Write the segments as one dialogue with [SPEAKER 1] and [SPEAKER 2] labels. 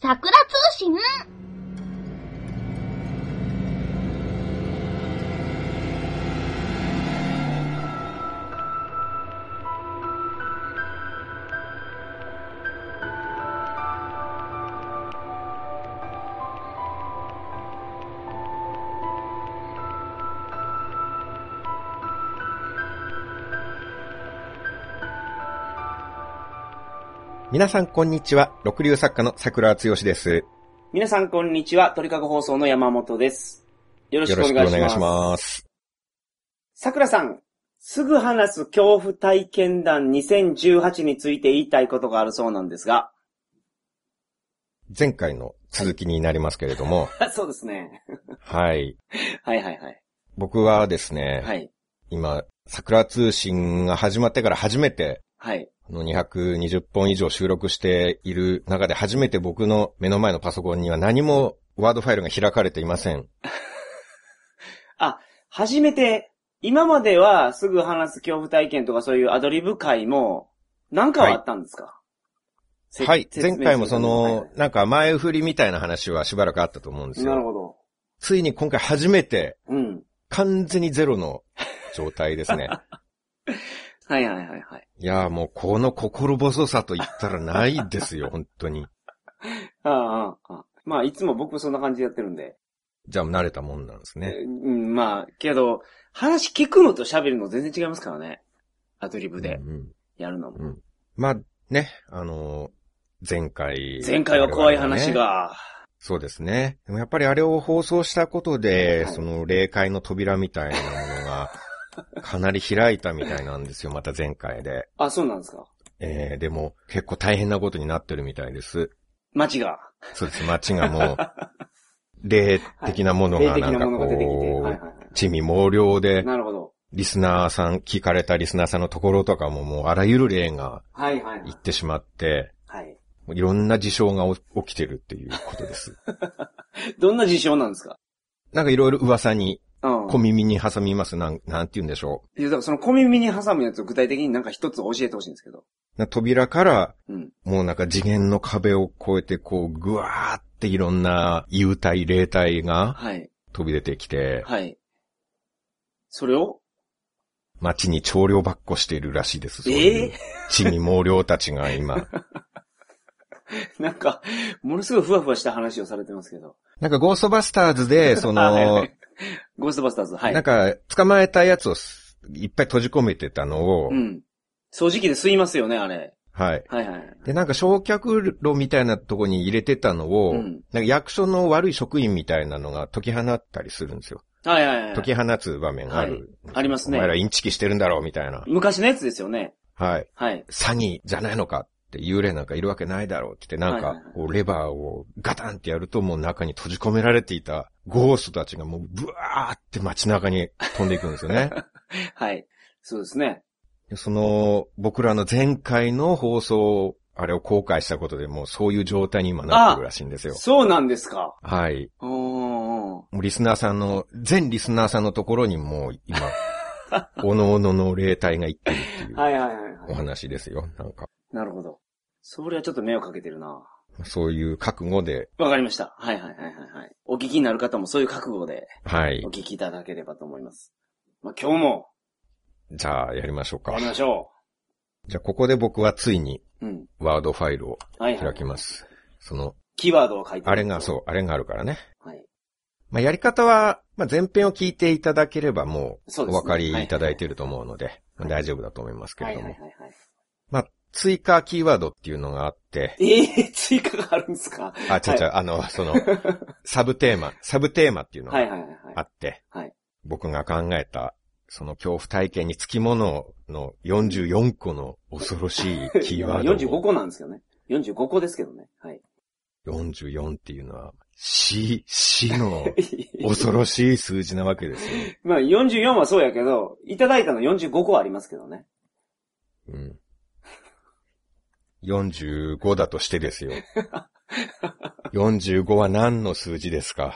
[SPEAKER 1] 桜通信
[SPEAKER 2] 皆さんこんにちは。六流作家の桜つよしです。
[SPEAKER 3] 皆さんこんにちは、鳥かご放送の山本です。よろし
[SPEAKER 2] よ
[SPEAKER 3] くお
[SPEAKER 2] ろしく
[SPEAKER 3] 願
[SPEAKER 2] お
[SPEAKER 3] いし
[SPEAKER 2] 願
[SPEAKER 3] ま
[SPEAKER 2] い
[SPEAKER 3] す。
[SPEAKER 2] します。
[SPEAKER 3] 桜さん、すぐ話す恐怖体験談2018について言いたいことがあるそうなんですが。
[SPEAKER 2] 前回の続きになりますけれども、
[SPEAKER 3] そうですね。
[SPEAKER 2] はい。
[SPEAKER 3] はいはいはい。
[SPEAKER 2] 僕はですね、
[SPEAKER 3] はい。
[SPEAKER 2] 今、桜通信が始まってから初めて、
[SPEAKER 3] はい。
[SPEAKER 2] あの220本以上収録している中で初めて僕の目の前のパソコンには何もワードファイルが開かれていません。
[SPEAKER 3] 初めて、今まではすぐ話す恐怖体験とかそういうアドリブ会も何回はあったんですか、せ
[SPEAKER 2] はい。
[SPEAKER 3] 説明
[SPEAKER 2] 前
[SPEAKER 3] するため
[SPEAKER 2] 回もそ
[SPEAKER 3] はいは
[SPEAKER 2] の、なんか前振りみたいな話はしばらくあったと思うんで
[SPEAKER 3] い
[SPEAKER 2] す
[SPEAKER 3] なる
[SPEAKER 2] よ。
[SPEAKER 3] ほど。
[SPEAKER 2] ついに今回初めて
[SPEAKER 3] うん。
[SPEAKER 2] 完全にゼロの状態です ね。
[SPEAKER 3] はいはいはいはい。
[SPEAKER 2] いやーもうこの心細さと言ったらないですよ、 本当に。
[SPEAKER 3] ああああああ。まあいつも僕そんな感じでやってるんで。
[SPEAKER 2] じゃあ慣れたもんなんですね。
[SPEAKER 3] うん、まあ、けど、話聞くのと喋るの全然違いますからね。アドリブで
[SPEAKER 2] うんうん
[SPEAKER 3] やるのも。
[SPEAKER 2] うんまあね、あのー前回、
[SPEAKER 3] 前回は怖い話
[SPEAKER 2] 我々はね。
[SPEAKER 3] が。
[SPEAKER 2] そうですね。でもやっぱりあれを放送したことで、
[SPEAKER 3] はい
[SPEAKER 2] その霊界の扉みたいなもの が、かなり開いたみたいなんですよ、また前回で。
[SPEAKER 3] あ、そうなんですか。
[SPEAKER 2] えー、でも結構大変なことになってるみたいです。
[SPEAKER 3] 街が。
[SPEAKER 2] そうです、街が もう、霊的なもの
[SPEAKER 3] 霊
[SPEAKER 2] が
[SPEAKER 3] 的
[SPEAKER 2] なん
[SPEAKER 3] な
[SPEAKER 2] か
[SPEAKER 3] ものが出てき
[SPEAKER 2] こ、
[SPEAKER 3] て。はいはいうは
[SPEAKER 2] 地味猛量で
[SPEAKER 3] い。、なるほど。
[SPEAKER 2] リスナーさん、聞かれたリスナーさんのところとかももうあらゆる例が
[SPEAKER 3] はいはいはい
[SPEAKER 2] 行っ。てしまって、
[SPEAKER 3] はい。
[SPEAKER 2] いろんな事象がお起きてるっていうことです。
[SPEAKER 3] どんな事象なんですか
[SPEAKER 2] なんかいろいろ噂に、
[SPEAKER 3] うん。
[SPEAKER 2] 小耳に挟みます、なん、なんて言うんでしょ
[SPEAKER 3] いやだからその小耳に挟むやつを具体的になんか一つ教えてほしいんですけど。
[SPEAKER 2] う。な扉から、
[SPEAKER 3] うん。
[SPEAKER 2] もうなんか次元の壁を越えて、こう、ぐわーっていろんな幽体、霊体が
[SPEAKER 3] はい。
[SPEAKER 2] 飛び出てきて、
[SPEAKER 3] はい。それを
[SPEAKER 2] 街に長量ばっこしているらしいです。そう
[SPEAKER 3] え
[SPEAKER 2] い
[SPEAKER 3] え
[SPEAKER 2] う、地味猛量たちが 今。
[SPEAKER 3] なんか、ものすごいふわふわした話をされてますけど。
[SPEAKER 2] なんかゴーストバスターズで、そ
[SPEAKER 3] あはいは
[SPEAKER 2] の
[SPEAKER 3] い、ゴーストバスターズ、はい。
[SPEAKER 2] なんか、捕まえたやつをすいっぱい閉じ込めてたのを、
[SPEAKER 3] うん。掃除機で吸いますよね、あれ。
[SPEAKER 2] はい。
[SPEAKER 3] はいはい。
[SPEAKER 2] で、なんか焼却炉みたいなとこに入れてたのを、
[SPEAKER 3] うん
[SPEAKER 2] なんか役所の悪い職員みたいなのが解き放ったりするんですよ。
[SPEAKER 3] はいはいは
[SPEAKER 2] 解き
[SPEAKER 3] い。
[SPEAKER 2] 放つ場面がある。
[SPEAKER 3] はいありますね
[SPEAKER 2] お前らインチキしてるんだろうみたいな。
[SPEAKER 3] 昔のやつですよね。
[SPEAKER 2] はい。
[SPEAKER 3] はい。
[SPEAKER 2] 詐欺じゃないのかって幽霊なんかいるわけないだろうって言って、なん
[SPEAKER 3] はい
[SPEAKER 2] か
[SPEAKER 3] はいはい
[SPEAKER 2] こうレバーをガタンってやるともう中に閉じ込められていたゴーストたちがもうブワーって街中に飛んでいくんですよね。
[SPEAKER 3] はい。そうですね。
[SPEAKER 2] でその、僕らの前回の放送、あれを後悔したことでもうそういう状態に今なってるらしいんですよ。
[SPEAKER 3] そうなんですか。
[SPEAKER 2] はい。
[SPEAKER 3] おー。
[SPEAKER 2] もうリスナーさんの、全リスナーさんのところにもう 今、おのおのの霊体が行ってるっていう
[SPEAKER 3] はいはいはい
[SPEAKER 2] お
[SPEAKER 3] はい。
[SPEAKER 2] 話ですよ。なんか、
[SPEAKER 3] なるほど。それはちょっと迷惑かけてるな。
[SPEAKER 2] そういう覚悟で、
[SPEAKER 3] わかりました。はいはいはいはいはい。お聞きになる方もそういう覚悟で
[SPEAKER 2] はい
[SPEAKER 3] お。聞きいただければと思います。まあ、今日も
[SPEAKER 2] じゃあやりましょうか
[SPEAKER 3] やり。ましょ
[SPEAKER 2] じゃあここで僕はついに
[SPEAKER 3] う。うん。
[SPEAKER 2] ワードファイルを
[SPEAKER 3] はいは
[SPEAKER 2] 開
[SPEAKER 3] い
[SPEAKER 2] き。ます。その、
[SPEAKER 3] キーワードを書いて
[SPEAKER 2] あれが
[SPEAKER 3] う。
[SPEAKER 2] そう、あれがあるからね。
[SPEAKER 3] はい。
[SPEAKER 2] まあ、やり方は、まあ、前編を聞いていただければもう、
[SPEAKER 3] そ
[SPEAKER 2] お
[SPEAKER 3] うですね
[SPEAKER 2] 分かりいただいていると思うので、まあ大丈夫だと思いますけ
[SPEAKER 3] は
[SPEAKER 2] れ
[SPEAKER 3] い
[SPEAKER 2] ど
[SPEAKER 3] はい
[SPEAKER 2] も。
[SPEAKER 3] はい
[SPEAKER 2] まあ、追加キーワードっていうのがあって、
[SPEAKER 3] はい。ええー、 追加があるんですか
[SPEAKER 2] あ、ちゃちゃ、あの、その、サブテー マ、サブテーマっていうの
[SPEAKER 3] はい
[SPEAKER 2] が
[SPEAKER 3] はいはい
[SPEAKER 2] あ
[SPEAKER 3] はい。
[SPEAKER 2] って、
[SPEAKER 3] はい
[SPEAKER 2] 僕が考えた、その恐怖体験につきものの44個の恐ろしいキーワードを。
[SPEAKER 3] 45個なんですけどね。45個ですけどね。はい。
[SPEAKER 2] 44っていうのは、死、死の恐ろしい数字なわけですよ。
[SPEAKER 3] まあ44はそうやけど、いただいたの45個ありますけどね。
[SPEAKER 2] うん。45だとしてです よ。45は何の数字ですか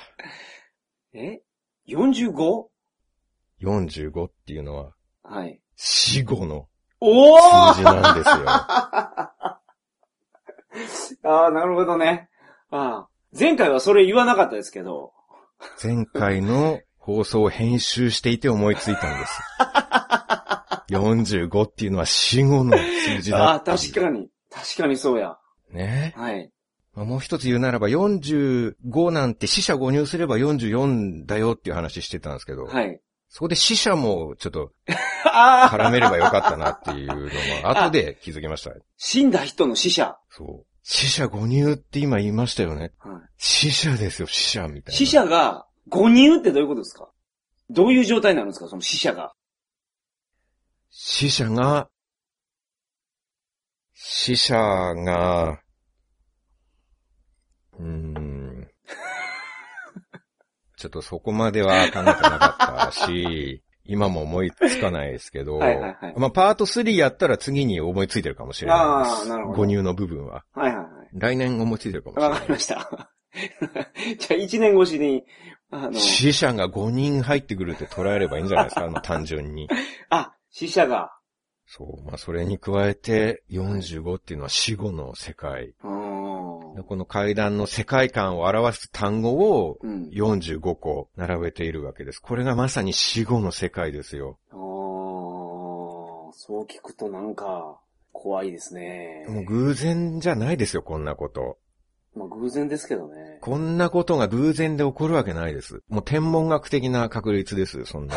[SPEAKER 3] え ?45?
[SPEAKER 2] 45っていうのは
[SPEAKER 3] はい。
[SPEAKER 2] 死後の
[SPEAKER 3] おお
[SPEAKER 2] 数字なんですよ。
[SPEAKER 3] ああ、なるほどね。あああ前回はそれ言わなかったですけど、
[SPEAKER 2] 前回の放送を編集していて思いついたんです。45っていうのは死後の数字だ
[SPEAKER 3] ああ、確かに。確かにそうや。
[SPEAKER 2] ね。
[SPEAKER 3] はい。
[SPEAKER 2] まあもう一つ言うならば45なんて死者誤入すれば44だよっていう話してたんですけど、
[SPEAKER 3] はい。
[SPEAKER 2] そこで死者もちょっと
[SPEAKER 3] ああ
[SPEAKER 2] 絡めればよかったなっていう のは後で気づきました。
[SPEAKER 3] 死んだ人の死者。
[SPEAKER 2] そう。死者誤入って今言いましたよね。
[SPEAKER 3] はい
[SPEAKER 2] 死者ですよ、死者みたいな。
[SPEAKER 3] 死者が誤入ってどういうことですかどういう状態になるんですかその死者が。
[SPEAKER 2] 死者が、死者が、うーん。 ちょっとそこまでは考えてなかったし、今も思いつかないですけど、
[SPEAKER 3] はいはいはい
[SPEAKER 2] まあパート3やったら次に思いついてるかもしれないです。
[SPEAKER 3] あーなるほど
[SPEAKER 2] 誤入の部分は。
[SPEAKER 3] はいはいはい。
[SPEAKER 2] 来年思いついてるかもしれ
[SPEAKER 3] わ
[SPEAKER 2] な
[SPEAKER 3] か
[SPEAKER 2] い
[SPEAKER 3] り。ました。 じゃあ、一年越しに、あの、
[SPEAKER 2] 死者が5人入ってくるって捉えればいいんじゃないですか、まあ単純に。
[SPEAKER 3] あ、死者が、
[SPEAKER 2] そう。まあ、それに加えて、45っていうのは死後の世界。
[SPEAKER 3] うーん。
[SPEAKER 2] この階段の世界観を表す単語を
[SPEAKER 3] うん。
[SPEAKER 2] 45個並べているわけです。これがまさに死後の世界ですよ。
[SPEAKER 3] あーそう聞くとなんか、怖いですね。
[SPEAKER 2] もう偶然じゃないですよ、こんなこと。
[SPEAKER 3] まあ、偶然ですけどね。
[SPEAKER 2] こんなことが偶然で起こるわけないです。もう天文学的な確率ですよ、そんな。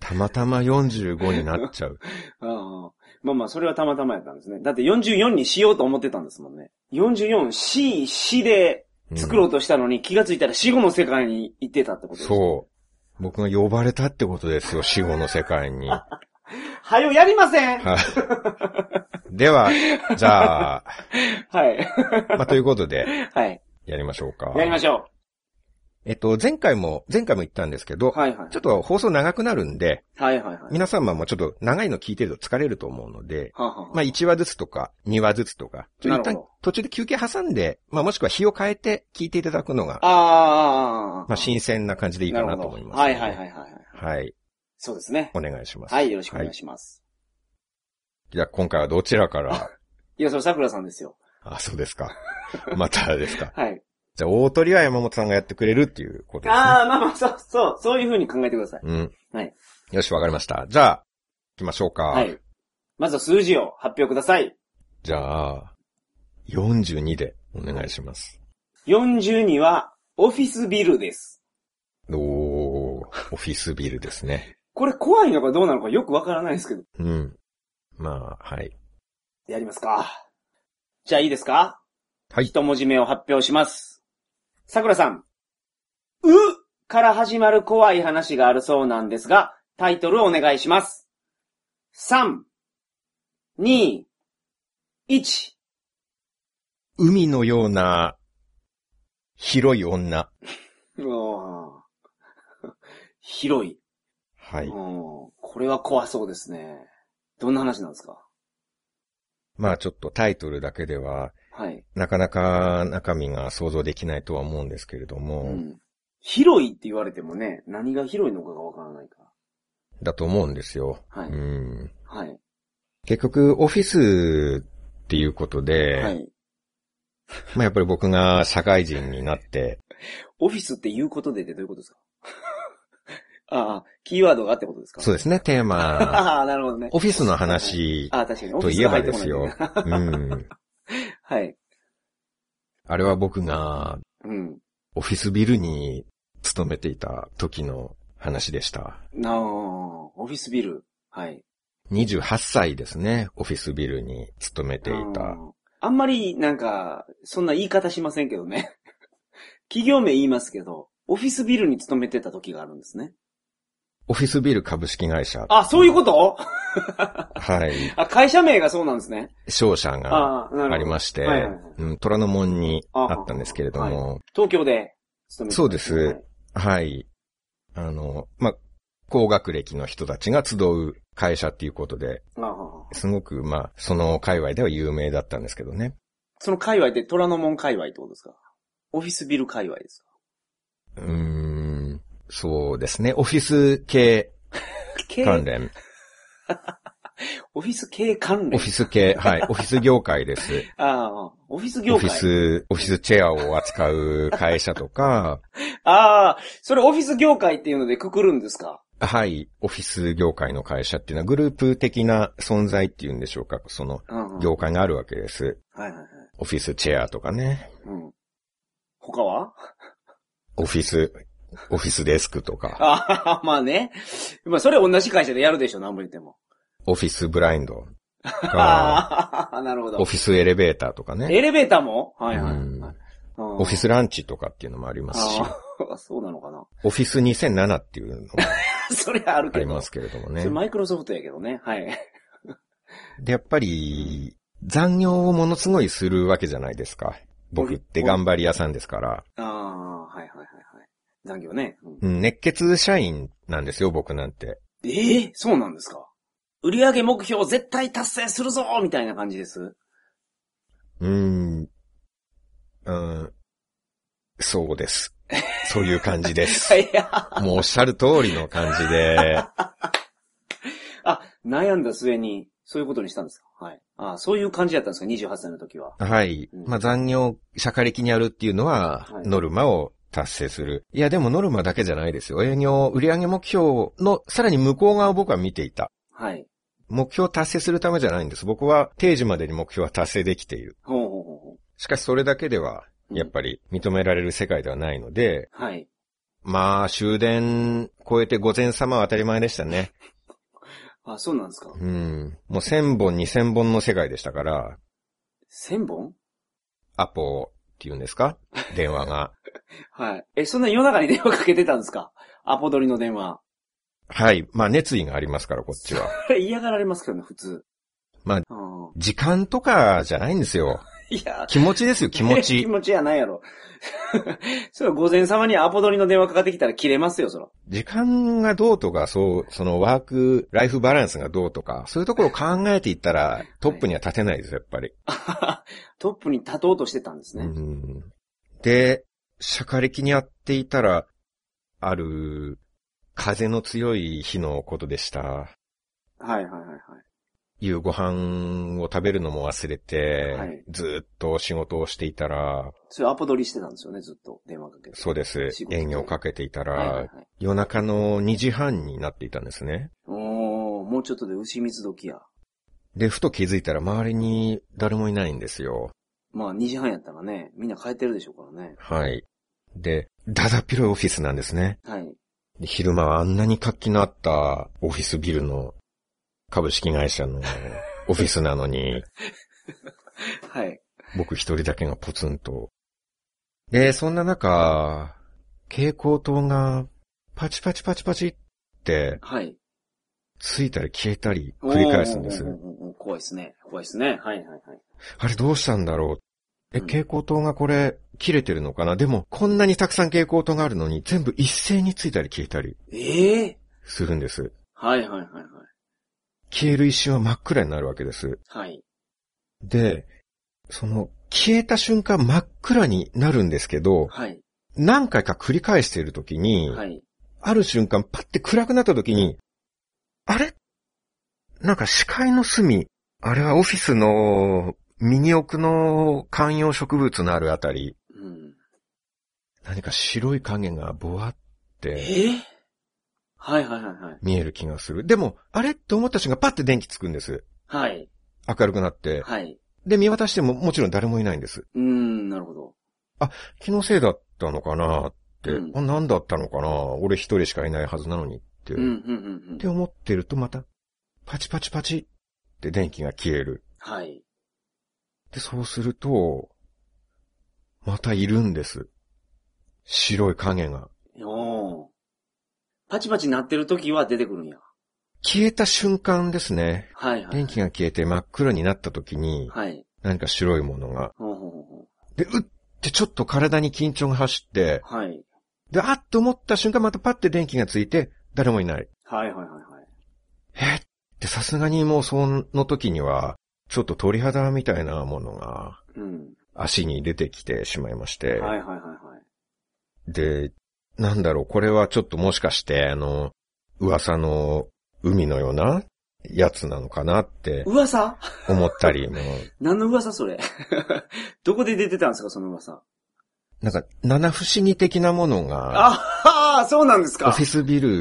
[SPEAKER 2] たまたま45になっ ちゃう。
[SPEAKER 3] あーまあまあ、それはたまたまやったんですね。だって44にしようと思ってたんですもんね。44、死、死で
[SPEAKER 2] うん
[SPEAKER 3] 作ろうとしたのに、気がついたら死後の世界に行ってたってことです。う。
[SPEAKER 2] そう。僕が呼ばれたってことですよ、死後の世界に。
[SPEAKER 3] はよやりませんは
[SPEAKER 2] はい。では、じゃあ、
[SPEAKER 3] い。
[SPEAKER 2] まあ、ということで、
[SPEAKER 3] はい。
[SPEAKER 2] やりましょうか。
[SPEAKER 3] やりましょ
[SPEAKER 2] えっと、前回も、前回も言ったんですけど、
[SPEAKER 3] う。はいはい
[SPEAKER 2] ちょ。っと放送長くなるんで、
[SPEAKER 3] はいはいはい。
[SPEAKER 2] 皆様もちょっと長いの聞いてると疲れると思うので、
[SPEAKER 3] はあはあ
[SPEAKER 2] まあ、1話ずつとか、2話ずつとか、ちょっと一
[SPEAKER 3] なるほ
[SPEAKER 2] 旦
[SPEAKER 3] ど
[SPEAKER 2] 途中で休憩挟んで、まあ、もしくは日を変えて聞いていただくのが、
[SPEAKER 3] あ
[SPEAKER 2] ま
[SPEAKER 3] あ。
[SPEAKER 2] あ、新鮮な感じでいいかなと思います。
[SPEAKER 3] なるほどはいはいはいはいはい。
[SPEAKER 2] はい。はい。
[SPEAKER 3] そうですね。
[SPEAKER 2] お願いします。
[SPEAKER 3] はい、よろしくお願いします。
[SPEAKER 2] じゃあ、今回はどちらから、
[SPEAKER 3] い、や、それ桜さんですよ。
[SPEAKER 2] あ、そうですか。またですか。
[SPEAKER 3] はい。
[SPEAKER 2] じゃあ、大鳥は山本さんがやってくれるっていうことですね。
[SPEAKER 3] ああ、まあまあ、そう、そう、そういうふうに考えてください。
[SPEAKER 2] うん。
[SPEAKER 3] はい。
[SPEAKER 2] よし、わかりました。じゃあ、行きましょうか。
[SPEAKER 3] はい。まずは数字を発表ください。
[SPEAKER 2] じゃあ、42でお願いします。
[SPEAKER 3] 42は、オフィスビルです。
[SPEAKER 2] おー、オフィスビルですね。
[SPEAKER 3] これ怖いのかどうなのかよくわからないですけど。
[SPEAKER 2] うん。まあ、はい。
[SPEAKER 3] やりますか。じゃあいいですか
[SPEAKER 2] はい。
[SPEAKER 3] 一文字目を発表します。桜さん。うから始まる怖い話があるそうなんですが、タイトルをお願いします。3、2、1。
[SPEAKER 2] 海のような、広い女。
[SPEAKER 3] 広い、
[SPEAKER 2] はい。
[SPEAKER 3] うんこれは怖そうですね。どんな話なんですか
[SPEAKER 2] まあ、ちょっとタイトルだけでは、
[SPEAKER 3] はい、
[SPEAKER 2] なかなか中身が想像できないとは思うんですけれども、
[SPEAKER 3] うん広いって言われてもね、何が広いのかがわからないか
[SPEAKER 2] だと思うんですよ。
[SPEAKER 3] ら。はい。
[SPEAKER 2] うん。
[SPEAKER 3] はい。
[SPEAKER 2] 結局、オフィスっていうことで、
[SPEAKER 3] はい。
[SPEAKER 2] まあやっぱり僕が社会人になって、
[SPEAKER 3] オフィスっていうことでってどういうことですか ああ、キーワードがってことですか
[SPEAKER 2] そう
[SPEAKER 3] う
[SPEAKER 2] ですね、テー マ、
[SPEAKER 3] ああ、なるほどね。
[SPEAKER 2] オフィスの話
[SPEAKER 3] ああ、確かに。オフ
[SPEAKER 2] と
[SPEAKER 3] ィス
[SPEAKER 2] いえ
[SPEAKER 3] が
[SPEAKER 2] ば
[SPEAKER 3] 入
[SPEAKER 2] で
[SPEAKER 3] ってこな
[SPEAKER 2] す
[SPEAKER 3] いと
[SPEAKER 2] よ
[SPEAKER 3] ね。
[SPEAKER 2] うん。
[SPEAKER 3] はい。
[SPEAKER 2] あれは僕が
[SPEAKER 3] うん。
[SPEAKER 2] オフィスビルに勤めていた時の話でした。
[SPEAKER 3] なあ、オフィスビル。はい。
[SPEAKER 2] 28歳ですね、オフィスビルに勤めていた。
[SPEAKER 3] うんあんまり、なんか、そんな言い方しませんけどね。 企業名言いますけど、オフィスビルに勤めてた時があるんですね。
[SPEAKER 2] オフィスビル株式会社。
[SPEAKER 3] あ、そういうこと
[SPEAKER 2] はい。
[SPEAKER 3] あ、会社名がそうなんですね。
[SPEAKER 2] 商社が
[SPEAKER 3] ああ、なるほど。
[SPEAKER 2] ありまして、
[SPEAKER 3] はいはいはい
[SPEAKER 2] うん虎ノ門にあったんですけれど
[SPEAKER 3] あ
[SPEAKER 2] も、
[SPEAKER 3] 東京で勤めてた
[SPEAKER 2] そう
[SPEAKER 3] んね
[SPEAKER 2] です。はい。あの、まあ、高学歴の人たちが集う会社っていうことで、
[SPEAKER 3] はいああ
[SPEAKER 2] すごく、まあ、その界隈では有名だったんですけどね。
[SPEAKER 3] その界隈で虎ノ門界隈ってことですかオフィスビル界隈ですか
[SPEAKER 2] うーん、そうですね。オフィス系
[SPEAKER 3] け
[SPEAKER 2] 関連。
[SPEAKER 3] オフィス系関
[SPEAKER 2] オ
[SPEAKER 3] 連
[SPEAKER 2] フ。ィス系、 はい、オフィス業界です。
[SPEAKER 3] ああ、オフィス業
[SPEAKER 2] オフ
[SPEAKER 3] 界
[SPEAKER 2] ィ。ス、オフィスチェアを扱う会社とか、
[SPEAKER 3] ああ、それオフィス業界っていうのでくくるんですか
[SPEAKER 2] はい、オフィス業界の会社っていうのはグループ的な存在っていうんでしょうか。その
[SPEAKER 3] うん、うん。
[SPEAKER 2] 業界があるわけです。
[SPEAKER 3] はいはいはい。
[SPEAKER 2] オフィスチェアとかね。
[SPEAKER 3] うん。他は
[SPEAKER 2] オフィス、オフィスデスクとか、
[SPEAKER 3] ああ、まあね。まあそれ同じ会社でやるでしょ、何も言っても。
[SPEAKER 2] オフィスブライン ドとか、
[SPEAKER 3] ああ、なるほ
[SPEAKER 2] オ
[SPEAKER 3] ど。
[SPEAKER 2] フィスエレベーターとかね。
[SPEAKER 3] エレベーターもはいはい。
[SPEAKER 2] うん
[SPEAKER 3] オ
[SPEAKER 2] オフィスランチとかっていうのもありますし、
[SPEAKER 3] ああ、 そうなのかな。
[SPEAKER 2] オフィス2007っていうのも
[SPEAKER 3] それはある
[SPEAKER 2] あ
[SPEAKER 3] け
[SPEAKER 2] り
[SPEAKER 3] ど。
[SPEAKER 2] ますけれどもね
[SPEAKER 3] それ。マイクロソフトやけどね。はい。
[SPEAKER 2] で、やっぱり、残業をものすごいするわけじゃないですか。僕って頑張り屋さんですから。
[SPEAKER 3] ああ、はいはいはいはい。残業ね。うん
[SPEAKER 2] うん、熱血社員なんですよ、僕なんて。
[SPEAKER 3] ええそうなんですか。売上目標を絶対達成するぞみたいな感じです。
[SPEAKER 2] うーん。うん。そうです。そういう感じです。
[SPEAKER 3] いや、
[SPEAKER 2] もうおっしゃる通りの感じで、
[SPEAKER 3] あ、悩んだ末に、そういうことにしたんですかはい。あそういう感じだったんですか ?28 歳の時は。
[SPEAKER 2] はい。
[SPEAKER 3] うん
[SPEAKER 2] まあ、残業、社会的にやるっていうのは
[SPEAKER 3] は、い
[SPEAKER 2] ノルマを達成する。いや、でもノルマだけじゃないですよ。営業、売上目標の、さらに向こう側を僕は見ていた。
[SPEAKER 3] はい。
[SPEAKER 2] 目標を達成するためじゃないんです。僕は定時までに目標は達成できている。
[SPEAKER 3] ほうほうほうほ
[SPEAKER 2] しかしそれだけでは、
[SPEAKER 3] う。
[SPEAKER 2] やっぱり認められる世界ではないので、
[SPEAKER 3] うん。はい。
[SPEAKER 2] まあ終電超えて午前様は当たり前でしたね。
[SPEAKER 3] あ、そうなんですか。
[SPEAKER 2] うん。もう1000本2000本の世界でしたから、
[SPEAKER 3] 1000本
[SPEAKER 2] アポっていうんですか電話が。
[SPEAKER 3] はい。え、そんな夜中に電話かけてたんですかアポ取りの電話。
[SPEAKER 2] はい。まあ熱意がありますから、こっちは。
[SPEAKER 3] これ嫌がられますけどね、普通。
[SPEAKER 2] まあ
[SPEAKER 3] うん
[SPEAKER 2] 時間とかじゃないんですよ。
[SPEAKER 3] いや、
[SPEAKER 2] 気持ち ですよ、気持
[SPEAKER 3] 気
[SPEAKER 2] ち。
[SPEAKER 3] 持ちやないやろ。 それは午前様にアポ取りの電話かかってきたら切れますよ、そら。
[SPEAKER 2] 時間がどうとか、そう、そのワーク、ライフバランスがどうとか、そういうところを考えていったら、トップには立てないです、やっぱり。
[SPEAKER 3] トップに立とうとしてたんです
[SPEAKER 2] う
[SPEAKER 3] ね。
[SPEAKER 2] ん。で、社会的にやっていたら、ある、風の強い日のことでした。
[SPEAKER 3] はいはいはいはい。
[SPEAKER 2] 夕ご飯を食べるのも忘れて、
[SPEAKER 3] はい
[SPEAKER 2] ずーっと仕事をしていたら、
[SPEAKER 3] それアポ取りしてたんですよね、ずっと。電話かけて。
[SPEAKER 2] そうです
[SPEAKER 3] 仕。事
[SPEAKER 2] 営業かけていたら、
[SPEAKER 3] はいはいはい。
[SPEAKER 2] 夜中の2時半になっていたんですね。
[SPEAKER 3] おー、もうちょっとで牛水時や。
[SPEAKER 2] で、ふと気づいたら周りに誰もいないんですよ。
[SPEAKER 3] まあ2時半やったらね、みんな帰ってるでしょうからね。
[SPEAKER 2] はい。で、だだっ広いオフィスなんですね。
[SPEAKER 3] はい。
[SPEAKER 2] で昼間はあんなに活気のあったオフィスビルの株式会社のオフィスなの に、
[SPEAKER 3] はい。
[SPEAKER 2] 僕一人だけがポツンと。で、そんな中、蛍光灯がパチパチパチパチって、
[SPEAKER 3] はい。
[SPEAKER 2] ついたり消えたり繰り返すんです
[SPEAKER 3] おー。おーおーおー怖いですね。怖いですね。はいはいはい。
[SPEAKER 2] あれどうしたんだろうえ、
[SPEAKER 3] うん
[SPEAKER 2] 蛍光灯がこれ、切れてるのかなでも、こんなにたくさん蛍光灯があるのに、全部一斉についたり消えたり
[SPEAKER 3] ええ
[SPEAKER 2] するんです。
[SPEAKER 3] はいはいはいはい。
[SPEAKER 2] 消える一瞬は真っ暗になるわけです。
[SPEAKER 3] はい。
[SPEAKER 2] で、その、消えた瞬間真っ暗になるんですけど、
[SPEAKER 3] はい。
[SPEAKER 2] 何回か繰り返しているときに、
[SPEAKER 3] はい。
[SPEAKER 2] ある瞬間パッて暗くなったときに、あれなんか視界の隅、あれはオフィスの右奥の観葉植物のあるあたり、
[SPEAKER 3] うん。
[SPEAKER 2] 何か白い影がぼわって
[SPEAKER 3] ええはいはいはいはい。
[SPEAKER 2] 見える気がする。でも、あれって思った瞬間パッて電気つくんです。
[SPEAKER 3] はい。
[SPEAKER 2] 明るくなって。
[SPEAKER 3] はい。
[SPEAKER 2] で、見渡してももちろん誰もいないんです。
[SPEAKER 3] うーん、なるほど。
[SPEAKER 2] 気のせいだったのかなって、
[SPEAKER 3] うん
[SPEAKER 2] あ、何だったのかな俺一人しかいないはずなのにって。
[SPEAKER 3] うん、うん、
[SPEAKER 2] っ
[SPEAKER 3] うん、うん
[SPEAKER 2] て。思ってるとまた、パチパチパチって電気が消える。
[SPEAKER 3] はい。
[SPEAKER 2] で、そうすると、またいるんです。白い影が。
[SPEAKER 3] おー。パチパチ鳴ってる時は出てくるんや。
[SPEAKER 2] 消えた瞬間ですね。
[SPEAKER 3] はいはい。
[SPEAKER 2] 電気が消えて真っ暗になった時に、
[SPEAKER 3] はい。
[SPEAKER 2] 何か白いものが。
[SPEAKER 3] ほうほうほうほ
[SPEAKER 2] で、うってちょっと体に緊張が走って、
[SPEAKER 3] うはい。
[SPEAKER 2] で、あっと思った瞬間またパッて電気がついて、誰もいない。
[SPEAKER 3] はいはいはいはい。
[SPEAKER 2] えってさすがにもうその時には、ちょっと鳥肌みたいなものが
[SPEAKER 3] うん。
[SPEAKER 2] 足に出てきてしまいまして、
[SPEAKER 3] はいはいはいはい。
[SPEAKER 2] で、なんだろう、これはちょっともしかして、あの、噂の海のようなやつなのかなって
[SPEAKER 3] 噂
[SPEAKER 2] 思ったり、もう、
[SPEAKER 3] 何の噂それどこで出てたんですか、その噂。
[SPEAKER 2] なんか、七不思議的なものが、
[SPEAKER 3] ああ、そうなんです
[SPEAKER 2] オ
[SPEAKER 3] か
[SPEAKER 2] フ。ィスビル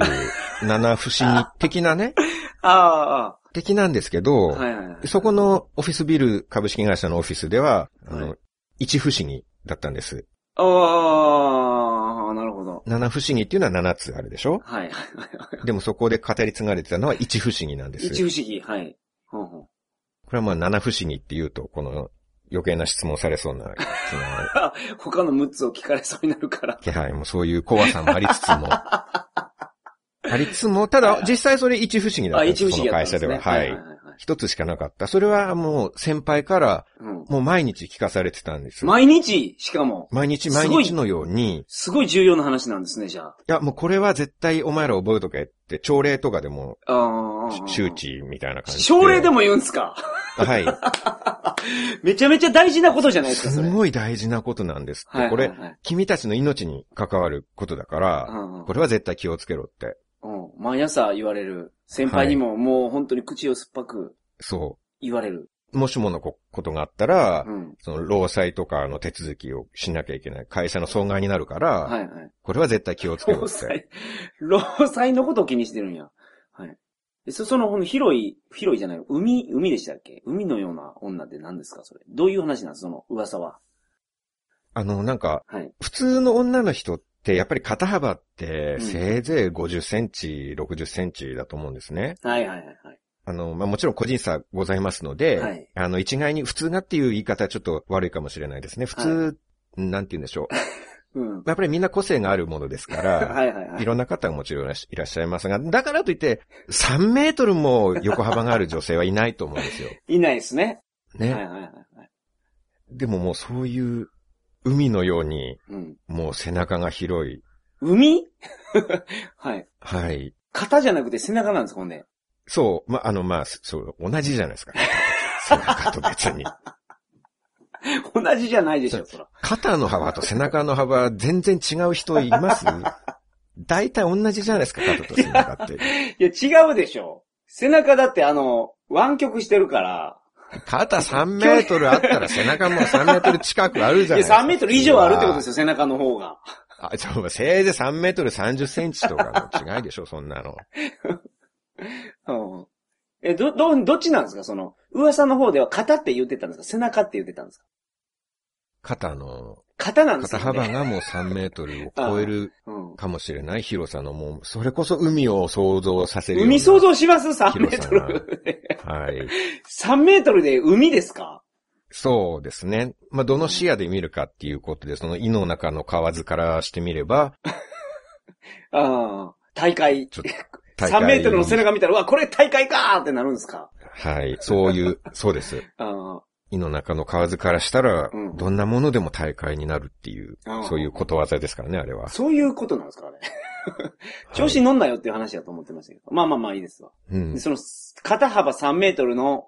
[SPEAKER 2] 七不思議的なね、
[SPEAKER 3] あ
[SPEAKER 2] 的なんですけど、
[SPEAKER 3] あ、はいはいはい。
[SPEAKER 2] そこのオフィスビル株式会社のオフィスでは、あの、
[SPEAKER 3] は
[SPEAKER 2] 一不思議だったんです。
[SPEAKER 3] ああ、なるほど。
[SPEAKER 2] 七不思議っていうのは七つあるでしょ
[SPEAKER 3] はい。
[SPEAKER 2] でもそこで語り継がれてたのは一不思議なんです。
[SPEAKER 3] 一不思議、はい。ほうほう
[SPEAKER 2] これはまあ七不思議って言うと、この余計な質問され そうな、その、
[SPEAKER 3] 他の6つを聞かれそうになるから。
[SPEAKER 2] 気配もそういう怖さもありつつ も。ありつつも、ただ実際それ一不思議だっ
[SPEAKER 3] あ、
[SPEAKER 2] たんで
[SPEAKER 3] 一
[SPEAKER 2] す。
[SPEAKER 3] 不思議
[SPEAKER 2] この会
[SPEAKER 3] やったんで
[SPEAKER 2] 社で
[SPEAKER 3] すね。
[SPEAKER 2] は。はい。
[SPEAKER 3] はいはい。
[SPEAKER 2] 一つしかなかった。それはもう先輩から
[SPEAKER 3] うん
[SPEAKER 2] もう毎日聞かされてたんです。
[SPEAKER 3] 毎日、しかも、
[SPEAKER 2] 毎日
[SPEAKER 3] す
[SPEAKER 2] 毎
[SPEAKER 3] ごい
[SPEAKER 2] 日のように、い
[SPEAKER 3] すごい重要な話なんですね、じゃあ。
[SPEAKER 2] やもうこれは絶対お前ら覚えとけって、朝礼とかでも
[SPEAKER 3] あーあーあー
[SPEAKER 2] 周。知みたいな感じで。
[SPEAKER 3] 奨励でも言うんすか
[SPEAKER 2] はい。
[SPEAKER 3] めちゃめちゃ大事なことじゃないですか、
[SPEAKER 2] す
[SPEAKER 3] それ。
[SPEAKER 2] ごい大事なことなんですって。これ、
[SPEAKER 3] はいはい
[SPEAKER 2] 君たちの命に関わることだから、
[SPEAKER 3] うん
[SPEAKER 2] これは絶対気をつけろって。
[SPEAKER 3] うんうん。毎朝言われる。先輩にももう本当に口を酸っぱく
[SPEAKER 2] そ
[SPEAKER 3] 言われる。
[SPEAKER 2] う。もしものこことがあったら、
[SPEAKER 3] うん。
[SPEAKER 2] その、労災とかの手続きをしなきゃいけない。会社の損害になるから、
[SPEAKER 3] はいはい。
[SPEAKER 2] これは絶対気をつけろ
[SPEAKER 3] 労
[SPEAKER 2] って。
[SPEAKER 3] 災、 労災のことを気にしてるんや。はい。でそ、その、ほんの広い、広いじゃない、海、海でしたっけ海のような女って何ですかそれ。どういう話なんその噂は。
[SPEAKER 2] あの、なんか、
[SPEAKER 3] はい。
[SPEAKER 2] 普通の女の人って、やっぱり肩幅って
[SPEAKER 3] う、ん
[SPEAKER 2] せいぜい50センチ、60センチだと思うんですね。
[SPEAKER 3] はいはいはいはい。
[SPEAKER 2] あの、まあ、もちろん個人差ございますので、
[SPEAKER 3] はい
[SPEAKER 2] あの、一概に普通がっていう言い方はちょっと悪いかもしれないですね。普通、なんて言うんでしょう。
[SPEAKER 3] うん。
[SPEAKER 2] やっぱりみんな個性があるものですか
[SPEAKER 3] は
[SPEAKER 2] ら、
[SPEAKER 3] いはいはいい。
[SPEAKER 2] ろんな方がもちろんいらっしいらっしゃいますが、だからといって、3メートルも横幅がある女性はいないと思うんですよ。
[SPEAKER 3] いないですね。はい
[SPEAKER 2] ね。
[SPEAKER 3] はいはいはい。
[SPEAKER 2] でももうそういう、海のように、
[SPEAKER 3] うん。
[SPEAKER 2] もう背中が広い。
[SPEAKER 3] 海 はい。
[SPEAKER 2] はい。
[SPEAKER 3] 肩じゃなくて背中なんです、ほんで。
[SPEAKER 2] そう、ま、あの、まあ、そう、同じじゃないですか。背中と別に。
[SPEAKER 3] 同じじゃないでしょ、そら。
[SPEAKER 2] 肩の幅と背中の幅、全然違う人います大体同じじゃないですか、肩と背中って。
[SPEAKER 3] いや、違うでしょ。背中だってあの、湾曲してるから、
[SPEAKER 2] 肩3メートルあったら背中も3メートル近くある
[SPEAKER 3] い
[SPEAKER 2] じ
[SPEAKER 3] や、
[SPEAKER 2] ゃないですか。
[SPEAKER 3] 3メートル以上あるってことです
[SPEAKER 2] よ。
[SPEAKER 3] よ、背中の方が。
[SPEAKER 2] あ、ちょ、せいぜい3メートル30センチとかの違いでしょ、そんなの。
[SPEAKER 3] うん。え、ど、ど、どっちなんですかその、噂の方では肩って言ってたんですか背中って言ってたんですか
[SPEAKER 2] 肩の、
[SPEAKER 3] 肩なんです
[SPEAKER 2] 肩
[SPEAKER 3] よ、ね。
[SPEAKER 2] 幅がもう3メートルを超える
[SPEAKER 3] うん。
[SPEAKER 2] かもしれない広さのもう、それこそ海を想像させるような。
[SPEAKER 3] 海想像します ?3 メ
[SPEAKER 2] 広
[SPEAKER 3] ー
[SPEAKER 2] さ
[SPEAKER 3] ト
[SPEAKER 2] が
[SPEAKER 3] ル。
[SPEAKER 2] はい。
[SPEAKER 3] 3メートルで海ですか
[SPEAKER 2] そうですね。まあ、どの視野で見るかっていうことで、その胃の中の河津からしてみれば、
[SPEAKER 3] ああ、大会。
[SPEAKER 2] ちょっと
[SPEAKER 3] 3メートルの背
[SPEAKER 2] 中。
[SPEAKER 3] 中見たら、うわ、これ大会かーってなるんですか
[SPEAKER 2] はい。そういう、そうです。
[SPEAKER 3] あ
[SPEAKER 2] 胃の中の河津からしたら
[SPEAKER 3] うん、
[SPEAKER 2] どんなものでも大会になるっていう、
[SPEAKER 3] あ。
[SPEAKER 2] そういうことわざですからね、あれは。
[SPEAKER 3] そういうことなんですかあれ。調子
[SPEAKER 2] は
[SPEAKER 3] に乗んなよっていう話だと思ってましたけど。まあまあまあいいですわ。
[SPEAKER 2] いうん
[SPEAKER 3] で、その、肩幅3メートルの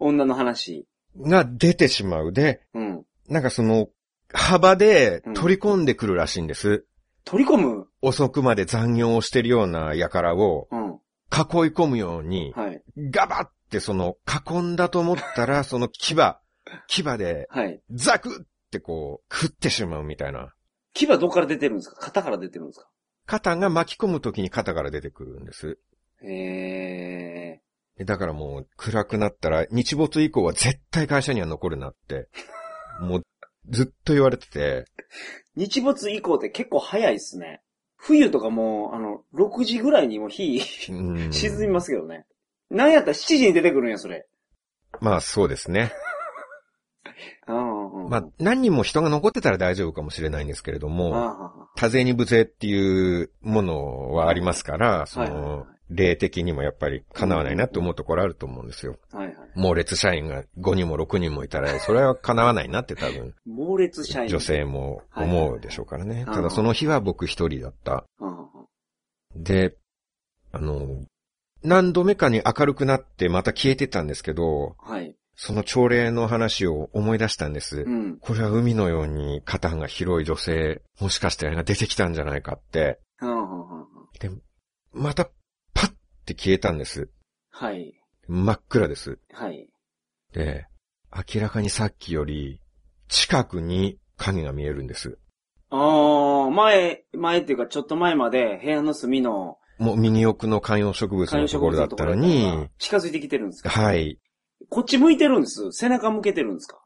[SPEAKER 3] 女の話。
[SPEAKER 2] が出てしまう。で、
[SPEAKER 3] うん。
[SPEAKER 2] なんかその、幅で取り込んでくるらしいんです。
[SPEAKER 3] 取り込む
[SPEAKER 2] 遅くまで残業をしてるような輩を
[SPEAKER 3] う
[SPEAKER 2] 囲
[SPEAKER 3] ん。
[SPEAKER 2] い込むように、
[SPEAKER 3] はい。
[SPEAKER 2] ガバってその囲んだと思った ら、その牙、牙で
[SPEAKER 3] はい。
[SPEAKER 2] ザクってこう、食ってしまうみたいな。
[SPEAKER 3] 牙どこから出てるんですか肩から出てるんですか
[SPEAKER 2] 肩が巻き込むときに肩から出てくるんです。
[SPEAKER 3] へ
[SPEAKER 2] でだからもう暗くなったら、日没以降は絶対会社には残るな って、もうずっと言われてて、
[SPEAKER 3] ー。日没以降って結構早いっすね。冬とかもう、あの、6時ぐらいにもう日
[SPEAKER 2] うん
[SPEAKER 3] 沈みますけどね。なんやったら7時に出てくるんや、それ。
[SPEAKER 2] まあそうですね。
[SPEAKER 3] ああ、
[SPEAKER 2] まあ何人も人が残ってたら大丈夫かもしれないんですけれど
[SPEAKER 3] ああ
[SPEAKER 2] も、
[SPEAKER 3] ああ、
[SPEAKER 2] 多勢に無勢っていうものはありますから、そ
[SPEAKER 3] はいはいは
[SPEAKER 2] の、霊的にもやっぱり叶わないなって思うところあると思うんですよ。
[SPEAKER 3] はいはい。
[SPEAKER 2] 猛烈社員が5人も6人もいたら、それは叶わないなって多分、
[SPEAKER 3] 猛烈 社員。
[SPEAKER 2] 女性も思うでしょうからね。
[SPEAKER 3] はい
[SPEAKER 2] ただその日は僕一人だった。
[SPEAKER 3] ああ。ああ
[SPEAKER 2] で、あの、何度目かに明るくなってまた消えてたんですけど、
[SPEAKER 3] はい。
[SPEAKER 2] その朝礼の話を思い出したんです
[SPEAKER 3] う。ん。
[SPEAKER 2] これは海のように肩が広い女性、もしかしてあれが出てきたんじゃないかって、
[SPEAKER 3] ああああああ
[SPEAKER 2] で、また、パッて消えたんです。
[SPEAKER 3] はい。
[SPEAKER 2] 真っ暗です。
[SPEAKER 3] はい。
[SPEAKER 2] で、明らかにさっきより近くに影が見えるんです。
[SPEAKER 3] あー、前、前っていうかちょっと前まで部屋の隅の
[SPEAKER 2] もう右奥の観葉植物
[SPEAKER 3] 観葉
[SPEAKER 2] のと
[SPEAKER 3] 植
[SPEAKER 2] こ
[SPEAKER 3] 物
[SPEAKER 2] ろだ
[SPEAKER 3] の
[SPEAKER 2] っ
[SPEAKER 3] とこ
[SPEAKER 2] た
[SPEAKER 3] ろ
[SPEAKER 2] の
[SPEAKER 3] だったの
[SPEAKER 2] に
[SPEAKER 3] が、近づいてきてるんですか
[SPEAKER 2] はい。
[SPEAKER 3] こっち向いてるんです。背中向けてるんですか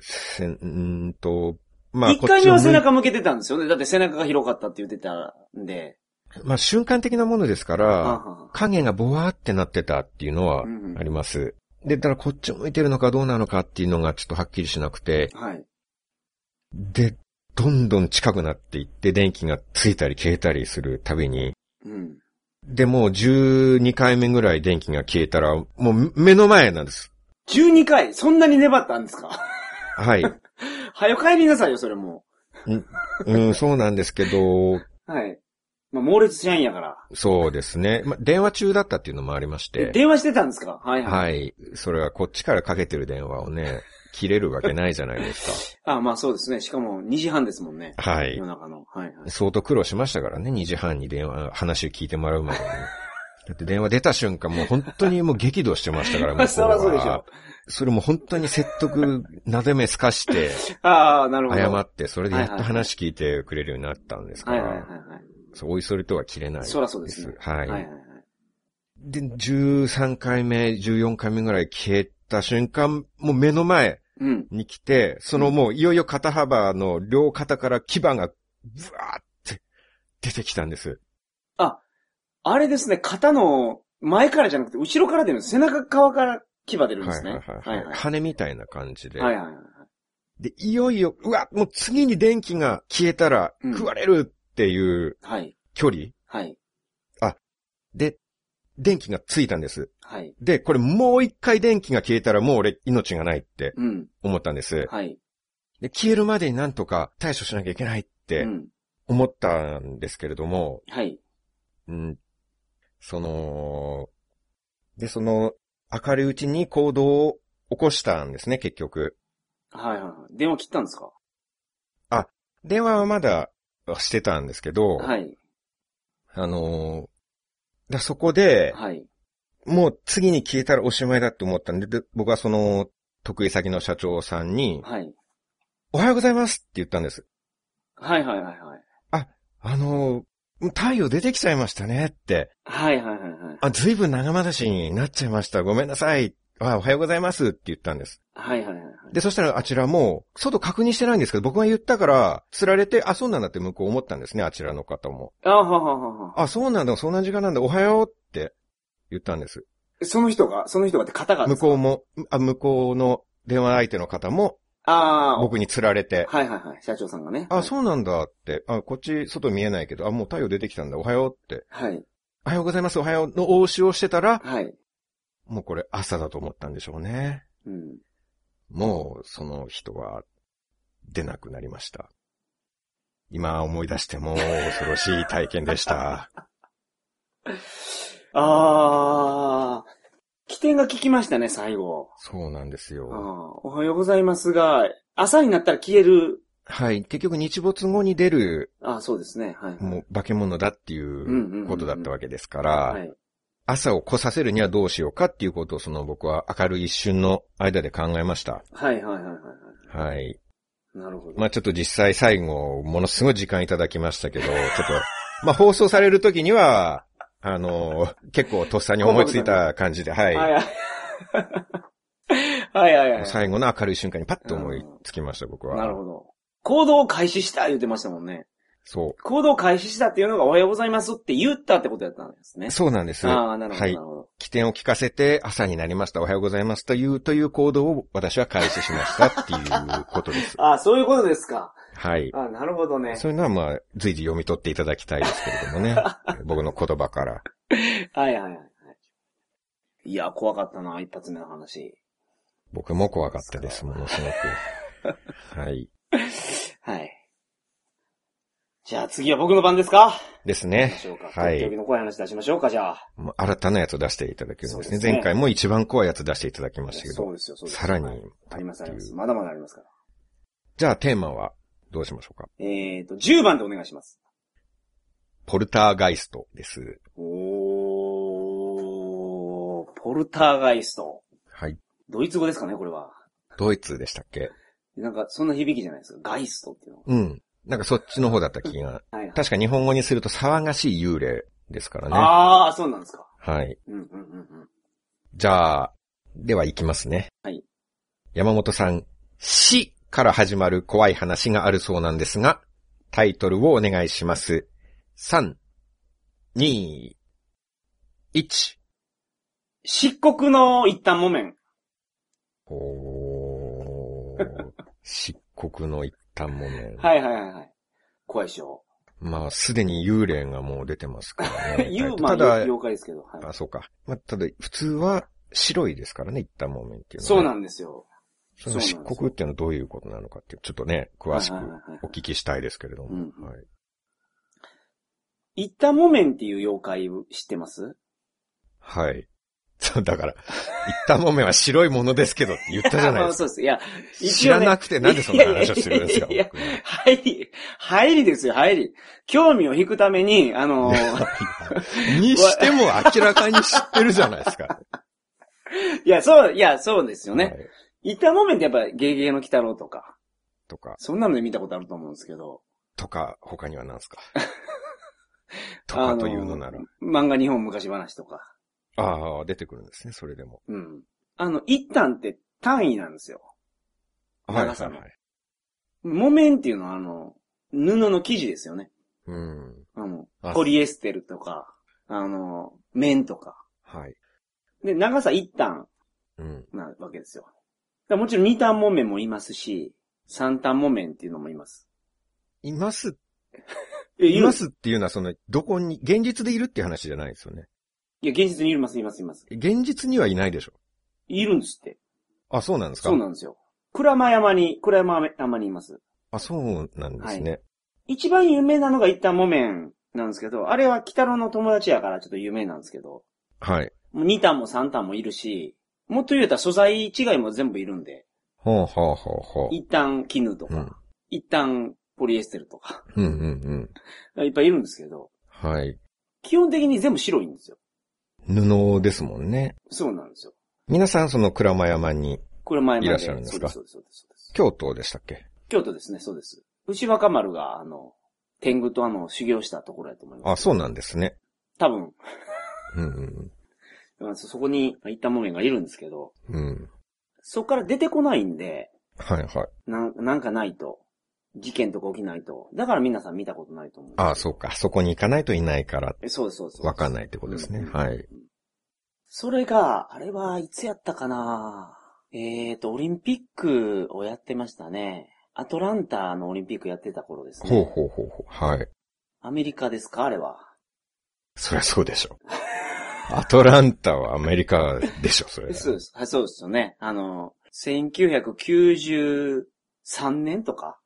[SPEAKER 2] せん、うーんと、まあ、
[SPEAKER 3] 一
[SPEAKER 2] こっ
[SPEAKER 3] 回
[SPEAKER 2] ち
[SPEAKER 3] 目
[SPEAKER 2] を
[SPEAKER 3] は
[SPEAKER 2] 向
[SPEAKER 3] 背
[SPEAKER 2] い
[SPEAKER 3] 中向けてたんですよね。だって背中が広かったって言ってたんで。
[SPEAKER 2] まあ、瞬間的なものですか
[SPEAKER 3] あ
[SPEAKER 2] ら、
[SPEAKER 3] は
[SPEAKER 2] 影がボワーってなってたっていうのは
[SPEAKER 3] うんうん
[SPEAKER 2] あります。で、だからこっちを向いてるのかどうなのかっていうのがちょっとはっきりしなくて、
[SPEAKER 3] はい。
[SPEAKER 2] で、どんどん近くなっていって電気がついたり消えたりするたびに、
[SPEAKER 3] うん。
[SPEAKER 2] で、もう12回目ぐらい電気が消えたら、もう目の前なんです。
[SPEAKER 3] 12回、そんなに粘ったんですか
[SPEAKER 2] はい。
[SPEAKER 3] はよ帰りなさいよ、それも
[SPEAKER 2] うん、そうなんですけど、
[SPEAKER 3] う。はい。まあ、猛烈社員やから。
[SPEAKER 2] そうですね。ま、電話中だったっていうのもありまし
[SPEAKER 3] で
[SPEAKER 2] て。
[SPEAKER 3] 電話してたんですかはいはい。
[SPEAKER 2] はい。それはこっちからかけてる電話をね、切れるわけないじゃないです
[SPEAKER 3] あまあそうですね。しかも2時半ですもんね。
[SPEAKER 2] か。はい
[SPEAKER 3] 夜。中の。はいはい。
[SPEAKER 2] 相当苦労しましたからね、2時半に電話、話を聞いてもらうま でに。だって電話出た瞬間もう本当にもう激怒してましたから、
[SPEAKER 3] ま
[SPEAKER 2] 向
[SPEAKER 3] あ
[SPEAKER 2] こ
[SPEAKER 3] そらそうでし
[SPEAKER 2] は
[SPEAKER 3] ょ。
[SPEAKER 2] それも本当に説得、なで目すか して、
[SPEAKER 3] ああ、なるほど。
[SPEAKER 2] 謝
[SPEAKER 3] は
[SPEAKER 2] って、それでやっと話聞いてくれるようになったんですか
[SPEAKER 3] いはいはい
[SPEAKER 2] ら、そうおいそれとは切れない
[SPEAKER 3] は
[SPEAKER 2] で
[SPEAKER 3] い。
[SPEAKER 2] す。
[SPEAKER 3] そらそうですね。
[SPEAKER 2] は
[SPEAKER 3] はいはい
[SPEAKER 2] い。
[SPEAKER 3] はい。
[SPEAKER 2] で、13回目、14回目ぐらい消えた瞬間、もう目の前
[SPEAKER 3] うん。
[SPEAKER 2] に来て、そのもういよいよ肩幅の両肩から牙がブワーって出てきたんです。
[SPEAKER 3] あれですね、肩の前からじゃなくて、後ろから出るんです。背中側から牙出るんで
[SPEAKER 2] はい
[SPEAKER 3] すね。
[SPEAKER 2] はいはい。
[SPEAKER 3] はい
[SPEAKER 2] 羽みたいな感じで。
[SPEAKER 3] はいはいはい。
[SPEAKER 2] で、いよいよ、うわ、もう次に電気が消えたら
[SPEAKER 3] うん
[SPEAKER 2] 食われるっていう
[SPEAKER 3] はい。
[SPEAKER 2] 距離
[SPEAKER 3] はい。
[SPEAKER 2] で、電気がついたんです。
[SPEAKER 3] はい。
[SPEAKER 2] で、これもう一回電気が消えたらもう俺命がないって
[SPEAKER 3] うん。
[SPEAKER 2] 思ったんです。
[SPEAKER 3] はい。
[SPEAKER 2] で、消えるまでになんとか対処しなきゃいけないっ
[SPEAKER 3] う
[SPEAKER 2] て
[SPEAKER 3] ん。
[SPEAKER 2] 思ったんですけれども、
[SPEAKER 3] はい。
[SPEAKER 2] うん、その、で、その、明るいうちに行動を起こしたんですね、結局。
[SPEAKER 3] はいはいはい。電話切ったんですか
[SPEAKER 2] 電話はまだしてたんですけど、
[SPEAKER 3] はい。
[SPEAKER 2] あのーだそこで、
[SPEAKER 3] はい。
[SPEAKER 2] もう次に消えたらおしまいだって思ったんで、で僕はその、得意先の社長さんに、
[SPEAKER 3] はい。
[SPEAKER 2] おはようございますって言ったんです。
[SPEAKER 3] はいはいはいはい。
[SPEAKER 2] あのーもう太陽出てきちゃいましたねって。
[SPEAKER 3] はいはいはいはい。
[SPEAKER 2] あ、ずいぶん長回しになっちゃいました。ごめんなさい。あ、おはようございますって言ったんです。
[SPEAKER 3] はいはいはいはい。
[SPEAKER 2] で、そしたらあちらも、外確認してないんですけど、僕が言ったから、釣られて、あ、そうなんだって向こう思ったんですね、あちらの方も。
[SPEAKER 3] あはははは。
[SPEAKER 2] あ、そうなんだ、そんな時間なんだ、おはようって言ったんです。
[SPEAKER 3] その人が、その人がって肩が。
[SPEAKER 2] 向こうも、あ、向こうの電話相手の方も、
[SPEAKER 3] ああ、
[SPEAKER 2] 僕に釣られて、
[SPEAKER 3] はいはいはい。社長さんがね。
[SPEAKER 2] あ、そうなんだって、あ、こっち外見えないけど、あ、もう太陽出てきたんだ、おはようって、
[SPEAKER 3] はい。
[SPEAKER 2] おはようございます、おはようの応酬をしてたら、
[SPEAKER 3] はい。
[SPEAKER 2] もうこれ朝だと思ったんでしょうね。
[SPEAKER 3] うん。
[SPEAKER 2] もうその人は出なくなりました。今思い出しても恐ろしい体験で した。
[SPEAKER 3] ああ、起点が効きましたね、最後。
[SPEAKER 2] そうなんです
[SPEAKER 3] あ
[SPEAKER 2] よ。
[SPEAKER 3] ーおはようございますが、朝になったら消える。
[SPEAKER 2] はい。結局日没後に出る
[SPEAKER 3] あーそうですね。はい。
[SPEAKER 2] もう化け物だってい
[SPEAKER 3] んうんうんう
[SPEAKER 2] うんことだったわけですか
[SPEAKER 3] は
[SPEAKER 2] ら、
[SPEAKER 3] い。
[SPEAKER 2] 朝を来させるにはどうしようかっていうことをその僕は明るい一瞬の間で考えました。
[SPEAKER 3] はいはいはいはいは
[SPEAKER 2] はい。
[SPEAKER 3] い。なるほど。
[SPEAKER 2] まあちょっと実際最後、ものすごい時間いただきましたけ ど、ちょっと、まあ放送される時には、あの、結構とっさに思いついた感じで、はい。
[SPEAKER 3] はいはい はいはいはい。
[SPEAKER 2] 最後の明るい瞬間にパッと思いつきました、僕は。
[SPEAKER 3] なるほど。行動を開始した言ってましたもんね。
[SPEAKER 2] そ
[SPEAKER 3] 行動を開始したっていうのがおはようございますって言ったってことだったんですね
[SPEAKER 2] う。。そうなんです。
[SPEAKER 3] ああ、なるほど、
[SPEAKER 2] はい
[SPEAKER 3] なるほど。
[SPEAKER 2] 起点を聞かせて、朝になりました、おはようございますという、という行動を私は開始しましたっていうことです。
[SPEAKER 3] ああ、そういうことですか。
[SPEAKER 2] はい。
[SPEAKER 3] ああ、なるほどね。
[SPEAKER 2] そういうのはまあ、随時読み取っていただきたいですけれども ね。僕の言葉から。
[SPEAKER 3] はいはいはいはい。いや、怖かったな、一発目の話。
[SPEAKER 2] 僕も怖かったです、ものすごく。はい。
[SPEAKER 3] はい。じゃあ次は僕の番ですか
[SPEAKER 2] です
[SPEAKER 3] 行きま
[SPEAKER 2] ね
[SPEAKER 3] しょうか。。
[SPEAKER 2] は
[SPEAKER 3] とっておき
[SPEAKER 2] い。
[SPEAKER 3] の怖い話出しましょうか、じゃあ。
[SPEAKER 2] もう新たなやつを出していただけるんです
[SPEAKER 3] そうで
[SPEAKER 2] ね。
[SPEAKER 3] すね
[SPEAKER 2] 前回も一番怖いやつ出していただきましたけ
[SPEAKER 3] そ
[SPEAKER 2] ど
[SPEAKER 3] う。ですよ、そうですよ
[SPEAKER 2] さらに
[SPEAKER 3] はい。あります、あります。まだまだありますから。
[SPEAKER 2] じゃあテーマはどうしましょうか。
[SPEAKER 3] えっ、ー、と、10番でお願いします。
[SPEAKER 2] ポルターガイストです。
[SPEAKER 3] おー、ポルターガイスト。
[SPEAKER 2] はい。
[SPEAKER 3] ドイツ語ですかね、これは。
[SPEAKER 2] ドイツでしたっけ
[SPEAKER 3] なんか、そんな響きじゃないですか。ガイストっていうのは。
[SPEAKER 2] うん。なんかそっちの方だった気が。
[SPEAKER 3] はいはい。
[SPEAKER 2] 確か日本語にすると騒がしい幽霊ですからね。
[SPEAKER 3] ああ、そうなんですか。
[SPEAKER 2] はい。
[SPEAKER 3] うんうんうんうん。
[SPEAKER 2] じゃあ、では行きますね。
[SPEAKER 3] はい。
[SPEAKER 2] 山本さん、死から始まる怖い話があるそうなんですが、タイトルをお願いします。3、2、1。
[SPEAKER 3] 漆黒の一旦木綿。
[SPEAKER 2] お ー。漆黒の一端もね。
[SPEAKER 3] はいはいはいはい。怖いでしょ。。
[SPEAKER 2] まあ、すでに幽霊がもう出てますからね
[SPEAKER 3] ユーマ
[SPEAKER 2] ただ、
[SPEAKER 3] 妖怪ですけど。はい
[SPEAKER 2] あ、そうか。まあ、ただ、普通は白いですからね、一旦木綿っていうのは、
[SPEAKER 3] そうなんんですよ。
[SPEAKER 2] その漆黒っていうのはどういうことなのかっていう、ちょっとね、詳しく
[SPEAKER 3] はいはいはいはい
[SPEAKER 2] お聞きしたいですけれども。
[SPEAKER 3] うんうん
[SPEAKER 2] はい。
[SPEAKER 3] 一旦木綿っていう妖怪知ってます
[SPEAKER 2] はい。 そう、だから、一旦木綿は白いものですけどって言ったじゃない
[SPEAKER 3] あ
[SPEAKER 2] です
[SPEAKER 3] そ
[SPEAKER 2] か。
[SPEAKER 3] うです。いや、一応ね
[SPEAKER 2] 知らなくてなんでそんな話をしてるんですか
[SPEAKER 3] いやいや入り、入りですよ、入り。興味を引くために、あのー、
[SPEAKER 2] 僕にしても明らかに知ってるじゃないですか。
[SPEAKER 3] いや、そう、いや、 そうですよ
[SPEAKER 2] は
[SPEAKER 3] ね。
[SPEAKER 2] い。
[SPEAKER 3] 一旦木綿ってやっぱ、ゲゲゲの鬼太郎とか、
[SPEAKER 2] とか、
[SPEAKER 3] そんなので見たことあると思うんですけど。
[SPEAKER 2] とか、他には何です かとかというのなら。
[SPEAKER 3] あの漫画日本昔話とか。
[SPEAKER 2] ああ、出てくるんですね、それでも。
[SPEAKER 3] うん。あの、一旦って単位なんですよ。
[SPEAKER 2] はい、は
[SPEAKER 3] 長
[SPEAKER 2] い、
[SPEAKER 3] さ
[SPEAKER 2] は
[SPEAKER 3] の
[SPEAKER 2] い。
[SPEAKER 3] 木綿っていうのは、あの、布の生地ですよね。
[SPEAKER 2] うん。
[SPEAKER 3] あの、
[SPEAKER 2] あ
[SPEAKER 3] ポリエステルとか、あの、綿とか。
[SPEAKER 2] はい。
[SPEAKER 3] で、長さ一単
[SPEAKER 2] うん。
[SPEAKER 3] なわけですよ。だからもちろん二単木綿もいますし、三単木綿っていうのもいます。
[SPEAKER 2] います、
[SPEAKER 3] え
[SPEAKER 2] いま
[SPEAKER 3] い
[SPEAKER 2] すっていうのはその、どこに、現実でいるっていう話じゃないですよね。
[SPEAKER 3] や、現実にいます、います、います。
[SPEAKER 2] 現実にはいないでしょ。
[SPEAKER 3] いるんですって。
[SPEAKER 2] あ、そうなんですか
[SPEAKER 3] そうなんですよ。倉間山に、倉間山にいます。
[SPEAKER 2] あ、そうなんですね。
[SPEAKER 3] 一番有名なのが一旦木綿なんですけど、あれは北郎の友達やからちょっと有名なんですけど、
[SPEAKER 2] はい。
[SPEAKER 3] もう2単も3単もいるし、もっと言うたら素材違いも全部いるんで、
[SPEAKER 2] ほうほうほうほう。
[SPEAKER 3] 一旦絹と
[SPEAKER 2] う
[SPEAKER 3] か、
[SPEAKER 2] ん。
[SPEAKER 3] 一旦ポリエステルとか、
[SPEAKER 2] うんうん
[SPEAKER 3] いっぱいいるんですけど、
[SPEAKER 2] うん。はい。
[SPEAKER 3] 基本的に全部白いんですよ。
[SPEAKER 2] 布ですもんね。
[SPEAKER 3] そうなんですよ。
[SPEAKER 2] 皆さんその倉間山に、
[SPEAKER 3] これ前まで。
[SPEAKER 2] いらっしゃるんですか
[SPEAKER 3] そうです、そうです、そうです。
[SPEAKER 2] 京都でしたっけ
[SPEAKER 3] 京都ですね、そうです。牛若丸が、あの、天狗とあの、修行したところだと思いま
[SPEAKER 2] あ、
[SPEAKER 3] す。
[SPEAKER 2] そうなんですね。
[SPEAKER 3] 多分、
[SPEAKER 2] うんうん
[SPEAKER 3] うんそそこに一旦木綿がいるんですけど、
[SPEAKER 2] うん。うん。
[SPEAKER 3] そこから出てこないんで、
[SPEAKER 2] はいはい。
[SPEAKER 3] なんなんかないと。事件とか起きないと。だから皆さん見たことないと思う。
[SPEAKER 2] ああ、そうか。そこに行かないといないから、
[SPEAKER 3] えそうです、そうです。
[SPEAKER 2] わかん
[SPEAKER 3] い。
[SPEAKER 2] ないってことです
[SPEAKER 3] う
[SPEAKER 2] ね
[SPEAKER 3] ん。
[SPEAKER 2] はい。
[SPEAKER 3] それが、あれはいつやったかなえーと、オリンピックをやってましたね。アトランタのオリンピックやってた頃ですね。
[SPEAKER 2] ほうほうほうほう。はい。
[SPEAKER 3] アメリカですかあれは。
[SPEAKER 2] そりゃそう でしょ。アトランタはアメリカでしょ、それ。
[SPEAKER 3] そうです。はい、そうですよね。あの、1993年とか。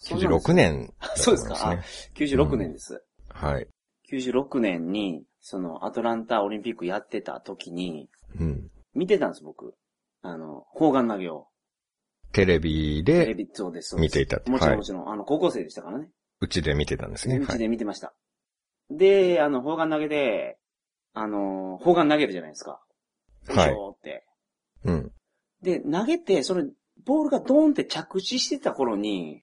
[SPEAKER 3] そんなんです
[SPEAKER 2] 96。年だと思いま
[SPEAKER 3] そう
[SPEAKER 2] ね。
[SPEAKER 3] 96年です。
[SPEAKER 2] はい。
[SPEAKER 3] 96年に、その、アトランタオリンピックやってた時に、
[SPEAKER 2] うん。
[SPEAKER 3] 見てたんです、僕。あの、砲丸投げを。
[SPEAKER 2] テレビ
[SPEAKER 3] テレ
[SPEAKER 2] で、
[SPEAKER 3] ビそうです。そうで
[SPEAKER 2] 見
[SPEAKER 3] す
[SPEAKER 2] ていたって
[SPEAKER 3] もちろ
[SPEAKER 2] は
[SPEAKER 3] ん
[SPEAKER 2] い
[SPEAKER 3] もちろん、あの、高校生でしたからね。
[SPEAKER 2] うちで見てたんですね。
[SPEAKER 3] う
[SPEAKER 2] は
[SPEAKER 3] ち
[SPEAKER 2] い。
[SPEAKER 3] で見てました。で、あの、砲丸投げで、あの、砲丸投げるじゃないですか。
[SPEAKER 2] はい
[SPEAKER 3] よいしょーって。
[SPEAKER 2] うん。
[SPEAKER 3] で、投げて、それ、ボールがドーンって着地してた頃に、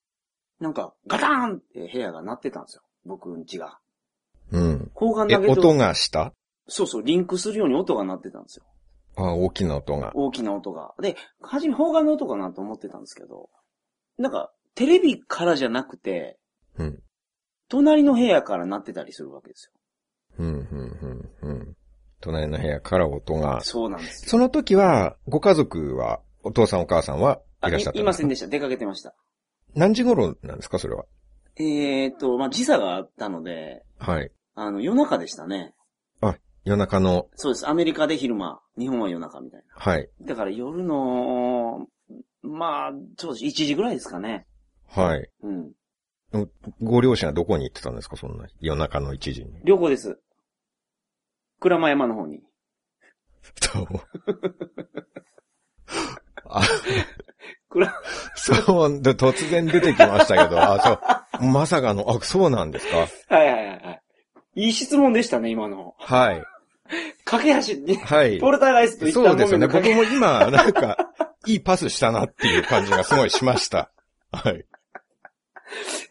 [SPEAKER 3] なんか、ガターンって部屋が鳴ってたんですよ。僕んちが。
[SPEAKER 2] うん。
[SPEAKER 3] 砲丸
[SPEAKER 2] え、
[SPEAKER 3] 投げ
[SPEAKER 2] 音
[SPEAKER 3] と、
[SPEAKER 2] がした
[SPEAKER 3] そうそう、リンクするように音が鳴ってたんですよ。
[SPEAKER 2] あ、大きな音が。
[SPEAKER 3] 大きな音が。で、初め砲丸の音かなと思ってたんですけど、なんか、テレビからじゃなくて、
[SPEAKER 2] うん。
[SPEAKER 3] 隣の部屋から鳴ってたりするわけです
[SPEAKER 2] うん、うん、うん、うん。隣の部屋から音が
[SPEAKER 3] よ。。そうなんですよ。
[SPEAKER 2] その時は、ご家族は、お父さんお母さんは
[SPEAKER 3] あ
[SPEAKER 2] いらっしゃった
[SPEAKER 3] い
[SPEAKER 2] ん
[SPEAKER 3] い
[SPEAKER 2] で
[SPEAKER 3] ますせ
[SPEAKER 2] か
[SPEAKER 3] んでした。出かけてました。
[SPEAKER 2] 何時頃なんですか、それは。
[SPEAKER 3] えーっと、まあ、時差があったので、
[SPEAKER 2] はい。
[SPEAKER 3] あの、夜中でしたね。
[SPEAKER 2] 夜中の、
[SPEAKER 3] そうです。アメリカで昼間、日本は夜中みたい
[SPEAKER 2] はい。
[SPEAKER 3] な。だから夜の、まあ、そうです。1時ぐらいですかね。
[SPEAKER 2] はい。
[SPEAKER 3] うん。
[SPEAKER 2] ご両親はどこに行ってたんですか、そんな夜中の1時に。
[SPEAKER 3] 旅行です。倉間山の方に。
[SPEAKER 2] そう。あ、
[SPEAKER 3] 倉、
[SPEAKER 2] そう、で突然出てきましたけど、あ、そう、まさかの、あ、そうなんですか。
[SPEAKER 3] はいはいはいはい。いい質問でしたね、今の。
[SPEAKER 2] はい。
[SPEAKER 3] 架け橋 に、
[SPEAKER 2] はい。
[SPEAKER 3] ポルターガイスト一
[SPEAKER 2] そ
[SPEAKER 3] 旦
[SPEAKER 2] うで
[SPEAKER 3] も
[SPEAKER 2] すよ
[SPEAKER 3] め
[SPEAKER 2] ね。
[SPEAKER 3] の架
[SPEAKER 2] 僕
[SPEAKER 3] け
[SPEAKER 2] も今、なんか、いいパスしたなっていう感じがすごいしました。はい。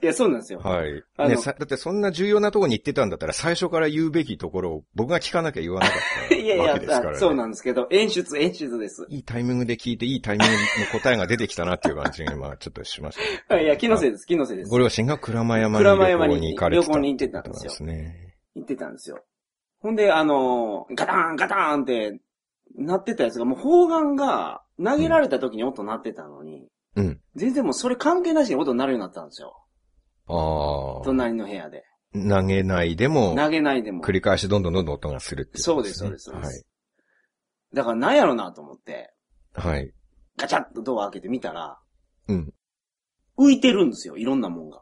[SPEAKER 3] いや、そうなんですよ。
[SPEAKER 2] はい。
[SPEAKER 3] あ
[SPEAKER 2] ね、
[SPEAKER 3] の
[SPEAKER 2] さだってそんな重要なとこに行ってたんだったら最初から言うべきところを僕が聞かなきゃ言わなかっ
[SPEAKER 3] い
[SPEAKER 2] た
[SPEAKER 3] やいや、
[SPEAKER 2] わけですからね。
[SPEAKER 3] あそうなんですけど、演出、演出です。
[SPEAKER 2] いいタイミングで聞いて、いいタイミングの答えが出てきたなっていう感じが今ちょっとしました、
[SPEAKER 3] あ いや、気のせ
[SPEAKER 2] い
[SPEAKER 3] いです、気のせいです。
[SPEAKER 2] ご両親が鞍馬山に
[SPEAKER 3] 鞍馬山
[SPEAKER 2] 旅行
[SPEAKER 3] に
[SPEAKER 2] に行かれてた。
[SPEAKER 3] 旅行に行ってたんですよ
[SPEAKER 2] ですね。
[SPEAKER 3] 言ってたんですよ。ほんで、あのーガターン、ガターンって、なってたやつが、もう砲丸が投げられた時に音鳴ってたのに、
[SPEAKER 2] うん。
[SPEAKER 3] 全然もうそれ関係なしに音鳴るようになったんですよ。
[SPEAKER 2] ああ。
[SPEAKER 3] 隣の部屋で。
[SPEAKER 2] 投げないでも、
[SPEAKER 3] 投げないでも。
[SPEAKER 2] 繰り返しどんどんどんどん音がするっていうこと、
[SPEAKER 3] そうですそうですそうですだからなんやろなと思って、
[SPEAKER 2] はい。はい。
[SPEAKER 3] ガチャッとドア開けてみたら、
[SPEAKER 2] うん。
[SPEAKER 3] 浮いてるんですよ、いろんなもんが。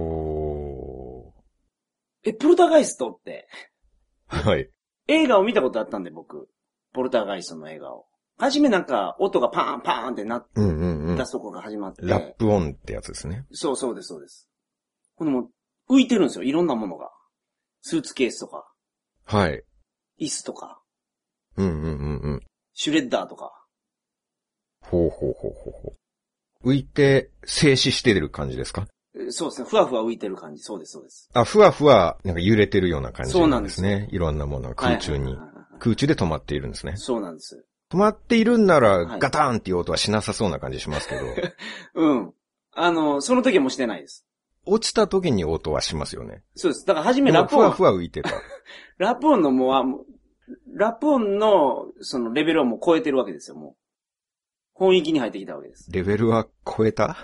[SPEAKER 2] ほ
[SPEAKER 3] え、ポルターガイストって、
[SPEAKER 2] ー。はい。
[SPEAKER 3] 映画を見たことあったんで、僕。ポルターガイストの映画を。はじめなんか、音がパーンパーンってなっ
[SPEAKER 2] うんうんうん
[SPEAKER 3] た。とこが始まって。
[SPEAKER 2] ラップオンってやつですね。
[SPEAKER 3] そうそうです、そうです。このもう、浮いてるんですよ、いろんなものが。スーツケースとか、
[SPEAKER 2] はい。
[SPEAKER 3] 椅子とか、
[SPEAKER 2] うんうんうんうん。
[SPEAKER 3] シュレッダーとか。
[SPEAKER 2] ほうほうほうほうほう。浮いて、静止してる感じですか
[SPEAKER 3] えそうですね、ふわふわ浮いてる感じ。そうです、そうです。
[SPEAKER 2] あ、ふわふわ、なんか揺れてるような感じ
[SPEAKER 3] そうな
[SPEAKER 2] なんん
[SPEAKER 3] で
[SPEAKER 2] ですすね。いろんなものが空中
[SPEAKER 3] はい
[SPEAKER 2] に
[SPEAKER 3] はい。はいはいはい
[SPEAKER 2] 空中で止まっているんですね。
[SPEAKER 3] そうなんです。
[SPEAKER 2] 止まっているんなら、
[SPEAKER 3] はい
[SPEAKER 2] ガタンっていう音はしなさそうな感じしますけ ど、
[SPEAKER 3] うん。あの、その時はもうしてないです。
[SPEAKER 2] 落ちた時に音はしますよね。
[SPEAKER 3] そうです。だから、初め
[SPEAKER 2] で
[SPEAKER 3] ラッ
[SPEAKER 2] も
[SPEAKER 3] プ
[SPEAKER 2] ふ
[SPEAKER 3] オ
[SPEAKER 2] わ
[SPEAKER 3] ン
[SPEAKER 2] ふ、わ浮いてた。
[SPEAKER 3] ラップオンのもうあ、もうラップオンの、そのレベルをもう超えてるわけですよ、もう。本域に入ってきたわけです。
[SPEAKER 2] レベルは超えた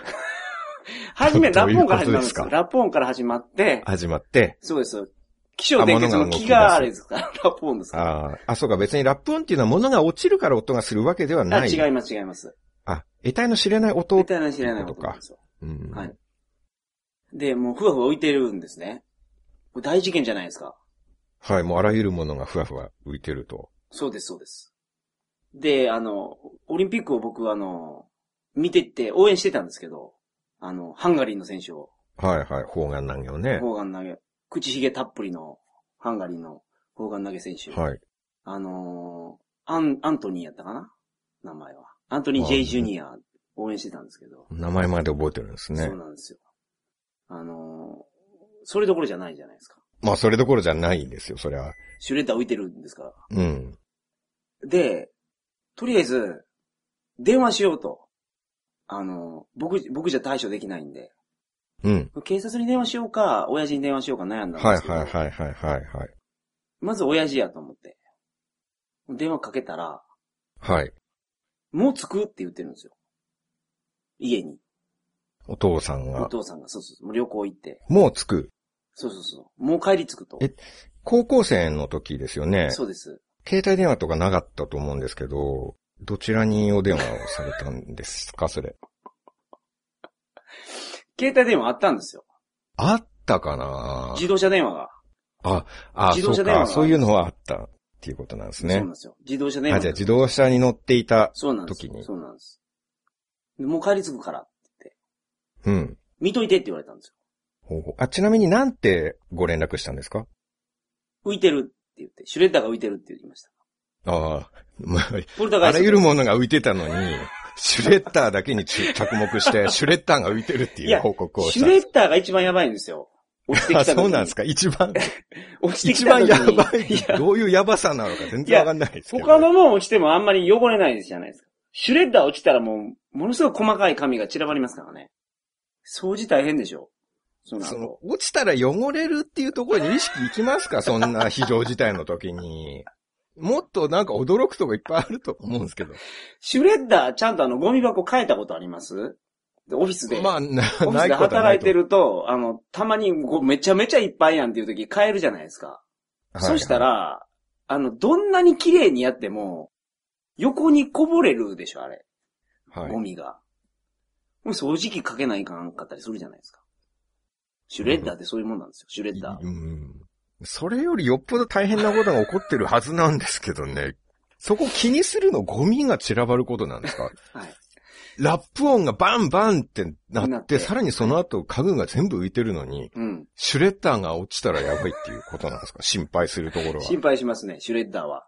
[SPEAKER 3] はじめ、
[SPEAKER 2] ど
[SPEAKER 3] ラ
[SPEAKER 2] う
[SPEAKER 3] ッ
[SPEAKER 2] い
[SPEAKER 3] ポ
[SPEAKER 2] う
[SPEAKER 3] ン
[SPEAKER 2] こ
[SPEAKER 3] か
[SPEAKER 2] と
[SPEAKER 3] ら始まる
[SPEAKER 2] で
[SPEAKER 3] んで
[SPEAKER 2] すす
[SPEAKER 3] よ
[SPEAKER 2] か
[SPEAKER 3] ラッポンから始まって、
[SPEAKER 2] 始まって、
[SPEAKER 3] そうですよ。気象伝結の気があれですから、ラッポンですから。
[SPEAKER 2] あーあ、そうか、別にラップ音っていうのは物が落ちるから音がするわけでは
[SPEAKER 3] あ、
[SPEAKER 2] ない。
[SPEAKER 3] 違います、違います。
[SPEAKER 2] あ、得体の知れない音
[SPEAKER 3] み。たいな知らないことなんですよ。
[SPEAKER 2] うん
[SPEAKER 3] はいで、もうふわふわ浮いてるんですね。これ大事件じゃないですか。
[SPEAKER 2] はい、もうあらゆるものがふわふわ浮いてると。
[SPEAKER 3] そうです、そうです。で、あの、オリンピックを僕、あの、見てって応援してたんですけど、あの、ハンガリーの選手を、
[SPEAKER 2] はいはい、砲丸投げをね。
[SPEAKER 3] 砲丸投げ、口ひげたっぷりのハンガリーの砲丸投げ選手。
[SPEAKER 2] はい。
[SPEAKER 3] あのーアン、アントニーやったかな名前は。アントニー・ジェイ・ジュニア応援してたんですけど、
[SPEAKER 2] 名前まで覚えてるんですね
[SPEAKER 3] そう。なんですよ。あのーそれどころじゃないじゃないですか。
[SPEAKER 2] まあ、それどころじゃないんですよ、そりゃ。
[SPEAKER 3] シュレッダー浮いてるんですから。
[SPEAKER 2] うん。
[SPEAKER 3] で、とりあえず、電話しようと。あの、僕、僕じゃ対処できないんで。
[SPEAKER 2] うん。
[SPEAKER 3] 警察に電話しようか、親父に電話しようか悩んだん
[SPEAKER 2] は
[SPEAKER 3] で
[SPEAKER 2] い
[SPEAKER 3] すけど。
[SPEAKER 2] はいはいはいはいはい。
[SPEAKER 3] まず親父やと思って。電話かけたら、
[SPEAKER 2] はい。
[SPEAKER 3] もう着くって言ってるんですよ。家に。
[SPEAKER 2] お父さん
[SPEAKER 3] お
[SPEAKER 2] が、
[SPEAKER 3] 父さんが、そうそうそう、もう旅行行って。
[SPEAKER 2] もう着く。
[SPEAKER 3] そうそうそう。もう帰り着くと。
[SPEAKER 2] え高校生の時ですよね。
[SPEAKER 3] そうです。
[SPEAKER 2] 携帯電話とかなかったと思うんですけど、どちらにお電話をされたんですか、それ。
[SPEAKER 3] 携帯電話あったんですよ。
[SPEAKER 2] あったかな
[SPEAKER 3] 自動車電話が。
[SPEAKER 2] あ、
[SPEAKER 3] 自動
[SPEAKER 2] そ
[SPEAKER 3] 車
[SPEAKER 2] う
[SPEAKER 3] 電話が
[SPEAKER 2] か。そういうのはあったっていうことなんです
[SPEAKER 3] そうな
[SPEAKER 2] ね
[SPEAKER 3] ん。ですよ。自動車電話。
[SPEAKER 2] あ、じゃあ自動車に乗っていた。
[SPEAKER 3] そうなんです
[SPEAKER 2] 時に
[SPEAKER 3] そうなんです。でもう帰り着くから、
[SPEAKER 2] うん。
[SPEAKER 3] 見といてって言われたんです
[SPEAKER 2] ほうほうあ、ちなみになんてご連絡したんですか
[SPEAKER 3] よ。浮いてるって言って、シュレッダーが浮いてるって言いました。
[SPEAKER 2] ああ、 まあ、
[SPEAKER 3] ポルターガ
[SPEAKER 2] あ
[SPEAKER 3] イス
[SPEAKER 2] ら
[SPEAKER 3] ト
[SPEAKER 2] ゆるものが浮いてたのに、シュレッダーだけに注着目して、シュレッダーが浮いてるって
[SPEAKER 3] い
[SPEAKER 2] いう
[SPEAKER 3] や
[SPEAKER 2] 報告をし
[SPEAKER 3] シュ
[SPEAKER 2] た。
[SPEAKER 3] レッダーが一番やばいんですよ。落ちてき
[SPEAKER 2] あ、
[SPEAKER 3] た時に。
[SPEAKER 2] そうなんですか一番、
[SPEAKER 3] 落ちてき
[SPEAKER 2] 一
[SPEAKER 3] た時
[SPEAKER 2] 番
[SPEAKER 3] に。
[SPEAKER 2] やばい
[SPEAKER 3] いや、
[SPEAKER 2] どういうやばさなのか全然わかんないですけど。
[SPEAKER 3] 他のもん落ちてもあんまり汚れないですじゃないですか。シュレッダー落ちたらもう、ものすごく細かい紙が散らばりますからね。掃除大変でしょ。その
[SPEAKER 2] その
[SPEAKER 3] 後。、
[SPEAKER 2] 落ちたら汚れるっていうところに意識いきます かそんな非常事態の時に。もっとなんか驚くとこいっぱいあると思うんですけど。
[SPEAKER 3] シュレッダーちゃんとあの、ゴミ箱変えたことありますでオフィスで。
[SPEAKER 2] まあ、 な
[SPEAKER 3] オフィ
[SPEAKER 2] な
[SPEAKER 3] ス
[SPEAKER 2] い
[SPEAKER 3] で
[SPEAKER 2] ことはな
[SPEAKER 3] 働
[SPEAKER 2] い
[SPEAKER 3] い
[SPEAKER 2] と
[SPEAKER 3] てると、あの、たまにごめちゃめちゃいっぱいやんっていう時変えるじゃないですか。
[SPEAKER 2] はい
[SPEAKER 3] そしたら、あの、どんなに綺麗にやっても、横にこぼれるでしょ、あれ。
[SPEAKER 2] はい
[SPEAKER 3] ゴミが。もう掃除機かけないかんかったりするじゃないですか。シュレッダーってそういうもんなんですよ、シュレッダ
[SPEAKER 2] う
[SPEAKER 3] ー。
[SPEAKER 2] ん。それよりよっぽど大変なことが起こってるはずなんですけどね。そこ気にするのゴミが散らばることなんですか
[SPEAKER 3] はい。
[SPEAKER 2] ラップ音がバンバンってなって、
[SPEAKER 3] なって
[SPEAKER 2] さらにその後家具が全部浮いてるのに、
[SPEAKER 3] うん。
[SPEAKER 2] シュレッダーが落ちたらやばいっていうことなんですか 心配するところは。
[SPEAKER 3] 心配しますね、シュレッダーは。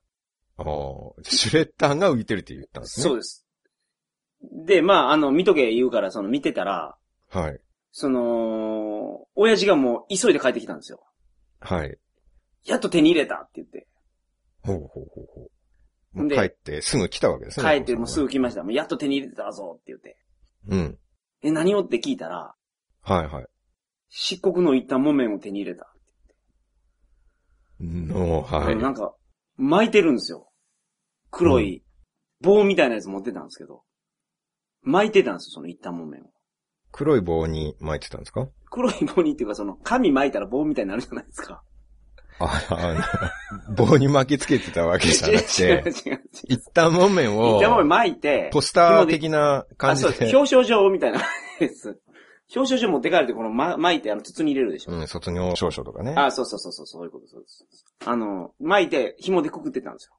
[SPEAKER 2] あーシュレッダーが浮いてるって言ったんですね。
[SPEAKER 3] そうです。で、まあ、あの、見とけ言うから、その、見てたら、
[SPEAKER 2] はい。
[SPEAKER 3] その、親父がもう急いで帰ってきたんですよ。
[SPEAKER 2] はい。
[SPEAKER 3] やっと手に入れたって言って。
[SPEAKER 2] ほうほうほうほう。もう
[SPEAKER 3] で
[SPEAKER 2] 帰ってすぐ来たわけですね。
[SPEAKER 3] 帰ってもうすぐ来ました。もうやっと手に入れたぞって言って。
[SPEAKER 2] うん。
[SPEAKER 3] え、何をって聞いたら、
[SPEAKER 2] はいはい。
[SPEAKER 3] 漆黒の一旦木綿を手に入れた。
[SPEAKER 2] の、は
[SPEAKER 3] あ
[SPEAKER 2] い
[SPEAKER 3] の。なんか、巻いてるんですよ。黒い棒みたいなやつ持ってたんですけど。巻いてたんですよ、その一旦木綿を。
[SPEAKER 2] 黒い棒に巻いてたんですか
[SPEAKER 3] 黒い棒にっていうか、その、紙巻いたら棒みたいになるじゃないですか。
[SPEAKER 2] あ、あの、棒に巻きつけてたわけじゃなく
[SPEAKER 3] 違う
[SPEAKER 2] て、
[SPEAKER 3] 違う違う。
[SPEAKER 2] 一旦木綿を
[SPEAKER 3] 一、旦木綿巻いて、
[SPEAKER 2] ポスター的な感
[SPEAKER 3] あ、
[SPEAKER 2] じ
[SPEAKER 3] そうです。
[SPEAKER 2] で、
[SPEAKER 3] 表彰状みたいなです。表彰状持って帰るって、この、ま、巻いて、あの、筒に入れるでしょ。
[SPEAKER 2] うん、卒業証書とかね。
[SPEAKER 3] あ、そうそうそうそう、そういうこと、そうです。あの、巻いて、紐でくくってたんですよ。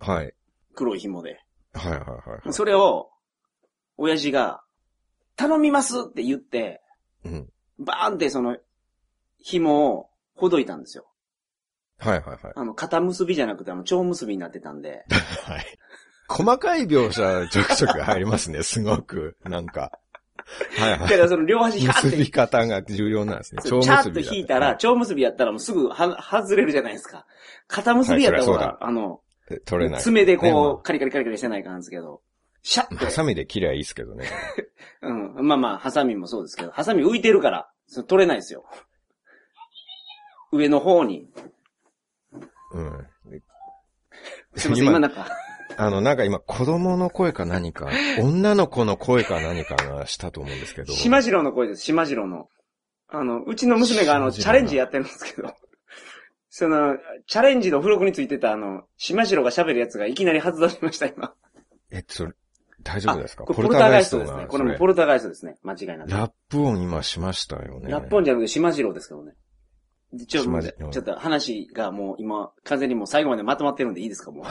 [SPEAKER 2] はい。
[SPEAKER 3] 黒い紐で。
[SPEAKER 2] はいはいはい。
[SPEAKER 3] それを、親父が、頼みますって言って、
[SPEAKER 2] うん。
[SPEAKER 3] バーンってその、紐をほどいたんですよ。
[SPEAKER 2] はいはいはい。
[SPEAKER 3] あの、肩結びじゃなくて、あの、蝶結びになってたん で、
[SPEAKER 2] はい。細かい描写ちょくちょく入ります ね、すごく。なんか。はい
[SPEAKER 3] だ
[SPEAKER 2] は
[SPEAKER 3] か
[SPEAKER 2] い。
[SPEAKER 3] らその両端ひゃーっ
[SPEAKER 2] 結び
[SPEAKER 3] て、
[SPEAKER 2] 方が重要なんですね。
[SPEAKER 3] そう
[SPEAKER 2] 蝶
[SPEAKER 3] チャ
[SPEAKER 2] 結
[SPEAKER 3] ーッと
[SPEAKER 2] びだ
[SPEAKER 3] 引いたら、、蝶結びやったらもうすぐは、外れるじゃないですか。肩結びやったら、
[SPEAKER 2] はいそりゃ
[SPEAKER 3] あの、
[SPEAKER 2] はい取れない。
[SPEAKER 3] 爪で
[SPEAKER 2] ねま
[SPEAKER 3] こ
[SPEAKER 2] あ
[SPEAKER 3] う、カリカリカリカリしてないかなんですけど、シャッ
[SPEAKER 2] ハ
[SPEAKER 3] て、
[SPEAKER 2] サミで切りゃいいですけどね。
[SPEAKER 3] うん、まあまあ、ハサミもそうですけど、ハサミ浮いてるから、その取れないですよ。上の方に。
[SPEAKER 2] うん。
[SPEAKER 3] すいません、
[SPEAKER 2] 今
[SPEAKER 3] 今なんか、
[SPEAKER 2] あの、なんか今、子供の声か何か、女の子の声か何かがしたと思うんですけど。
[SPEAKER 3] しまじろうの声です、しまじろうの。あの、うちの娘があの、
[SPEAKER 2] しまじろうな
[SPEAKER 3] チャレンジやってるんですけど、 その、チャレンジの付録についてたあの、しまじろうが喋るやつがいきなり発動しました、今。
[SPEAKER 2] え、それ、大丈夫ですか
[SPEAKER 3] あこれポルターガイストですね。これも
[SPEAKER 2] が
[SPEAKER 3] ポルターガイストですね。間違いな
[SPEAKER 2] そ
[SPEAKER 3] く。
[SPEAKER 2] れラップ音今しましたよね。
[SPEAKER 3] ラッポンじゃなくて、島次郎ですけどね。でちょっ
[SPEAKER 2] 島次
[SPEAKER 3] と、
[SPEAKER 2] 郎
[SPEAKER 3] ちょっと話がもう今、完全にもう最後までまとまってるんでいいですか、もう。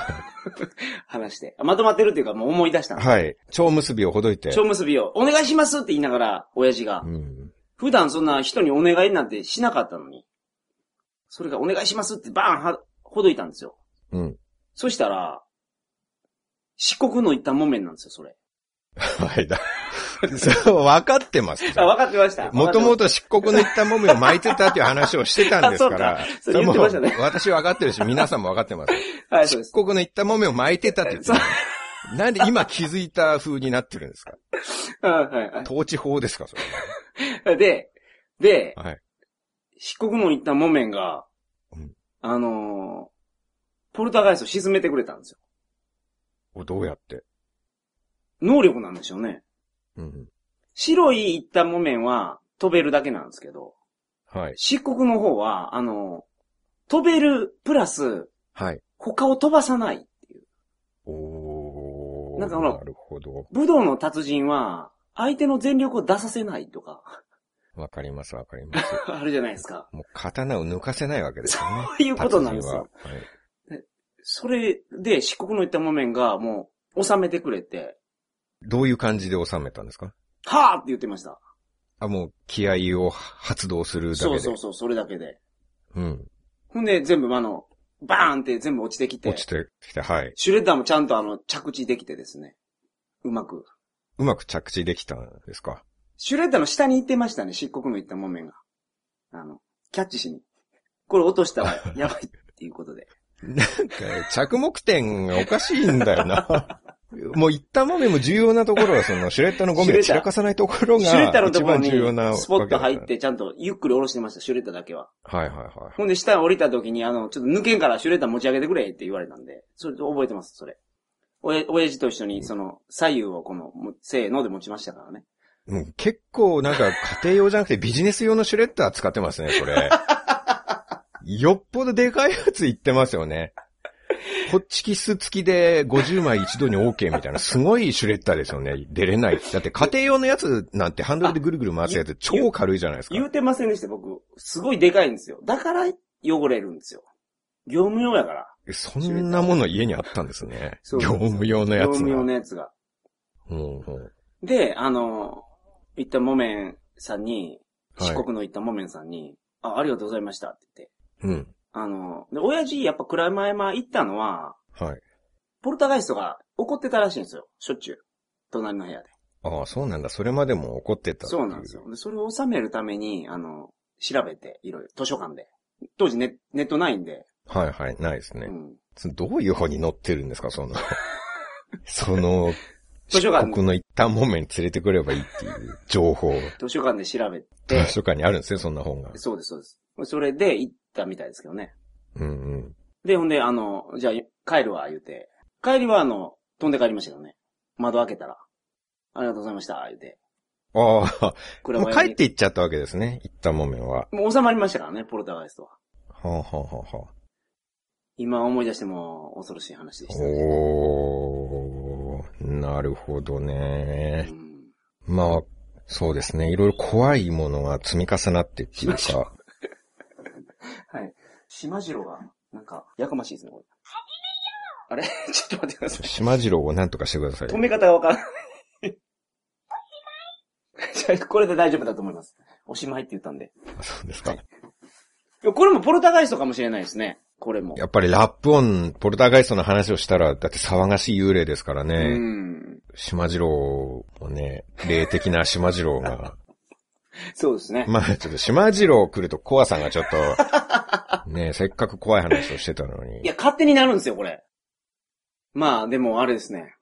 [SPEAKER 3] 話して。まとまってるっていうか、もう思い出したの。
[SPEAKER 2] はい。蝶結びをほどいて。
[SPEAKER 3] 蝶結びを、お願いしますって言いながら、親父が
[SPEAKER 2] う。ん。
[SPEAKER 3] 普段そんな人にお願いなんてしなかったのに。それがお願いしますってバーンは、ほどいたんですよ。
[SPEAKER 2] うん。
[SPEAKER 3] そしたら、四国の一旦木綿なんですよ、それ。
[SPEAKER 2] はい。だそう、分かってます。
[SPEAKER 3] あ、分かってました。
[SPEAKER 2] もとも
[SPEAKER 3] と。
[SPEAKER 2] と漆黒の一旦もめを巻いてたっていう話をしてたんですから。
[SPEAKER 3] あそうかそう言ってましたね
[SPEAKER 2] それもう私分かってるし、皆さんも分かってます。
[SPEAKER 3] はい、そうで
[SPEAKER 2] 漆
[SPEAKER 3] す。
[SPEAKER 2] 黒の一旦もめを巻いてたって言ってたのになんで今気づいた風になってるんですか
[SPEAKER 3] うんはいはい
[SPEAKER 2] 統治法ですかそれ
[SPEAKER 3] で、で、
[SPEAKER 2] は。はい。
[SPEAKER 3] 漆黒の一旦木綿が、
[SPEAKER 2] うん
[SPEAKER 3] あのーポルターガイストを沈めてくれたんですよ。
[SPEAKER 2] おどうやって。
[SPEAKER 3] 能力なんでしょうね。
[SPEAKER 2] うん。
[SPEAKER 3] 白い一旦木綿は飛べるだけなんですけど、
[SPEAKER 2] はい。
[SPEAKER 3] 漆黒の方は、あのー飛べるプラス、
[SPEAKER 2] はい。
[SPEAKER 3] 他を飛ばさない。
[SPEAKER 2] おー。
[SPEAKER 3] なんかほら
[SPEAKER 2] なるほど。
[SPEAKER 3] 武道の達人は、相手の全力を出させないとか、
[SPEAKER 2] わかります、わかります。
[SPEAKER 3] あるじゃないですか。
[SPEAKER 2] もう刀を抜かせないわけですよね。
[SPEAKER 3] そういうことなんですよ。
[SPEAKER 2] 達人は。はい
[SPEAKER 3] それで、漆黒の一旦木綿がもう、収めてくれて、
[SPEAKER 2] どういう感じで収めたんですか
[SPEAKER 3] はぁって言ってました。
[SPEAKER 2] あ、もう気合を発動するだけ
[SPEAKER 3] そ
[SPEAKER 2] で。
[SPEAKER 3] うそうそう、それだけで。
[SPEAKER 2] うん。
[SPEAKER 3] ほんで、全部、あの、バーンって全部落ちてきて、
[SPEAKER 2] 落ちてきて、はい。
[SPEAKER 3] シュレッダーもちゃんとあの、着地できてですね。うまく。
[SPEAKER 2] うまく着地できたんですか
[SPEAKER 3] シュレッダーの下に行ってましたね、漆黒のいった木綿が。あの、キャッチしに。これ落としたらやばいっていうことで。
[SPEAKER 2] 着目点がおかしいんだよ な。もう一旦もめも重要なところは、そのシュレッダーのゴミ
[SPEAKER 3] シュレッ
[SPEAKER 2] で
[SPEAKER 3] ダー
[SPEAKER 2] 散らかさないところ
[SPEAKER 3] シュレッダー
[SPEAKER 2] が
[SPEAKER 3] のと
[SPEAKER 2] 一
[SPEAKER 3] ころ
[SPEAKER 2] 番
[SPEAKER 3] に
[SPEAKER 2] 重要なわけだから
[SPEAKER 3] スポッと入っ。て、ちゃんとゆっくり下ろしてました、シュレッダーだけは。
[SPEAKER 2] はいはいは
[SPEAKER 3] ほんで、下に降りた時に、あの、ちょっと抜けんからシュレッダー持ち上げてくれって言われたんで、それで覚えてます、それ。おや、親父と一緒に、その、左右をこの、もせーので持ちましたからね。
[SPEAKER 2] い。もう結構なんか家庭用じゃなくてビジネス用のシュレッダー使ってますね、そ れ。よっぽどでかいやついってますよね。ホッチキス付きで50枚一度に OK みたいな、すごいシュレッダーですよね。出れない。だって家庭用のやつなんてハンドルでぐるぐる回すやつ超軽いじゃないですか。
[SPEAKER 3] 言うてませんでした、僕。すごいでかいんですよ。だから汚れるんですよ。業務用やから。
[SPEAKER 2] えそんなもの家にあったんですね。
[SPEAKER 3] そう
[SPEAKER 2] 業務用のや
[SPEAKER 3] 業
[SPEAKER 2] つ
[SPEAKER 3] 務用
[SPEAKER 2] が。
[SPEAKER 3] のやつが。
[SPEAKER 2] うんうん
[SPEAKER 3] で、あの、行ったモメンさんに、
[SPEAKER 2] はい
[SPEAKER 3] 四国の行ったモメンさんに、あ、ありがとうございましたって言
[SPEAKER 2] う
[SPEAKER 3] って。
[SPEAKER 2] ん。
[SPEAKER 3] あの、で、親父、やっぱ蔵前山行ったのは、
[SPEAKER 2] はい。
[SPEAKER 3] ポルターガイストが怒ってたらしいんですよ。しょっちゅう。隣の部屋で。
[SPEAKER 2] ああ、そうなんだ。それまでも怒ってたってい
[SPEAKER 3] そうなんですよ。。で、それを収めるために、あの、調べて、いろいろ、図書館で。当時ネネットないんで、
[SPEAKER 2] はいはい。ないです
[SPEAKER 3] う
[SPEAKER 2] ね。
[SPEAKER 3] ん。
[SPEAKER 2] どういう方に乗ってるんですか、その。 その、
[SPEAKER 3] 図書館
[SPEAKER 2] 四国の一旦もめに連れてくればいいっていう情報。
[SPEAKER 3] 図書館で調べて
[SPEAKER 2] 図、書館にあるんですね、そんな本が。
[SPEAKER 3] そうです、そうです。それで行ったみたいですけどね。
[SPEAKER 2] うんうん。
[SPEAKER 3] で、ほんで、あの、じゃあ、帰るわ、言うて。帰りは、あの、飛んで帰りましたけどね。窓開けたら。ありがとうございました、言うて。
[SPEAKER 2] ああ、
[SPEAKER 3] 車
[SPEAKER 2] もう
[SPEAKER 3] 屋
[SPEAKER 2] 帰
[SPEAKER 3] に
[SPEAKER 2] って行っちゃったわけですね、一旦もめは。
[SPEAKER 3] もう収まりましたからね、ポルターガイストは。
[SPEAKER 2] はあ、はあはあはあ、
[SPEAKER 3] 今思い出しても恐ろしい話でした、ね。
[SPEAKER 2] おー、なるほど
[SPEAKER 3] う
[SPEAKER 2] ね。
[SPEAKER 3] ん、
[SPEAKER 2] まあ、そうですね。いろいろ怖いものが積み重なってっ ていう
[SPEAKER 3] しま
[SPEAKER 2] か、
[SPEAKER 3] はい。島次郎が、なんか、やかましいですね、これ。あれちょっと待ってください。
[SPEAKER 2] 島次郎を何とかしてください。
[SPEAKER 3] 止め方がわからない。じゃあ、これで大丈夫だと思います。おしまいって言ったんで。
[SPEAKER 2] あそうですか。
[SPEAKER 3] いやこれもポルターガイストかもしれないですね。これも。
[SPEAKER 2] やっぱりラップオン、ポルターガイストの話をしたら、だって騒がしい幽霊ですから
[SPEAKER 3] う
[SPEAKER 2] ね。
[SPEAKER 3] ん。
[SPEAKER 2] 島次郎もね、霊的な島次郎が。
[SPEAKER 3] そうですね。
[SPEAKER 2] まあ、ちょっと島次郎来るとコアさんがちょっと、 ね、せっかく怖い話をしてたの
[SPEAKER 3] い
[SPEAKER 2] に。
[SPEAKER 3] や、勝手になるんですよ、これ。まあ、でも、あれですね。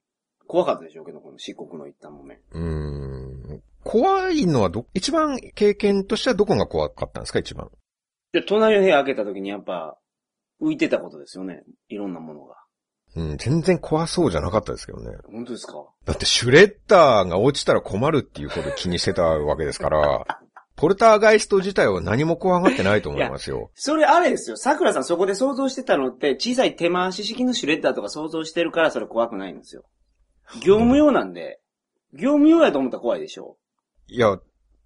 [SPEAKER 3] 怖かったでしょうけど、この漆黒の一端もね。
[SPEAKER 2] うーん。怖いのはど、一番経験としてはどこが怖かったんですか、一番。
[SPEAKER 3] で、隣の部屋開けた時にやっぱ、浮いてたことですよね。いろんなものが。
[SPEAKER 2] うん、全然怖そうじゃなかったですけどね。
[SPEAKER 3] 本当ですか
[SPEAKER 2] だってシュレッダーが落ちたら困るっていうことを気にしてたわけですから、 ポルターガイスト自体は何も怖がってないと思いますよ。
[SPEAKER 3] それあれですよ。桜さんそこで想像してたのって、小さい手回し式のシュレッダーとか想像してるからそれ怖くないんですよ。業務用なんで、業務用やと思ったら怖いでしょ
[SPEAKER 2] いや、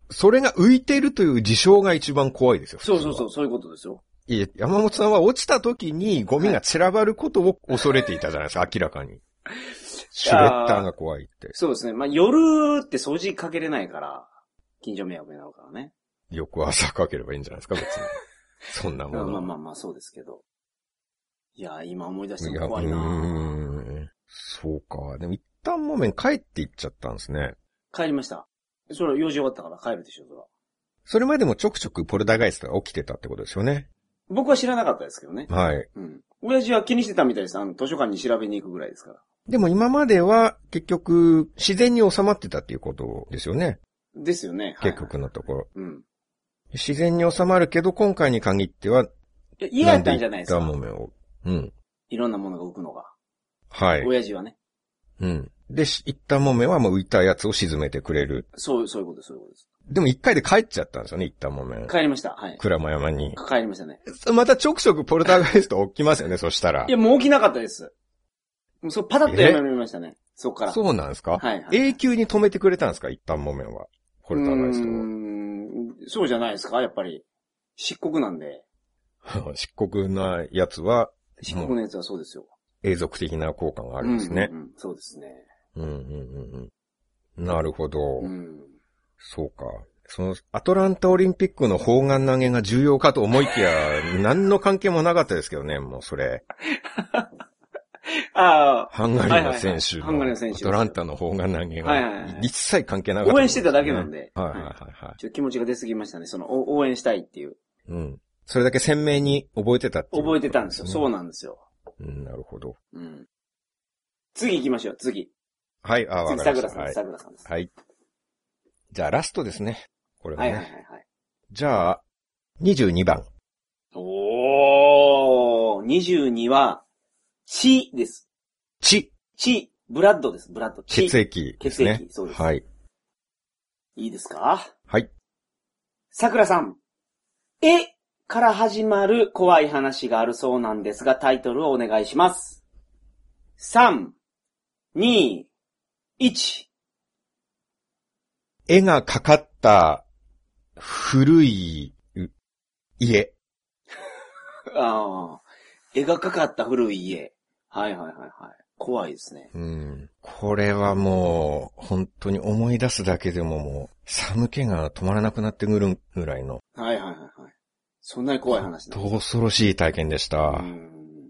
[SPEAKER 2] それが浮いてるという事象が一番怖いですよ。。
[SPEAKER 3] そうそうそうう、そういうことですよ。
[SPEAKER 2] いや、山本さんは落ちた時にゴミが散らばることを恐れていたじゃないですか、明らかに。シュレッダーが怖いって。
[SPEAKER 3] そうですね。まあ、夜って掃除かけれないから、近所迷惑になるからね。
[SPEAKER 2] 翌朝かければいいんじゃないですか、別に。そんな
[SPEAKER 3] ま
[SPEAKER 2] も
[SPEAKER 3] あまあ
[SPEAKER 2] の。
[SPEAKER 3] まあまあ、そうですけど。いや、今思い出して
[SPEAKER 2] い
[SPEAKER 3] も
[SPEAKER 2] や、う
[SPEAKER 3] 怖いな
[SPEAKER 2] ーん。そうか。でも一旦もめん帰っていっちゃったんですね。
[SPEAKER 3] 帰りました。それは用事終わったから帰るでしょ、それは。
[SPEAKER 2] それまでもちょくちょくポルダーガイストが起きてたってことですよね。
[SPEAKER 3] 僕は知らなかったですけどね。
[SPEAKER 2] はい。
[SPEAKER 3] うん。親父は気にしてたみたいです。あの、図書館に調べに行くぐらいですから。
[SPEAKER 2] でも今までは結局自然に収まってたっていうことですよね。
[SPEAKER 3] ですよね。はい
[SPEAKER 2] 結局のところ。
[SPEAKER 3] うん。
[SPEAKER 2] 自然に収まるけど、今回に限っては、
[SPEAKER 3] いや嫌やったんじゃないです
[SPEAKER 2] んで一旦
[SPEAKER 3] か。
[SPEAKER 2] もめを。うん。
[SPEAKER 3] いろんなものが浮くのが。
[SPEAKER 2] はい。
[SPEAKER 3] 親父はね。
[SPEAKER 2] うん。で、し一旦もめはもう浮いたやつを沈めてくれる。
[SPEAKER 3] そう、そういうことです、そういうことです。
[SPEAKER 2] でも一回で帰っちゃったんですよね、一旦もめ。
[SPEAKER 3] 帰りました。はい。
[SPEAKER 2] 倉間山に。
[SPEAKER 3] 帰りましたね。
[SPEAKER 2] またちょくちょくポルターガイスト起きますよね、そしたら
[SPEAKER 3] い。や、もう起きなかったです。もうそう、パタッとやめましたね。そっから。
[SPEAKER 2] そうなんですか、
[SPEAKER 3] はい、はい。
[SPEAKER 2] 永久に止めてくれたんですか一旦もめは。ポルターガイス
[SPEAKER 3] うー
[SPEAKER 2] ト
[SPEAKER 3] んそうじゃないですか、やっぱり。漆黒なんで。
[SPEAKER 2] を。漆黒なやつは
[SPEAKER 3] 漆黒のやつはそうですよ。
[SPEAKER 2] 永続的な効果があるんですね
[SPEAKER 3] う。んうんうんそうですね。
[SPEAKER 2] うんうんうんうん。なるほど。
[SPEAKER 3] うん。
[SPEAKER 2] そうか。その、アトランタオリンピックの砲丸投げが重要かと思いきや、 何の関係もなかったですけどね、もうそれ。
[SPEAKER 3] あ
[SPEAKER 2] ハンガリーの選手
[SPEAKER 3] はいはいはいハンガリーの選
[SPEAKER 2] の、
[SPEAKER 3] 手
[SPEAKER 2] アトランタの砲丸投げ
[SPEAKER 3] はいはいは
[SPEAKER 2] が
[SPEAKER 3] い、
[SPEAKER 2] 一切関係な
[SPEAKER 3] あ、
[SPEAKER 2] かった、
[SPEAKER 3] 応援してただけなん。で。
[SPEAKER 2] はいはい
[SPEAKER 3] はい
[SPEAKER 2] はいはい。
[SPEAKER 3] ちょっと気持ちが出すぎましたね。その、お応援したいっていう。
[SPEAKER 2] うん。それだけ鮮明に覚えてたっていう
[SPEAKER 3] 覚えてたんですよ。そうなんですよ。
[SPEAKER 2] うん、なるほど。
[SPEAKER 3] うん。次行きましょう、次。
[SPEAKER 2] はい、あ、わ
[SPEAKER 3] 次、
[SPEAKER 2] かりました。
[SPEAKER 3] 桜さん
[SPEAKER 2] は
[SPEAKER 3] です、
[SPEAKER 2] い。
[SPEAKER 3] 桜さんです。
[SPEAKER 2] はい。じゃあ、ラストですね。これは
[SPEAKER 3] は
[SPEAKER 2] ね。
[SPEAKER 3] いはいはいはい。
[SPEAKER 2] じゃあ、22番。
[SPEAKER 3] おー、22は、血です。
[SPEAKER 2] 血。
[SPEAKER 3] 血、ブラッドです、ブラッド。血。
[SPEAKER 2] 血液ですね。
[SPEAKER 3] 血液そうです
[SPEAKER 2] はい。
[SPEAKER 3] いいですか
[SPEAKER 2] はい。
[SPEAKER 3] 桜さん。えから始まる怖い話があるそうなんですが、タイトルをお願いします。3、2、1。
[SPEAKER 2] 絵がかかった古いう家。
[SPEAKER 3] ああ、絵がかかった古い家。はいはいはいはい。怖いですね。
[SPEAKER 2] うん。これはもう、本当に思い出すだけでももう、寒気が止まらなくなってくるぐらいの、
[SPEAKER 3] はいはいはいはい。そんなに怖い話なんですね
[SPEAKER 2] 恐ろしい体験でした。
[SPEAKER 3] うん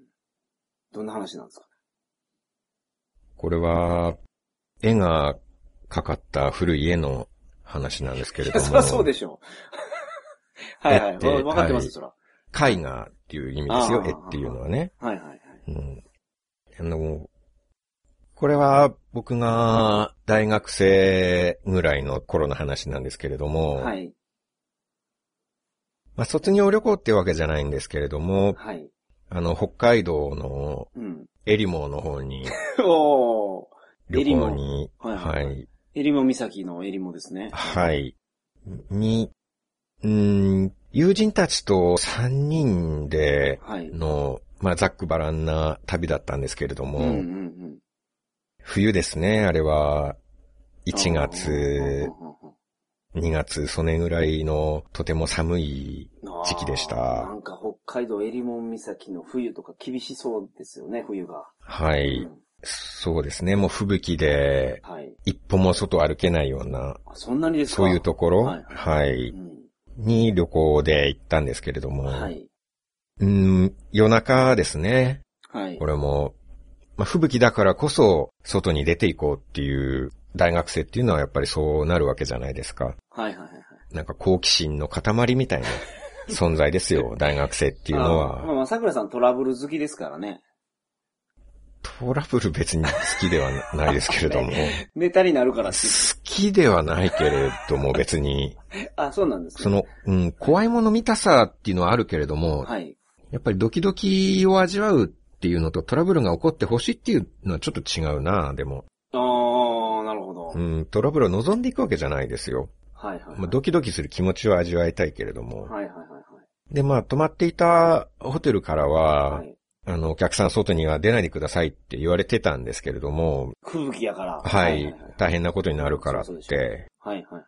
[SPEAKER 3] どんな話なんですか
[SPEAKER 2] これは、絵がかかった古い絵の話なんですけれ
[SPEAKER 3] い
[SPEAKER 2] ども。
[SPEAKER 3] や、そりゃそうでしょ う。はいはい。
[SPEAKER 2] だって
[SPEAKER 3] わわかってます、
[SPEAKER 2] はい
[SPEAKER 3] そら。
[SPEAKER 2] 絵画っていう意味ですよ
[SPEAKER 3] あ、ー
[SPEAKER 2] 絵っていうのはね。
[SPEAKER 3] はいはいはい。
[SPEAKER 2] うん。あの、これは僕が大学生ぐらいの頃の話なんですけれども、
[SPEAKER 3] はい。
[SPEAKER 2] まあ卒業旅行ってわけじゃないんですけれども、
[SPEAKER 3] はい。
[SPEAKER 2] あの、北海道の
[SPEAKER 3] うん。
[SPEAKER 2] エリモの方に
[SPEAKER 3] おー。
[SPEAKER 2] 旅行に、
[SPEAKER 3] はい
[SPEAKER 2] は
[SPEAKER 3] はい
[SPEAKER 2] い、
[SPEAKER 3] えりも岬のえりもですね。
[SPEAKER 2] はい。に、うーん、友人たちと3人で
[SPEAKER 3] はい。
[SPEAKER 2] の、まあ、ざっくばらんな旅だったんですけれど
[SPEAKER 3] う
[SPEAKER 2] も、
[SPEAKER 3] んうんうん。
[SPEAKER 2] 冬ですね、あれは、1月、2月、それぐらいのとても寒い、時期でした
[SPEAKER 3] あーなんか北海道えりも岬の冬とか厳しそうですよね、冬が。
[SPEAKER 2] は
[SPEAKER 3] う
[SPEAKER 2] い、
[SPEAKER 3] ん
[SPEAKER 2] そうですね、もう吹雪で、
[SPEAKER 3] はい。
[SPEAKER 2] 一歩も外歩けないような、
[SPEAKER 3] あそんなにですか
[SPEAKER 2] そういうところ、
[SPEAKER 3] はい
[SPEAKER 2] はい、
[SPEAKER 3] うん
[SPEAKER 2] に旅行で行ったんですけれども、
[SPEAKER 3] はい。
[SPEAKER 2] うん、夜中ですね、
[SPEAKER 3] はい。
[SPEAKER 2] 俺も、まあ、吹雪だからこそ、外に出ていこうっていう、大学生っていうのはやっぱりそうなるわけじゃないですか。
[SPEAKER 3] はいはいはいはい。
[SPEAKER 2] なんか好奇心の塊みたいな存在です よ、大学生っていうの
[SPEAKER 3] あーまあ
[SPEAKER 2] は。
[SPEAKER 3] まあ、桜さんトラブル好きですからね。
[SPEAKER 2] トラブル別に好きで はなないですけれども。
[SPEAKER 3] ネタになるからって。
[SPEAKER 2] 好きではないけれども別に、
[SPEAKER 3] あ、そうなんです ね
[SPEAKER 2] その、うん、怖いもの見たさっていうのはあるけれども、
[SPEAKER 3] はい。
[SPEAKER 2] やっぱりドキドキを味わうっていうのとトラブルが起こってほしいっていうのはちょっと違うな、でも。
[SPEAKER 3] あー、なるほど。
[SPEAKER 2] うん、トラブルを望んでいくわけじゃないですよ。
[SPEAKER 3] はいはいはい。
[SPEAKER 2] まあ、ドキドキする気持ちを味わいたいけれども。
[SPEAKER 3] はいはいはいは
[SPEAKER 2] で、まあ、泊まっていたホテルからは、
[SPEAKER 3] い。はい。
[SPEAKER 2] あの、お客さん外には出ないでくださいって言われてたんですけれども、
[SPEAKER 3] 吹雪やから。
[SPEAKER 2] はい、
[SPEAKER 3] はい
[SPEAKER 2] 大変なことになるからっ
[SPEAKER 3] そうそうで
[SPEAKER 2] て。
[SPEAKER 3] はいはいはい。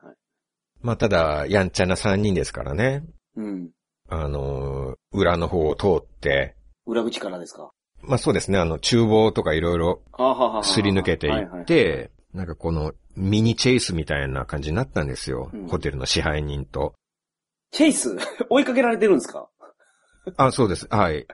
[SPEAKER 2] まあ、ただ、やんちゃな3人ですからね。
[SPEAKER 3] うん。
[SPEAKER 2] あの、裏の方を通って、
[SPEAKER 3] 裏口からですか
[SPEAKER 2] まあそうですね、あの、厨房とかいろいろ
[SPEAKER 3] あーはーはーはー
[SPEAKER 2] すり抜けてい
[SPEAKER 3] はいはいは
[SPEAKER 2] っ
[SPEAKER 3] い
[SPEAKER 2] て、なんかこのミニチェイスみたいな感じになったんですよ。
[SPEAKER 3] うん
[SPEAKER 2] ホテルの支配人と。
[SPEAKER 3] チェイス 追いかけられてるんですか
[SPEAKER 2] あ、そうです。はい。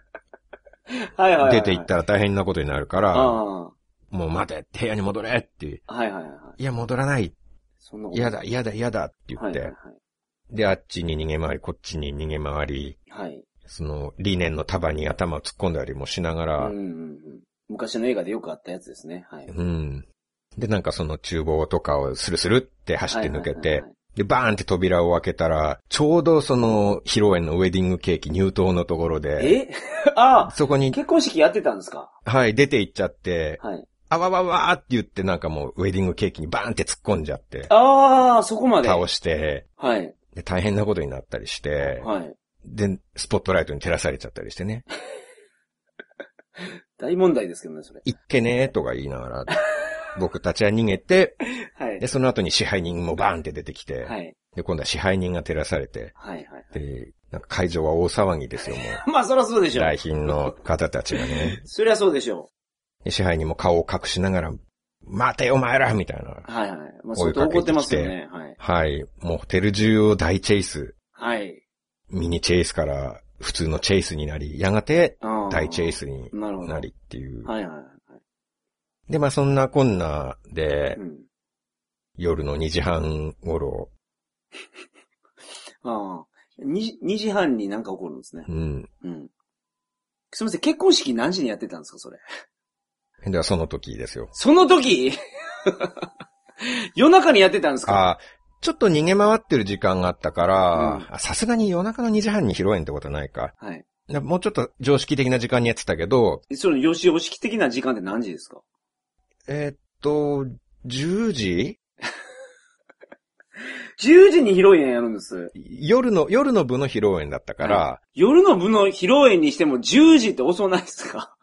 [SPEAKER 3] はいはいはいはい。
[SPEAKER 2] 出て行ったら大変なことになるから、
[SPEAKER 3] あ
[SPEAKER 2] もう待て、部屋に戻れって。
[SPEAKER 3] あー。はいはいはいはい。
[SPEAKER 2] いや、戻らない。
[SPEAKER 3] そんなこと。
[SPEAKER 2] 嫌だ、嫌だ、嫌だって言
[SPEAKER 3] は
[SPEAKER 2] っ
[SPEAKER 3] い
[SPEAKER 2] て。
[SPEAKER 3] はい
[SPEAKER 2] で、あっちに逃げ回り、こっちに逃げ回り、
[SPEAKER 3] はい。はい。
[SPEAKER 2] その、理念の束に頭を突っ込んだりもしながら、うん。
[SPEAKER 3] うんうんうん。昔の映画でよくあったやつですね。はい。
[SPEAKER 2] で、なんかその厨房とかをスルスルって走って抜け
[SPEAKER 3] はいはい
[SPEAKER 2] て
[SPEAKER 3] はい、はい。
[SPEAKER 2] で、バーンって扉を開けたら、ちょうどその、披露宴のウェディングケーキ入刀のところで、
[SPEAKER 3] え あ
[SPEAKER 2] そこ
[SPEAKER 3] あ、
[SPEAKER 2] に、
[SPEAKER 3] 結婚式やってたんですか
[SPEAKER 2] はい、出て行っちゃって、
[SPEAKER 3] はい。
[SPEAKER 2] あわわわーって言ってなんかもうウェディングケーキにバーンって突っ込んじゃって、
[SPEAKER 3] ああ、そこまで。
[SPEAKER 2] 倒して、
[SPEAKER 3] はい。
[SPEAKER 2] で大変なことになったりして、
[SPEAKER 3] はい。
[SPEAKER 2] で、スポットライトに照らされちゃったりしてね、
[SPEAKER 3] 大問題ですけどね、それ。
[SPEAKER 2] いっけねーとか言いな がら、僕たちは逃げて、
[SPEAKER 3] はい
[SPEAKER 2] で、。その後に支配人もバーンって出てきて、
[SPEAKER 3] はい。
[SPEAKER 2] で、今度は支配人が照らされて、
[SPEAKER 3] はい。はい。
[SPEAKER 2] で、なんか会場は大騒ぎですよ、も
[SPEAKER 3] まあ、そりゃそうで
[SPEAKER 2] う。
[SPEAKER 3] しょ
[SPEAKER 2] 来
[SPEAKER 3] う。
[SPEAKER 2] 賓の方たちがね。
[SPEAKER 3] そりゃそうでしょ
[SPEAKER 2] で支配人も顔を隠しながら、待てお前らみたいな
[SPEAKER 3] う。。はいはい。ま
[SPEAKER 2] 追
[SPEAKER 3] あ、相
[SPEAKER 2] いか
[SPEAKER 3] 当
[SPEAKER 2] けてきて
[SPEAKER 3] 怒ってますよね。はい。
[SPEAKER 2] はい。もうホテル中を大チェイス。
[SPEAKER 3] はい。
[SPEAKER 2] ミニチェイスから普通のチェイスになり、やがて大チェイ
[SPEAKER 3] ス。
[SPEAKER 2] スに
[SPEAKER 3] なるほど。
[SPEAKER 2] なりっていう。
[SPEAKER 3] はいはいは。
[SPEAKER 2] で、まあそんなこんないで、
[SPEAKER 3] うん。
[SPEAKER 2] 夜の2時半頃、
[SPEAKER 3] ああ。に2時半になんか起こるんですね。
[SPEAKER 2] うん。
[SPEAKER 3] うん。すみません、結婚式何時にやってたんですか、それ。
[SPEAKER 2] ではその時ですよ。
[SPEAKER 3] その時 夜中にやってたんですか
[SPEAKER 2] ああ、ちょっと逃げ回ってる時間があったから
[SPEAKER 3] うん、
[SPEAKER 2] あさすがに夜中の2時半に披露宴ってことはないか。
[SPEAKER 3] はい。
[SPEAKER 2] なもうちょっと常識的な時間にやってたけど、
[SPEAKER 3] その、よしお式的な時間って何時ですか
[SPEAKER 2] えーっと、10時
[SPEAKER 3] ?10 時に披露宴やるんです。
[SPEAKER 2] 夜の、夜の部の披露宴だったから、
[SPEAKER 3] 夜の部の披露宴にしても10時って遅ないですか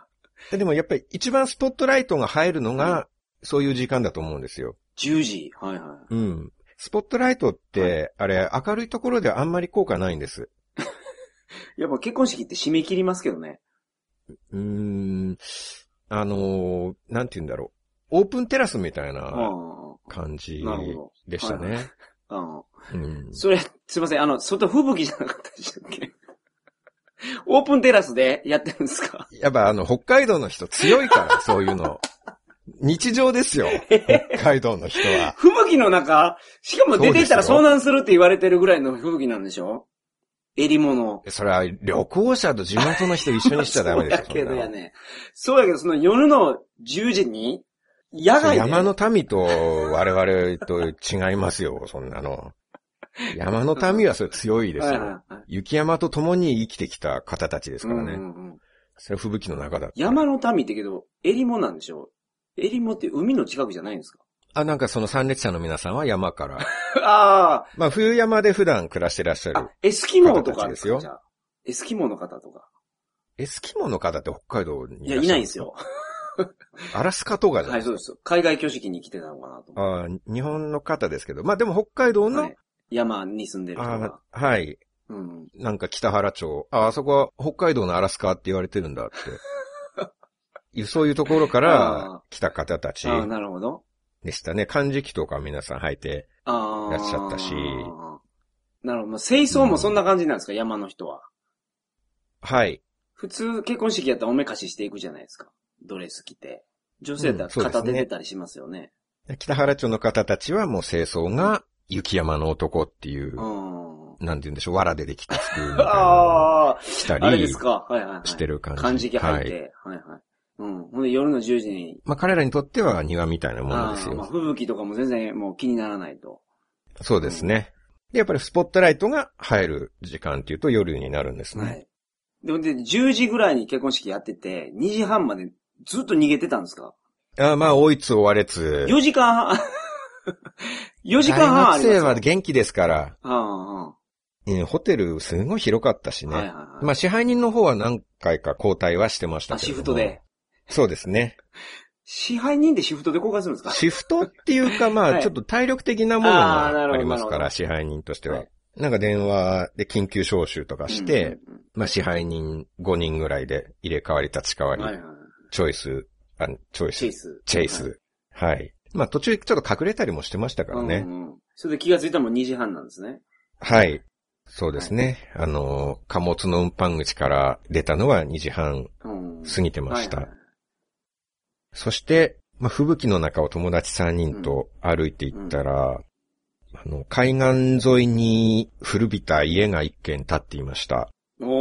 [SPEAKER 2] でもやっぱり一番スポットライトが入るの
[SPEAKER 3] は
[SPEAKER 2] が、そういう時間だと思うんですよ。
[SPEAKER 3] ?10 時。はいはい。
[SPEAKER 2] うん。スポットライトって、あれ、明るいところではあんまり効果ないんです。
[SPEAKER 3] やっぱ結婚式って締め切りますけどね。
[SPEAKER 2] うーん。あのーなんて言うんだろう。オープンテラスみたいな
[SPEAKER 3] う
[SPEAKER 2] 感じ
[SPEAKER 3] なるほど
[SPEAKER 2] でしたね。
[SPEAKER 3] ん。うん。
[SPEAKER 2] うん。
[SPEAKER 3] それ、すいません、あの、外吹雪じゃなかったでしたっけ オープンテラスでやってるんですか
[SPEAKER 2] やっぱあの、北海道の人強い から、そういうの。日常ですよ。北海道の人は。
[SPEAKER 3] 吹雪の中、しかも出てきたら
[SPEAKER 2] そうですよ
[SPEAKER 3] 遭難するって言われてるぐらいの吹雪なんでしょ襟物。
[SPEAKER 2] それは旅行者と地元の人一緒にしちゃダメです
[SPEAKER 3] そうだけ
[SPEAKER 2] よ。そん
[SPEAKER 3] ど
[SPEAKER 2] な
[SPEAKER 3] や
[SPEAKER 2] の
[SPEAKER 3] ね。そうやけど、その夜の10時に、野
[SPEAKER 2] そう
[SPEAKER 3] 外で。
[SPEAKER 2] 山の民と我々と違いますよ、そんなの。山の民はそれ強いです
[SPEAKER 3] はいはい
[SPEAKER 2] よ。
[SPEAKER 3] はい
[SPEAKER 2] 雪山と共に生きてきた方たちですからね。
[SPEAKER 3] うんうんうん
[SPEAKER 2] それは吹雪の中だった。
[SPEAKER 3] 山の民ってけど、襟裳なんでしょ襟裳って海の近くじゃないんですか
[SPEAKER 2] あ、なんかその参列者の皆さんは山 から。
[SPEAKER 3] あ
[SPEAKER 2] まあ冬山で普段暮らしてらっしゃ
[SPEAKER 3] あ、あ
[SPEAKER 2] る。、
[SPEAKER 3] エスキモーと
[SPEAKER 2] 方
[SPEAKER 3] か
[SPEAKER 2] たちですよ
[SPEAKER 3] じゃあエスキモーの方とか。
[SPEAKER 2] エスキモの方って北海道に
[SPEAKER 3] いや、いないん
[SPEAKER 2] で
[SPEAKER 3] ですよ。
[SPEAKER 2] アラスカとかじゃな
[SPEAKER 3] はいい、そうです。海外挙式に来てたのかなと思っ
[SPEAKER 2] あー日本の方ですけど。まあでも北海道
[SPEAKER 3] て。
[SPEAKER 2] の、
[SPEAKER 3] はい山に住んでる人
[SPEAKER 2] あー
[SPEAKER 3] が。
[SPEAKER 2] はい。
[SPEAKER 3] うん。
[SPEAKER 2] なんか北原町。あ、あそこは北海道のアラスカって言われてるんだって。 いうそういうところか
[SPEAKER 3] あ
[SPEAKER 2] ら来た方たち
[SPEAKER 3] ああ、なるほど。
[SPEAKER 2] でしたね。漢字機とか皆さん履いて。
[SPEAKER 3] ああ。
[SPEAKER 2] いらっしゃったし
[SPEAKER 3] なるほど。まあ清掃もそんな感じなんですか、山の人は。
[SPEAKER 2] はい。
[SPEAKER 3] 普通、結婚式やったらおめかししていくじゃないですか。ドレス着て。女性だったら
[SPEAKER 2] うんそう
[SPEAKER 3] 片
[SPEAKER 2] です
[SPEAKER 3] 手
[SPEAKER 2] ね
[SPEAKER 3] 出たりしますよね。
[SPEAKER 2] 北原町の方たちはもう清掃が雪山の男っていう、
[SPEAKER 3] うん。
[SPEAKER 2] なんて言うんでしょう、藁でできた服みたいなのを
[SPEAKER 3] あ
[SPEAKER 2] 着た
[SPEAKER 3] あ、あれで
[SPEAKER 2] り
[SPEAKER 3] すか。はいはい、はい。
[SPEAKER 2] してる感じ。
[SPEAKER 3] 漢字機入っ
[SPEAKER 2] はい。
[SPEAKER 3] て。はい、はい、うん。ほんで夜の10時に。
[SPEAKER 2] まあ彼らにとっては庭みたいなものです
[SPEAKER 3] あーまあ、
[SPEAKER 2] よ。
[SPEAKER 3] 吹雪とかも全然もう気にならないと。
[SPEAKER 2] そうですね。で、やっぱりスポットライトが入る時間っていうと夜になるんですね。
[SPEAKER 3] はい。で、ほんで、10時ぐらいに結婚式やってて、2時半までずっと逃げてたんですか
[SPEAKER 2] あーまあ、追いつ追われつ。
[SPEAKER 3] ?4 時間 半、4時間半
[SPEAKER 2] 大学
[SPEAKER 3] あります
[SPEAKER 2] 生
[SPEAKER 3] よ。
[SPEAKER 2] は元気ですから、
[SPEAKER 3] ああ、あ
[SPEAKER 2] うんホテルすごい広かったし
[SPEAKER 3] あ
[SPEAKER 2] ね。
[SPEAKER 3] はいはいはい。
[SPEAKER 2] まあ、支配人の方は何回か交代はしてました
[SPEAKER 3] あ、
[SPEAKER 2] けれ
[SPEAKER 3] シ
[SPEAKER 2] ども
[SPEAKER 3] フトで。。
[SPEAKER 2] そうです ね。
[SPEAKER 3] 支配人でシフトで交換するんですか
[SPEAKER 2] シフトっていうか、ま
[SPEAKER 3] は
[SPEAKER 2] あ、
[SPEAKER 3] い
[SPEAKER 2] ちょっと体力的なもの
[SPEAKER 3] あーなるほ
[SPEAKER 2] が
[SPEAKER 3] ど
[SPEAKER 2] ありますか
[SPEAKER 3] なるほ
[SPEAKER 2] ら、
[SPEAKER 3] ど
[SPEAKER 2] 支配人として
[SPEAKER 3] は。
[SPEAKER 2] はいなんか電話で緊急招集とかして、
[SPEAKER 3] うんうん
[SPEAKER 2] まあ、支配人5人ぐらいで入れ替わり立ち替わ
[SPEAKER 3] うん
[SPEAKER 2] り、
[SPEAKER 3] はいはいはい。
[SPEAKER 2] チョイス、あチョイス、
[SPEAKER 3] チェイス。
[SPEAKER 2] チェイス。はい。まあ途中ちょっと隠れたりもしてましたからね。
[SPEAKER 3] うんうん。それで気がついたらもう2時半なんですね。
[SPEAKER 2] はい。そうですね。あの、貨物の運搬口から出たのは2時半
[SPEAKER 3] うん。
[SPEAKER 2] 過ぎてました。
[SPEAKER 3] はいはい
[SPEAKER 2] そして、まあ、吹雪の中を友達3人と歩いていったら、あの、海岸沿いに古びた家が1軒建っていました。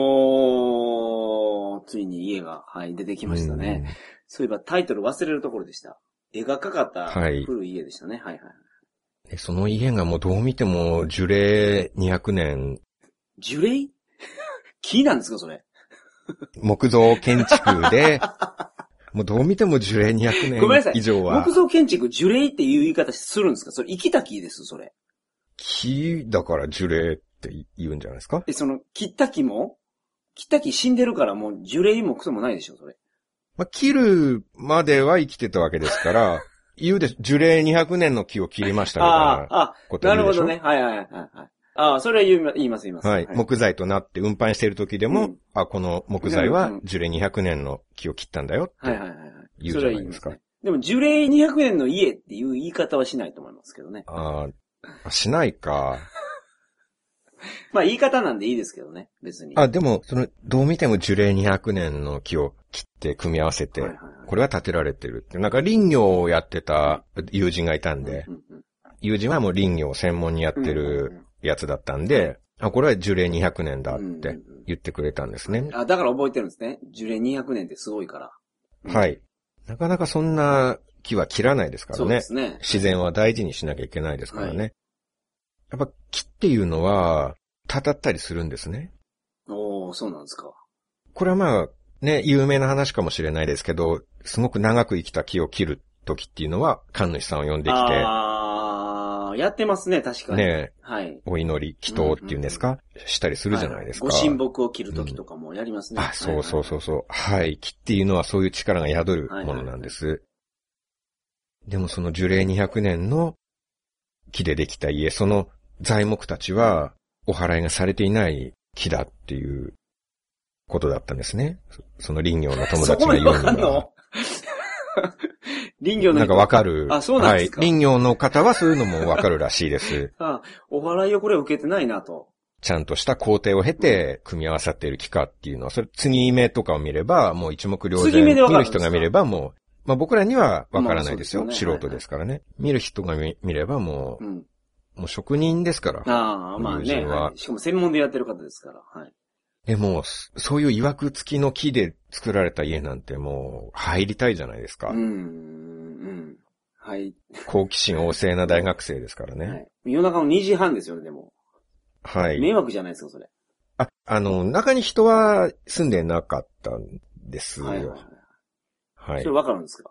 [SPEAKER 3] おー、ついに家が、はい、出てきましたね。
[SPEAKER 2] うん
[SPEAKER 3] そういえばタイトル忘れるところでした。絵がかかった
[SPEAKER 2] はい
[SPEAKER 3] 古い家でしたね。はい、はい、
[SPEAKER 2] でその家がもうどう見ても樹齢200年、
[SPEAKER 3] 樹齢 木なんですか、それ。
[SPEAKER 2] 木造建築 で、もうどう見ても樹齢200
[SPEAKER 3] ごめんなさ
[SPEAKER 2] 年
[SPEAKER 3] い
[SPEAKER 2] 以上は
[SPEAKER 3] 木。造建築、樹齢っていう言い方するんですかそれ、生きた木です、それ。
[SPEAKER 2] 木だから樹齢って言うんじゃないですか
[SPEAKER 3] え、その、切った木も切った木死んでるからもう樹齢もクソもないでしょ、それ。
[SPEAKER 2] まあ、切るまでは生きてたわけです から、言うでしょ、樹齢200年の木を切りましたみたい
[SPEAKER 3] あ
[SPEAKER 2] な
[SPEAKER 3] あ、あ
[SPEAKER 2] こと
[SPEAKER 3] な
[SPEAKER 2] 言
[SPEAKER 3] る
[SPEAKER 2] うでし
[SPEAKER 3] ほ
[SPEAKER 2] ょ
[SPEAKER 3] どね。はいはいはいはい。ああ、それは言いま言います、言います。
[SPEAKER 2] はい。木材となって運搬している時でも、
[SPEAKER 3] うん
[SPEAKER 2] あ、この木材は
[SPEAKER 3] うん
[SPEAKER 2] 樹齢200年の木を切ったんだよって。
[SPEAKER 3] はいはいはいはい。
[SPEAKER 2] 言う
[SPEAKER 3] そ
[SPEAKER 2] じゃ
[SPEAKER 3] れは
[SPEAKER 2] ない
[SPEAKER 3] 言い
[SPEAKER 2] で
[SPEAKER 3] ますす
[SPEAKER 2] か
[SPEAKER 3] ね。でも、樹齢200円の家っていう言い方はしないと思いますけどね。
[SPEAKER 2] ああ、しないか。
[SPEAKER 3] まあ、言い方なんでいいですけどね、別に。
[SPEAKER 2] あ、でも、その、どう見ても樹齢200年の木を切って組み合わせて、
[SPEAKER 3] はいはいはい
[SPEAKER 2] これは建てられてるって。なんか林業をやってた友人がいたんで、
[SPEAKER 3] うんうん
[SPEAKER 2] 友人はもう林業を専門にやっ
[SPEAKER 3] うん
[SPEAKER 2] てるやつだったんで、あ、これは樹齢200年だっ
[SPEAKER 3] うんうん
[SPEAKER 2] て言ってくれたんですね
[SPEAKER 3] うん。あ、だから覚えてるんですね。樹齢200年ってすごいから。うん
[SPEAKER 2] はい。なかなかそんな木は切らないですから
[SPEAKER 3] そうで
[SPEAKER 2] ね。
[SPEAKER 3] すね。
[SPEAKER 2] 自然は大事にしなきゃいけないですからね。
[SPEAKER 3] は
[SPEAKER 2] やっぱ木っていうのは、たたったりするんですね。
[SPEAKER 3] おおそうなんですか。
[SPEAKER 2] これはまあ、ね、有名な話かもしれないですけど、すごく長く生きた木を切る時っていうのは、神主さんを呼んでき
[SPEAKER 3] ああ、やってますね、確
[SPEAKER 2] て、
[SPEAKER 3] かに。
[SPEAKER 2] ね、
[SPEAKER 3] はい。
[SPEAKER 2] お祈り、祈祷っていうんですか、したりするじゃないですか。
[SPEAKER 3] はご神木を切るときとかもやりますね。。
[SPEAKER 2] あ、そうそうそううそう。はい。木っていうのはそういう力が宿るものなんです。でもその樹齢200年の木でできた家、その材木たちはお祓いがされていない木だっていうことだったんですね。そその林業の友
[SPEAKER 3] そ
[SPEAKER 2] 達
[SPEAKER 3] こ
[SPEAKER 2] が言う
[SPEAKER 3] まで
[SPEAKER 2] に
[SPEAKER 3] わ
[SPEAKER 2] は
[SPEAKER 3] かんの 林業の人
[SPEAKER 2] なんかわかる。
[SPEAKER 3] あそうなんですか
[SPEAKER 2] はい。林業の方はそういうのもわかるらしいです。
[SPEAKER 3] あお笑いをこれ受けてないなと。
[SPEAKER 2] ちゃんとした工程を経て組み合わさっている期間っていうのは、それ、継ぎ目とかを見れば、もう一目瞭
[SPEAKER 3] 継ぎ
[SPEAKER 2] 然。
[SPEAKER 3] 目でわか
[SPEAKER 2] 見
[SPEAKER 3] るん
[SPEAKER 2] る
[SPEAKER 3] ですか
[SPEAKER 2] 人が見ればもう、まあ僕らにはわからないですよ。
[SPEAKER 3] まあそうですよね
[SPEAKER 2] 素人ですからね。見る人が見見ればも
[SPEAKER 3] うん。
[SPEAKER 2] う、もう職人ですから。
[SPEAKER 3] ああ、まあ
[SPEAKER 2] 友
[SPEAKER 3] ね、
[SPEAKER 2] 人は
[SPEAKER 3] はいしかも専門でやってる方ですから。はい。
[SPEAKER 2] え、もう、そういう曰く付きの木で作られた家なんてもう、入りたいじゃないですか。
[SPEAKER 3] うん。うん。はい。
[SPEAKER 2] 好奇心旺盛な大学生ですから
[SPEAKER 3] は
[SPEAKER 2] ね。
[SPEAKER 3] い。夜中の2時半ですよね、でも。
[SPEAKER 2] はい。
[SPEAKER 3] 迷惑じゃないですか、それ。
[SPEAKER 2] あ、あの、中に人は住んでなかったんですよ。
[SPEAKER 3] は
[SPEAKER 2] はい
[SPEAKER 3] はい
[SPEAKER 2] い。
[SPEAKER 3] はい。それわかるんですか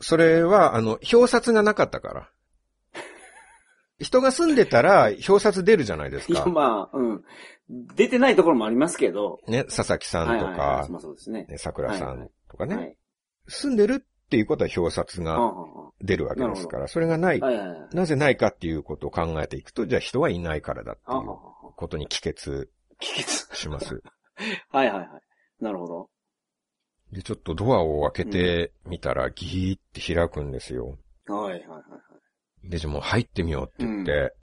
[SPEAKER 2] それは、あの、表札がなかったから。人が住んでたら、表札出るじゃないです
[SPEAKER 3] いや、
[SPEAKER 2] か。
[SPEAKER 3] まあ、うん。出てないところもありますけど。
[SPEAKER 2] ね、佐々木さん
[SPEAKER 3] はい
[SPEAKER 2] と
[SPEAKER 3] はいは
[SPEAKER 2] か
[SPEAKER 3] い。、まあそうですね。
[SPEAKER 2] ね、桜さんとかね、
[SPEAKER 3] はい。
[SPEAKER 2] 住んでるっていうことは表札
[SPEAKER 3] はあ
[SPEAKER 2] が
[SPEAKER 3] はあは
[SPEAKER 2] 出るわけですから、それがない
[SPEAKER 3] あはいはいはい。
[SPEAKER 2] なぜないかっていうことを考えていくと、じゃあ人はいないからだってい
[SPEAKER 3] あはあ
[SPEAKER 2] う
[SPEAKER 3] はあはあ
[SPEAKER 2] ことに帰結
[SPEAKER 3] 聞きつ。
[SPEAKER 2] します。
[SPEAKER 3] はいはいはい。なるほど。
[SPEAKER 2] で、ちょっとドアを開けてみたら、ギーって開くんですよ。
[SPEAKER 3] はいはいはいはい。
[SPEAKER 2] で、じゃあもう入ってみようって言って、
[SPEAKER 3] う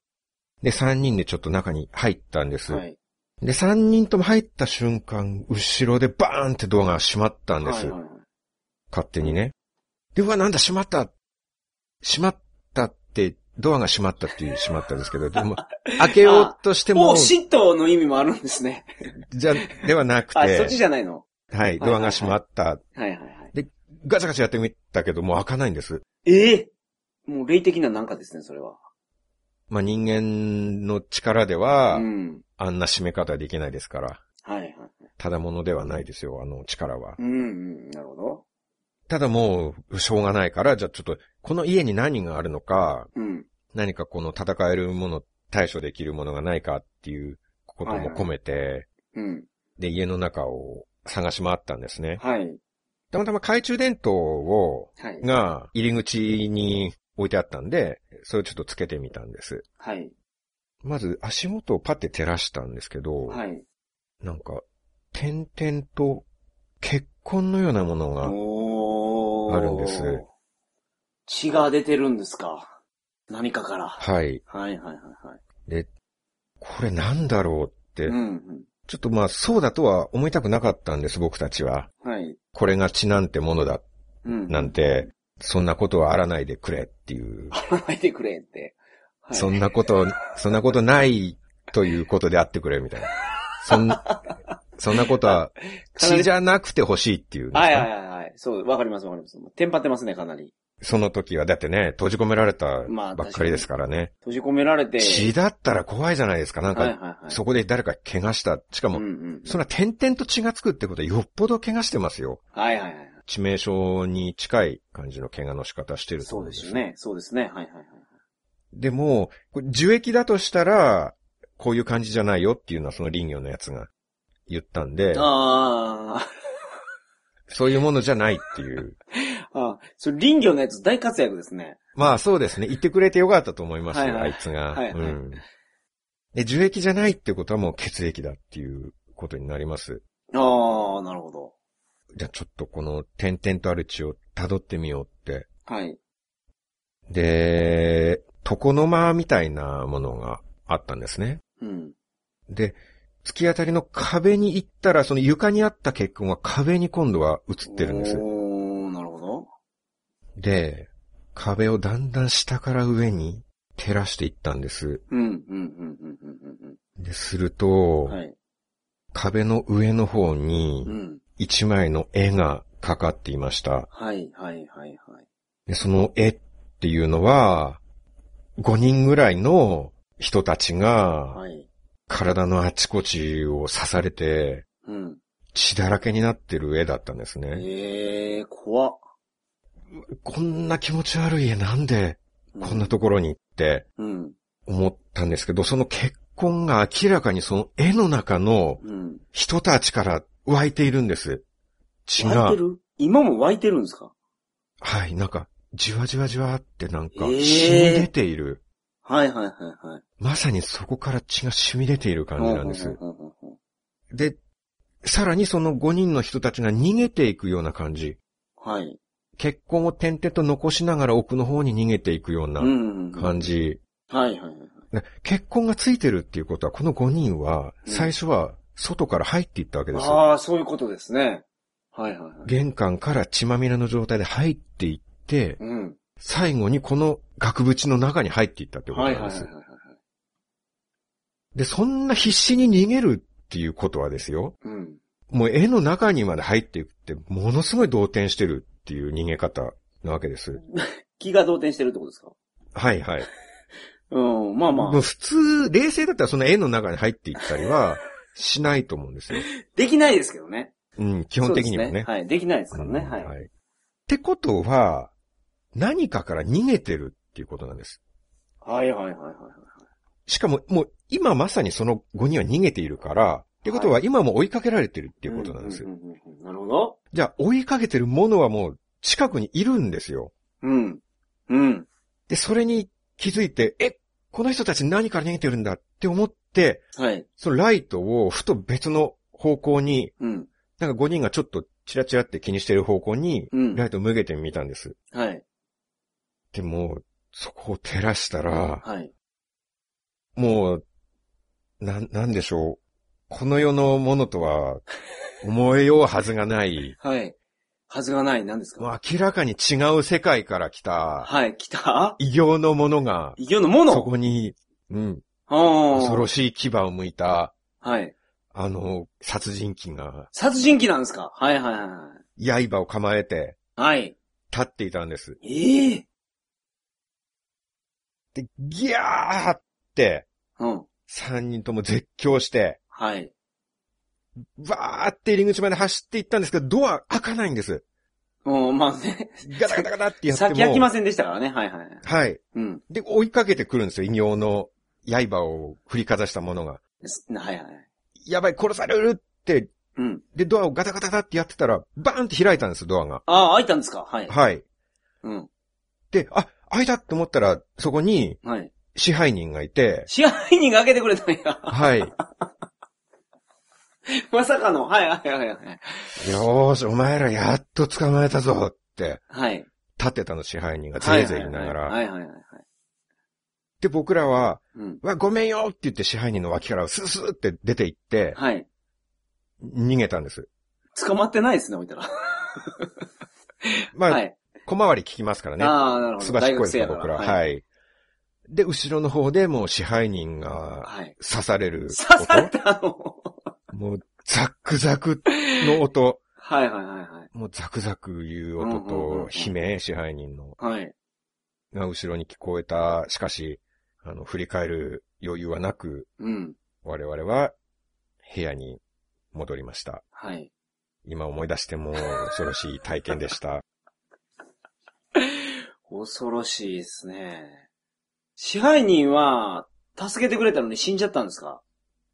[SPEAKER 2] で、三人でちょっと中に入ったんです。
[SPEAKER 3] はい。
[SPEAKER 2] で、三人とも入った瞬間、後ろでバーンってドアが閉まったんで
[SPEAKER 3] は
[SPEAKER 2] す。
[SPEAKER 3] いはいはい。
[SPEAKER 2] 勝手にね。で、うわ、なんだ、閉まった。閉まったって、ドアが閉まったっていう閉まったんですけど、でも、開けようとして
[SPEAKER 3] お
[SPEAKER 2] も、
[SPEAKER 3] 嫉妬の意味もあるんですね。
[SPEAKER 2] じゃ、ではなく
[SPEAKER 3] あ、そっち
[SPEAKER 2] て、
[SPEAKER 3] じゃないの。
[SPEAKER 2] はい、ドアが閉まった。
[SPEAKER 3] はいはいはい。
[SPEAKER 2] ガチャガチャやってみたけど、もう開かないんです。
[SPEAKER 3] ええもう霊的ななんかですね、それは。
[SPEAKER 2] まあ、人間の力では
[SPEAKER 3] う、ん。
[SPEAKER 2] あんな閉め方はできないですから、
[SPEAKER 3] はいはい。
[SPEAKER 2] ただものではないですよ、あの力は。
[SPEAKER 3] うん、うん、なるほど。
[SPEAKER 2] ただもう、しょうがないから、じゃあちょっと、この家に何があるのか、
[SPEAKER 3] うん。
[SPEAKER 2] 何かこの戦えるもの、対処できるものがないかっていうことも込めて、
[SPEAKER 3] うん。
[SPEAKER 2] で、家の中を探し回ったんですね。
[SPEAKER 3] はい。
[SPEAKER 2] たまたま懐中電灯を、
[SPEAKER 3] はい。
[SPEAKER 2] が入り口に置いてあったんで、それをちょっとつけてみたんです。
[SPEAKER 3] はい。
[SPEAKER 2] まず足元をパッて照らしたんですけど、
[SPEAKER 3] はい。
[SPEAKER 2] なんか、点々と血痕のようなものが、
[SPEAKER 3] おー。
[SPEAKER 2] あるんです。
[SPEAKER 3] 血が出てるんですか。何かから。は
[SPEAKER 2] はい。
[SPEAKER 3] いはいはいはい。
[SPEAKER 2] で、これなんだろうって、
[SPEAKER 3] うん、
[SPEAKER 2] ちょっとまあそうだとは思いたくなかったんです、僕たちは。
[SPEAKER 3] うん。はい。
[SPEAKER 2] これが血なんてものだ、
[SPEAKER 3] うん。
[SPEAKER 2] なんて、そんなことはあらないでくれっていう、
[SPEAKER 3] 考えてくれって。はい、
[SPEAKER 2] そんなこと、そんなことないということであってくれみたいな。そん、そんなこと は血じゃなくてほしいっていうんですか
[SPEAKER 3] はいはいはいはい。そう、わかりますわかります。テンパってますね、かなり。
[SPEAKER 2] その時は、だってね、閉じ込められた
[SPEAKER 3] まあ
[SPEAKER 2] ばっかりですからね。
[SPEAKER 3] 閉じ込められて。
[SPEAKER 2] 血だったら怖いじゃないですか。なん
[SPEAKER 3] はいはい
[SPEAKER 2] か、
[SPEAKER 3] はい。
[SPEAKER 2] そこで誰か怪我した。しか
[SPEAKER 3] う
[SPEAKER 2] も
[SPEAKER 3] ん、うん。
[SPEAKER 2] そんな点々と血がつくってことはよっぽど怪我してますよ。
[SPEAKER 3] はいはいはい。
[SPEAKER 2] 致命傷に近い感じの怪我の仕方してると
[SPEAKER 3] そ
[SPEAKER 2] 思
[SPEAKER 3] うんで
[SPEAKER 2] ですす
[SPEAKER 3] よ。ね。そうですね。はいはいはい。
[SPEAKER 2] でも、これ樹液だとしたら、こういう感じじゃないよっていうのはその林業のやつが言ったんで、
[SPEAKER 3] あー
[SPEAKER 2] そういうものじゃないっていう。
[SPEAKER 3] あ、それ林業のやつ大活躍ですね。
[SPEAKER 2] まあそうですね。言ってくれてよかったと思いますよ、
[SPEAKER 3] はいはい
[SPEAKER 2] あいつが。
[SPEAKER 3] はいはい
[SPEAKER 2] うん。で、樹液じゃないってことはもう血液だっていうことになります。
[SPEAKER 3] ああ、なるほど。
[SPEAKER 2] じゃあちょっとこの点々とある血を辿ってみようって。
[SPEAKER 3] はい。
[SPEAKER 2] で、床の間みたいなものがあったんですね。
[SPEAKER 3] うん。
[SPEAKER 2] で、突き当たりの壁に行ったら、その床にあった血痕は壁に今度は映ってるんです。
[SPEAKER 3] おー、なるほど。
[SPEAKER 2] で、壁をだんだん下から上に照らしていったんです。
[SPEAKER 3] うん、うん、うん、うん、うん、
[SPEAKER 2] で、する
[SPEAKER 3] う
[SPEAKER 2] と、
[SPEAKER 3] ん。はい。
[SPEAKER 2] 壁の上の方
[SPEAKER 3] う
[SPEAKER 2] に
[SPEAKER 3] ん。
[SPEAKER 2] 一枚の絵がかかっていました。
[SPEAKER 3] はい、はい、はい、はい。
[SPEAKER 2] で、その絵っていうのは、5人ぐらいの人たちが
[SPEAKER 3] はい。
[SPEAKER 2] 体のあちこちを刺されて
[SPEAKER 3] うん。
[SPEAKER 2] 血だらけになってる絵だったんですね。
[SPEAKER 3] ええー、怖っ。
[SPEAKER 2] こんな気持ち悪い絵なんでこんなところにって
[SPEAKER 3] うん。
[SPEAKER 2] 思ったんですけど、その血痕が明らかにその絵の中の
[SPEAKER 3] うん。
[SPEAKER 2] 人たちから湧いているんです。血
[SPEAKER 3] 湧い
[SPEAKER 2] が
[SPEAKER 3] て。る今も湧いてるんですか
[SPEAKER 2] はい、なんか、じわじわじわってなんか、
[SPEAKER 3] えー
[SPEAKER 2] 染み出ている。
[SPEAKER 3] はい、はい、はい、はい。
[SPEAKER 2] まさにそこから血が染み出ている感じなんです。
[SPEAKER 3] ほうほうほうほう
[SPEAKER 2] で、さらにその5人の人たちが逃げていくような感じ。
[SPEAKER 3] はい。
[SPEAKER 2] 結婚を点々と残しながら奥の方に逃げていくような
[SPEAKER 3] うん。
[SPEAKER 2] 感じ。
[SPEAKER 3] はいはいはい。
[SPEAKER 2] ね結婚がついてるっていうことは、この5人は、
[SPEAKER 3] うん
[SPEAKER 2] 最初は外から入っていったわけですよ。
[SPEAKER 3] ああ、そういうことですね。はいはいはい。
[SPEAKER 2] 玄関から血まみれの状態で入っていって、
[SPEAKER 3] うん。
[SPEAKER 2] 最後にこの額縁の中に入っていったってこと
[SPEAKER 3] はい
[SPEAKER 2] なん
[SPEAKER 3] はい
[SPEAKER 2] で
[SPEAKER 3] はい
[SPEAKER 2] す
[SPEAKER 3] はい。。はい
[SPEAKER 2] で、そんな必死に逃げるっていうことはですよ、
[SPEAKER 3] うん。
[SPEAKER 2] もう絵の中にまで入っていくって、ものすごい動転してるっていう逃げ方なわけです。
[SPEAKER 3] 気が動転してるってことですか
[SPEAKER 2] はいはい。
[SPEAKER 3] うん、まあ
[SPEAKER 2] も
[SPEAKER 3] ま
[SPEAKER 2] う
[SPEAKER 3] あ。
[SPEAKER 2] 普通、冷静だったらその絵の中に入っていったりはしないと思うんですよ。
[SPEAKER 3] できないですけどね。
[SPEAKER 2] うん、基本的にも
[SPEAKER 3] そう
[SPEAKER 2] ね
[SPEAKER 3] です。はい、できないですか
[SPEAKER 2] う
[SPEAKER 3] ら
[SPEAKER 2] ん
[SPEAKER 3] ね。はい。
[SPEAKER 2] はい。ってことは、何かから逃げてるっていうことなんです。
[SPEAKER 3] はいはいはいはい。
[SPEAKER 2] しかも、もう今まさにその5人は逃げているから、ってことは今も追いかけられてるっていうことなんですよ。
[SPEAKER 3] うんうんうんうんなるほど。
[SPEAKER 2] じゃあ、追いかけてるものはもう近くにいるんですよ。
[SPEAKER 3] うん。うん。
[SPEAKER 2] で、それに気づいて、え、この人たち何から逃げてるんだって思って、
[SPEAKER 3] はい。
[SPEAKER 2] そのライトをふと別の方向に、
[SPEAKER 3] うん。
[SPEAKER 2] なんか5人がちょっとチラチラって気にしてる方向に、
[SPEAKER 3] うん。
[SPEAKER 2] ライトを向けてみたんです。
[SPEAKER 3] はい。
[SPEAKER 2] でも、そこを照らしたら、
[SPEAKER 3] はい。
[SPEAKER 2] もう、なん、なんでしょう。この世のものとは、思えようはずが ない。
[SPEAKER 3] はい。はずがない。何ですか
[SPEAKER 2] もう明らかに違う世界から来た、
[SPEAKER 3] はい。来た
[SPEAKER 2] 異形のものが、
[SPEAKER 3] 異形のもの
[SPEAKER 2] そこに、うん、恐ろ
[SPEAKER 3] 恐
[SPEAKER 2] しい牙を向いた、
[SPEAKER 3] はい。
[SPEAKER 2] あの、殺人鬼が、
[SPEAKER 3] 殺人鬼なんですかはいはいはいはい。
[SPEAKER 2] 刃を構えて、
[SPEAKER 3] はい。
[SPEAKER 2] 立っていたんです。
[SPEAKER 3] ええ
[SPEAKER 2] で、ギャーって、
[SPEAKER 3] うん。
[SPEAKER 2] 三人とも絶叫して、
[SPEAKER 3] はい。
[SPEAKER 2] バーって入り口まで走っていったんですけど、ドア開かないんです。
[SPEAKER 3] うん、まあね。
[SPEAKER 2] ガタガタガタってやっても。
[SPEAKER 3] 先開きませんでしたからね。はいはい。
[SPEAKER 2] はい。
[SPEAKER 3] うん。
[SPEAKER 2] で、追いかけてくるんですよ、異形の刃を振りかざしたものが。
[SPEAKER 3] すはいはい。
[SPEAKER 2] やばい、殺されるって、
[SPEAKER 3] うん。
[SPEAKER 2] で、ドアをガタガタガタってやってたら、バーンって開いたんです、ドアが。
[SPEAKER 3] ああ、開いたんですかはい。
[SPEAKER 2] はい。
[SPEAKER 3] うん。
[SPEAKER 2] で、あ、開いたって思ったら、そこに
[SPEAKER 3] はい。
[SPEAKER 2] 支配人がいて、
[SPEAKER 3] 支配人が開けてくれたんや。
[SPEAKER 2] はい。 よ
[SPEAKER 3] まさかの。はいはいはいはい。
[SPEAKER 2] ーし、お前らやっと捕まえたぞって、
[SPEAKER 3] はい。
[SPEAKER 2] 立ってたの支配人がぜいぜい言いなが
[SPEAKER 3] は
[SPEAKER 2] ら。
[SPEAKER 3] いはいはいはい。
[SPEAKER 2] で、僕らは、
[SPEAKER 3] うん。
[SPEAKER 2] わ、ごめんよって言って支配人の脇からスースーって出て行って、
[SPEAKER 3] はい。
[SPEAKER 2] 逃げたんです。
[SPEAKER 3] 捕まってないですね、置い たら。
[SPEAKER 2] まあ、
[SPEAKER 3] はい。
[SPEAKER 2] 小回り聞きますからね。
[SPEAKER 3] ああ、なるほ
[SPEAKER 2] 素
[SPEAKER 3] ど。
[SPEAKER 2] 晴らし
[SPEAKER 3] 大
[SPEAKER 2] い声で
[SPEAKER 3] 学生
[SPEAKER 2] す
[SPEAKER 3] や
[SPEAKER 2] よ、
[SPEAKER 3] から。
[SPEAKER 2] 僕ら。はい。で、後ろの方でもう支配人が
[SPEAKER 3] はい。
[SPEAKER 2] 刺される
[SPEAKER 3] 刺されたの
[SPEAKER 2] 音。もうザクザクの音。
[SPEAKER 3] はいはいはいはい。
[SPEAKER 2] もうザクザクいう音
[SPEAKER 3] うんうんうんうん
[SPEAKER 2] と、悲鳴、支配人の、
[SPEAKER 3] はい。
[SPEAKER 2] が後ろに聞こえた。しかし、あの、振り返る余裕はなく、
[SPEAKER 3] うん。
[SPEAKER 2] 我々は部屋に戻りました。
[SPEAKER 3] はい。
[SPEAKER 2] 今思い出しても恐ろしい体験でした。
[SPEAKER 3] 恐ろしいですね。支配人は、助けてくれたのに死んじゃったんですか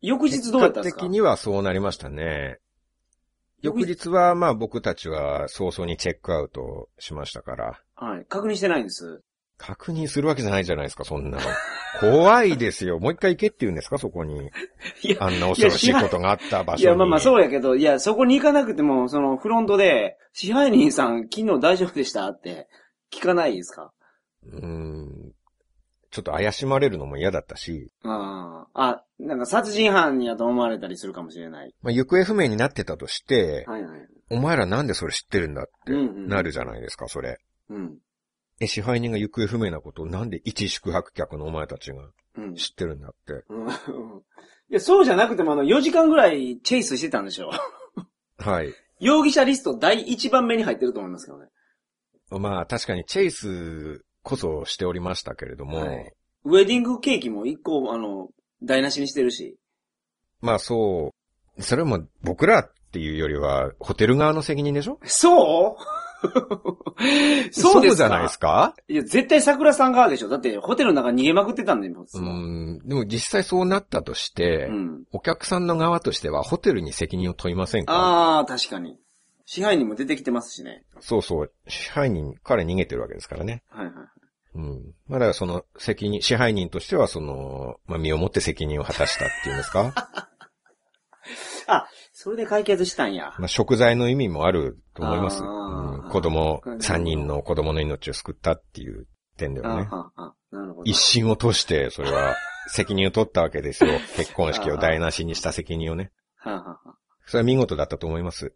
[SPEAKER 3] 翌日どうやったんです
[SPEAKER 2] 結
[SPEAKER 3] か
[SPEAKER 2] 果的にはそうなりましたね。
[SPEAKER 3] 翌
[SPEAKER 2] 翌
[SPEAKER 3] 日
[SPEAKER 2] 日は、まあ僕たちは早々にチェックアウトしましたから、
[SPEAKER 3] はい。確認してないんです。
[SPEAKER 2] 確認するわけじゃないじゃないですか、そんなの。怖いですよ。もう一回行けって言うんですか、そこに。
[SPEAKER 3] いや
[SPEAKER 2] あんな恐ろし
[SPEAKER 3] い
[SPEAKER 2] い
[SPEAKER 3] や
[SPEAKER 2] ことがあった場所に。
[SPEAKER 3] いや、まあまあそうやけど、いや、そこに行かなくても、そのフロントで、支配人さん、昨日大丈夫でしたって、聞かないですか
[SPEAKER 2] うーん。ちょっと怪しまれるのも嫌だったし、
[SPEAKER 3] ああ。あ、なんか殺人犯やと思われたりするかもしれない。
[SPEAKER 2] まあ行方不明になってたとして、
[SPEAKER 3] はいはい。
[SPEAKER 2] お前らなんでそれ知ってるんだって
[SPEAKER 3] うんうん
[SPEAKER 2] なるじゃないですか、それ。
[SPEAKER 3] うん。
[SPEAKER 2] え、支配人が行方不明なことをなんで一宿泊客のお前たちが
[SPEAKER 3] うん。
[SPEAKER 2] 知ってるんだって。
[SPEAKER 3] うんいや、そうじゃなくてもあの、4時間ぐらいチェイスしてたんでしょ
[SPEAKER 2] はい。
[SPEAKER 3] 容疑者リスト第1番目に入ってると思いますけどね。
[SPEAKER 2] まあ確かにチェイスこそしておりましたけれども、
[SPEAKER 3] はいウェディングケーキも1個、あの、台無しにしてるし。
[SPEAKER 2] まあそう、それも僕らっていうよりはホテル側の責任でしょ
[SPEAKER 3] そう そうですか
[SPEAKER 2] じゃないですか
[SPEAKER 3] いや、絶対桜さん側でしょ。だって、ホテルの中逃げまくってたんだよ、
[SPEAKER 2] う
[SPEAKER 3] 今
[SPEAKER 2] ん、でも実際そうなったとして、
[SPEAKER 3] うん。
[SPEAKER 2] お客さんの側としてはホテルに責任を問いませんか
[SPEAKER 3] ああ、確かに。支配人も出てきてますしね。
[SPEAKER 2] そうそう、支配人から逃げてるわけですからね。
[SPEAKER 3] はいはい。
[SPEAKER 2] うん。まあだからその責任、支配人としてはその、まあ身をもって責任を果たしたっていうんですか
[SPEAKER 3] それで解決したんや。
[SPEAKER 2] まあ、食材の意味もあると思います。
[SPEAKER 3] あー
[SPEAKER 2] うん子供、
[SPEAKER 3] なるほど
[SPEAKER 2] 3人の子供の命を救ったっていう点で
[SPEAKER 3] あ
[SPEAKER 2] はね。
[SPEAKER 3] はあなるほど。
[SPEAKER 2] 一心を通して、それは責任を取ったわけですよ。 結婚式を台無しにした責任をね。
[SPEAKER 3] はあはあはあ
[SPEAKER 2] それは見事だったと思い ます。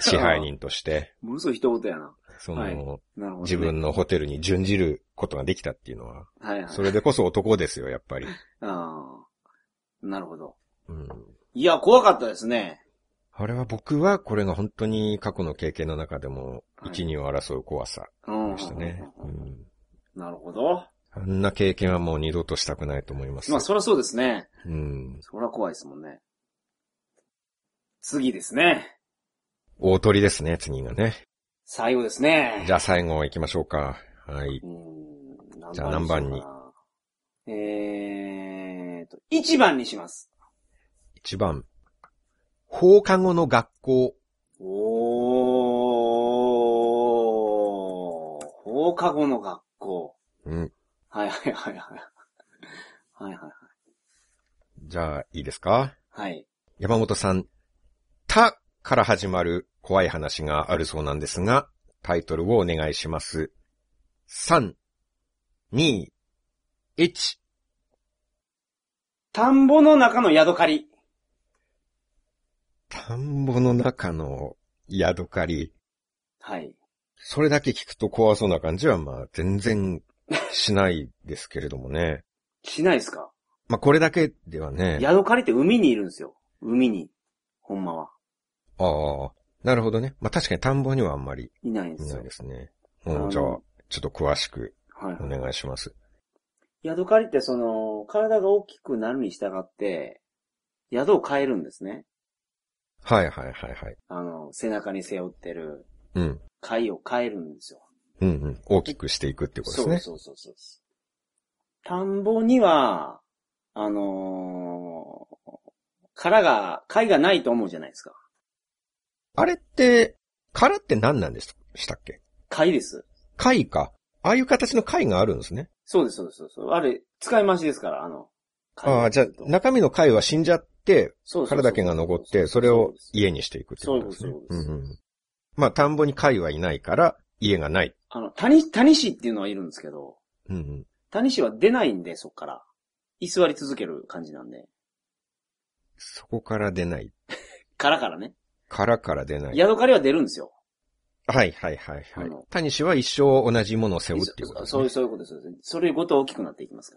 [SPEAKER 2] 支配人として、
[SPEAKER 3] ものすごい一言やな。
[SPEAKER 2] その、
[SPEAKER 3] はいなるほどね。
[SPEAKER 2] 自分のホテルに準じることができたっていうのは、
[SPEAKER 3] はいはい。
[SPEAKER 2] それでこそ男ですよ、やっぱり。
[SPEAKER 3] ああ。なるほど。
[SPEAKER 2] うん、
[SPEAKER 3] いや、怖かったですね。
[SPEAKER 2] あれは僕はこれが本当に過去の経験の中でも、
[SPEAKER 3] はい
[SPEAKER 2] 一、二を争う怖さ
[SPEAKER 3] うん。
[SPEAKER 2] でしたね、うん。
[SPEAKER 3] なるほど。
[SPEAKER 2] あんな経験はもう二度としたくないと思います。
[SPEAKER 3] まあ、そりゃそうですね。
[SPEAKER 2] うん。
[SPEAKER 3] そりゃ怖いですもんね。次ですね。
[SPEAKER 2] 大鳥ですね、次がね。
[SPEAKER 3] 最後ですね。
[SPEAKER 2] じゃあ最後行きましょうか。はい。
[SPEAKER 3] うーん
[SPEAKER 2] じゃあ何番に
[SPEAKER 3] しようかなえーと、1番にします。
[SPEAKER 2] 一番。放課後の学校。
[SPEAKER 3] おー、放課後の学校。
[SPEAKER 2] うん。
[SPEAKER 3] はいはいはいはい。はいはい
[SPEAKER 2] じゃあいいですか
[SPEAKER 3] はい。はい。
[SPEAKER 2] 山本さん。たから始まる怖い話があるそうなんですが、タイトルをお願いします。3、2、1。
[SPEAKER 3] 田んぼの中の宿刈り。
[SPEAKER 2] 田んぼの中の宿刈り。
[SPEAKER 3] はい。
[SPEAKER 2] それだけ聞くと怖そうな感じは、まあ、全然しないですけれどもね。
[SPEAKER 3] しないですか
[SPEAKER 2] まあ、これだけではね。あ
[SPEAKER 3] 宿刈りって海にいるんですよ。海に。ほんまは。
[SPEAKER 2] あ、なるほどね。まあ、確かに田んぼにはあんまり
[SPEAKER 3] いないんで
[SPEAKER 2] い
[SPEAKER 3] す
[SPEAKER 2] ない
[SPEAKER 3] よ
[SPEAKER 2] で。すね。
[SPEAKER 3] あ
[SPEAKER 2] うん、
[SPEAKER 3] の
[SPEAKER 2] じゃあ、ちょっと詳しく
[SPEAKER 3] はいはい
[SPEAKER 2] お願いします。
[SPEAKER 3] 宿刈りってその、体が大きくなるに従って、宿を変えるんですね。
[SPEAKER 2] はいはいはいはい。
[SPEAKER 3] あの、背中に背負ってる
[SPEAKER 2] うん。
[SPEAKER 3] 貝を変えるんですよ。
[SPEAKER 2] うんうん。大きくしていくっていうことですね。
[SPEAKER 3] そうそうそうそう。田んぼには、あのー殻が、貝がないと思うじゃないですか。
[SPEAKER 2] あれって、殻って何なんでしたっけ
[SPEAKER 3] 貝です。
[SPEAKER 2] 貝か。ああいう形の貝があるんですね。
[SPEAKER 3] そうです、そうです、そうです。あれ、使い回しですから、あの、貝
[SPEAKER 2] ああ、じゃあ、中身の貝は死んじゃって、
[SPEAKER 3] そうそうそう
[SPEAKER 2] 殻だけが残って、それを家にしていくってことですね。
[SPEAKER 3] そうですそうです
[SPEAKER 2] んうんまあ、田んぼに貝はいないから、家がない。
[SPEAKER 3] あの、谷、谷市っていうのはいるんですけど、
[SPEAKER 2] うんうん、
[SPEAKER 3] 谷市は出ないんで、そっから。居座り続ける感じなんで。
[SPEAKER 2] そこから出ない。
[SPEAKER 3] 殻からね。
[SPEAKER 2] 殻から出ない。
[SPEAKER 3] 宿刈りは出るんですよ。
[SPEAKER 2] はいはいはいは
[SPEAKER 3] あ
[SPEAKER 2] い
[SPEAKER 3] の。
[SPEAKER 2] 谷氏は一生同じものを背負うっていうことです
[SPEAKER 3] そう
[SPEAKER 2] ね
[SPEAKER 3] いう、。そういうことですよ。それごと大きくなっていきます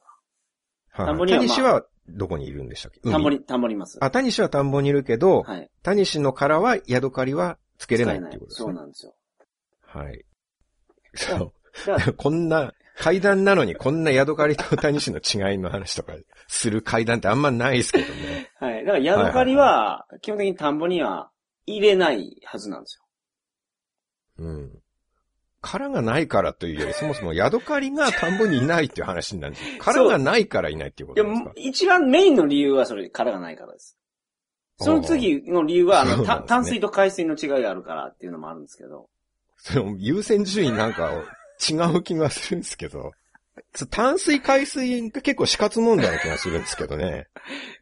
[SPEAKER 2] は
[SPEAKER 3] か
[SPEAKER 2] い
[SPEAKER 3] 田んぼにはまあ
[SPEAKER 2] 谷氏はどこにいるんでしたっけ
[SPEAKER 3] ら。田んぼ。
[SPEAKER 2] 海
[SPEAKER 3] に、田んぼにいます。
[SPEAKER 2] あ、谷氏は田んぼにいるけど、
[SPEAKER 3] はい。
[SPEAKER 2] 谷氏の殻は、宿刈りはつけれないっていうことです
[SPEAKER 3] そう
[SPEAKER 2] ね。
[SPEAKER 3] なんですよ。
[SPEAKER 2] はい。そう。
[SPEAKER 3] だから
[SPEAKER 2] こんな、階段なのにこんな宿刈りと谷氏の違いの話とかする階段ってあんまないですけどね。
[SPEAKER 3] はい。だから、宿刈りは、基本的に田んぼには入れないはずなんですよ。
[SPEAKER 2] うん。殻がないからというより、そもそも宿刈りが田んぼにいないっていう話 になるんです。殻がないからいないっていうこ
[SPEAKER 3] いや
[SPEAKER 2] となんですか、
[SPEAKER 3] 一番メインの理由はそれ、殻がないからです。その次の理由は、あ
[SPEAKER 2] そ
[SPEAKER 3] の、
[SPEAKER 2] うなん
[SPEAKER 3] た
[SPEAKER 2] ですね
[SPEAKER 3] 淡水と海水の違いがあるからっていうのもあるんですけど。
[SPEAKER 2] その優先順位なんか違う気がするんですけど。そう淡水海水が結構死活問題な気がするんですけど ね。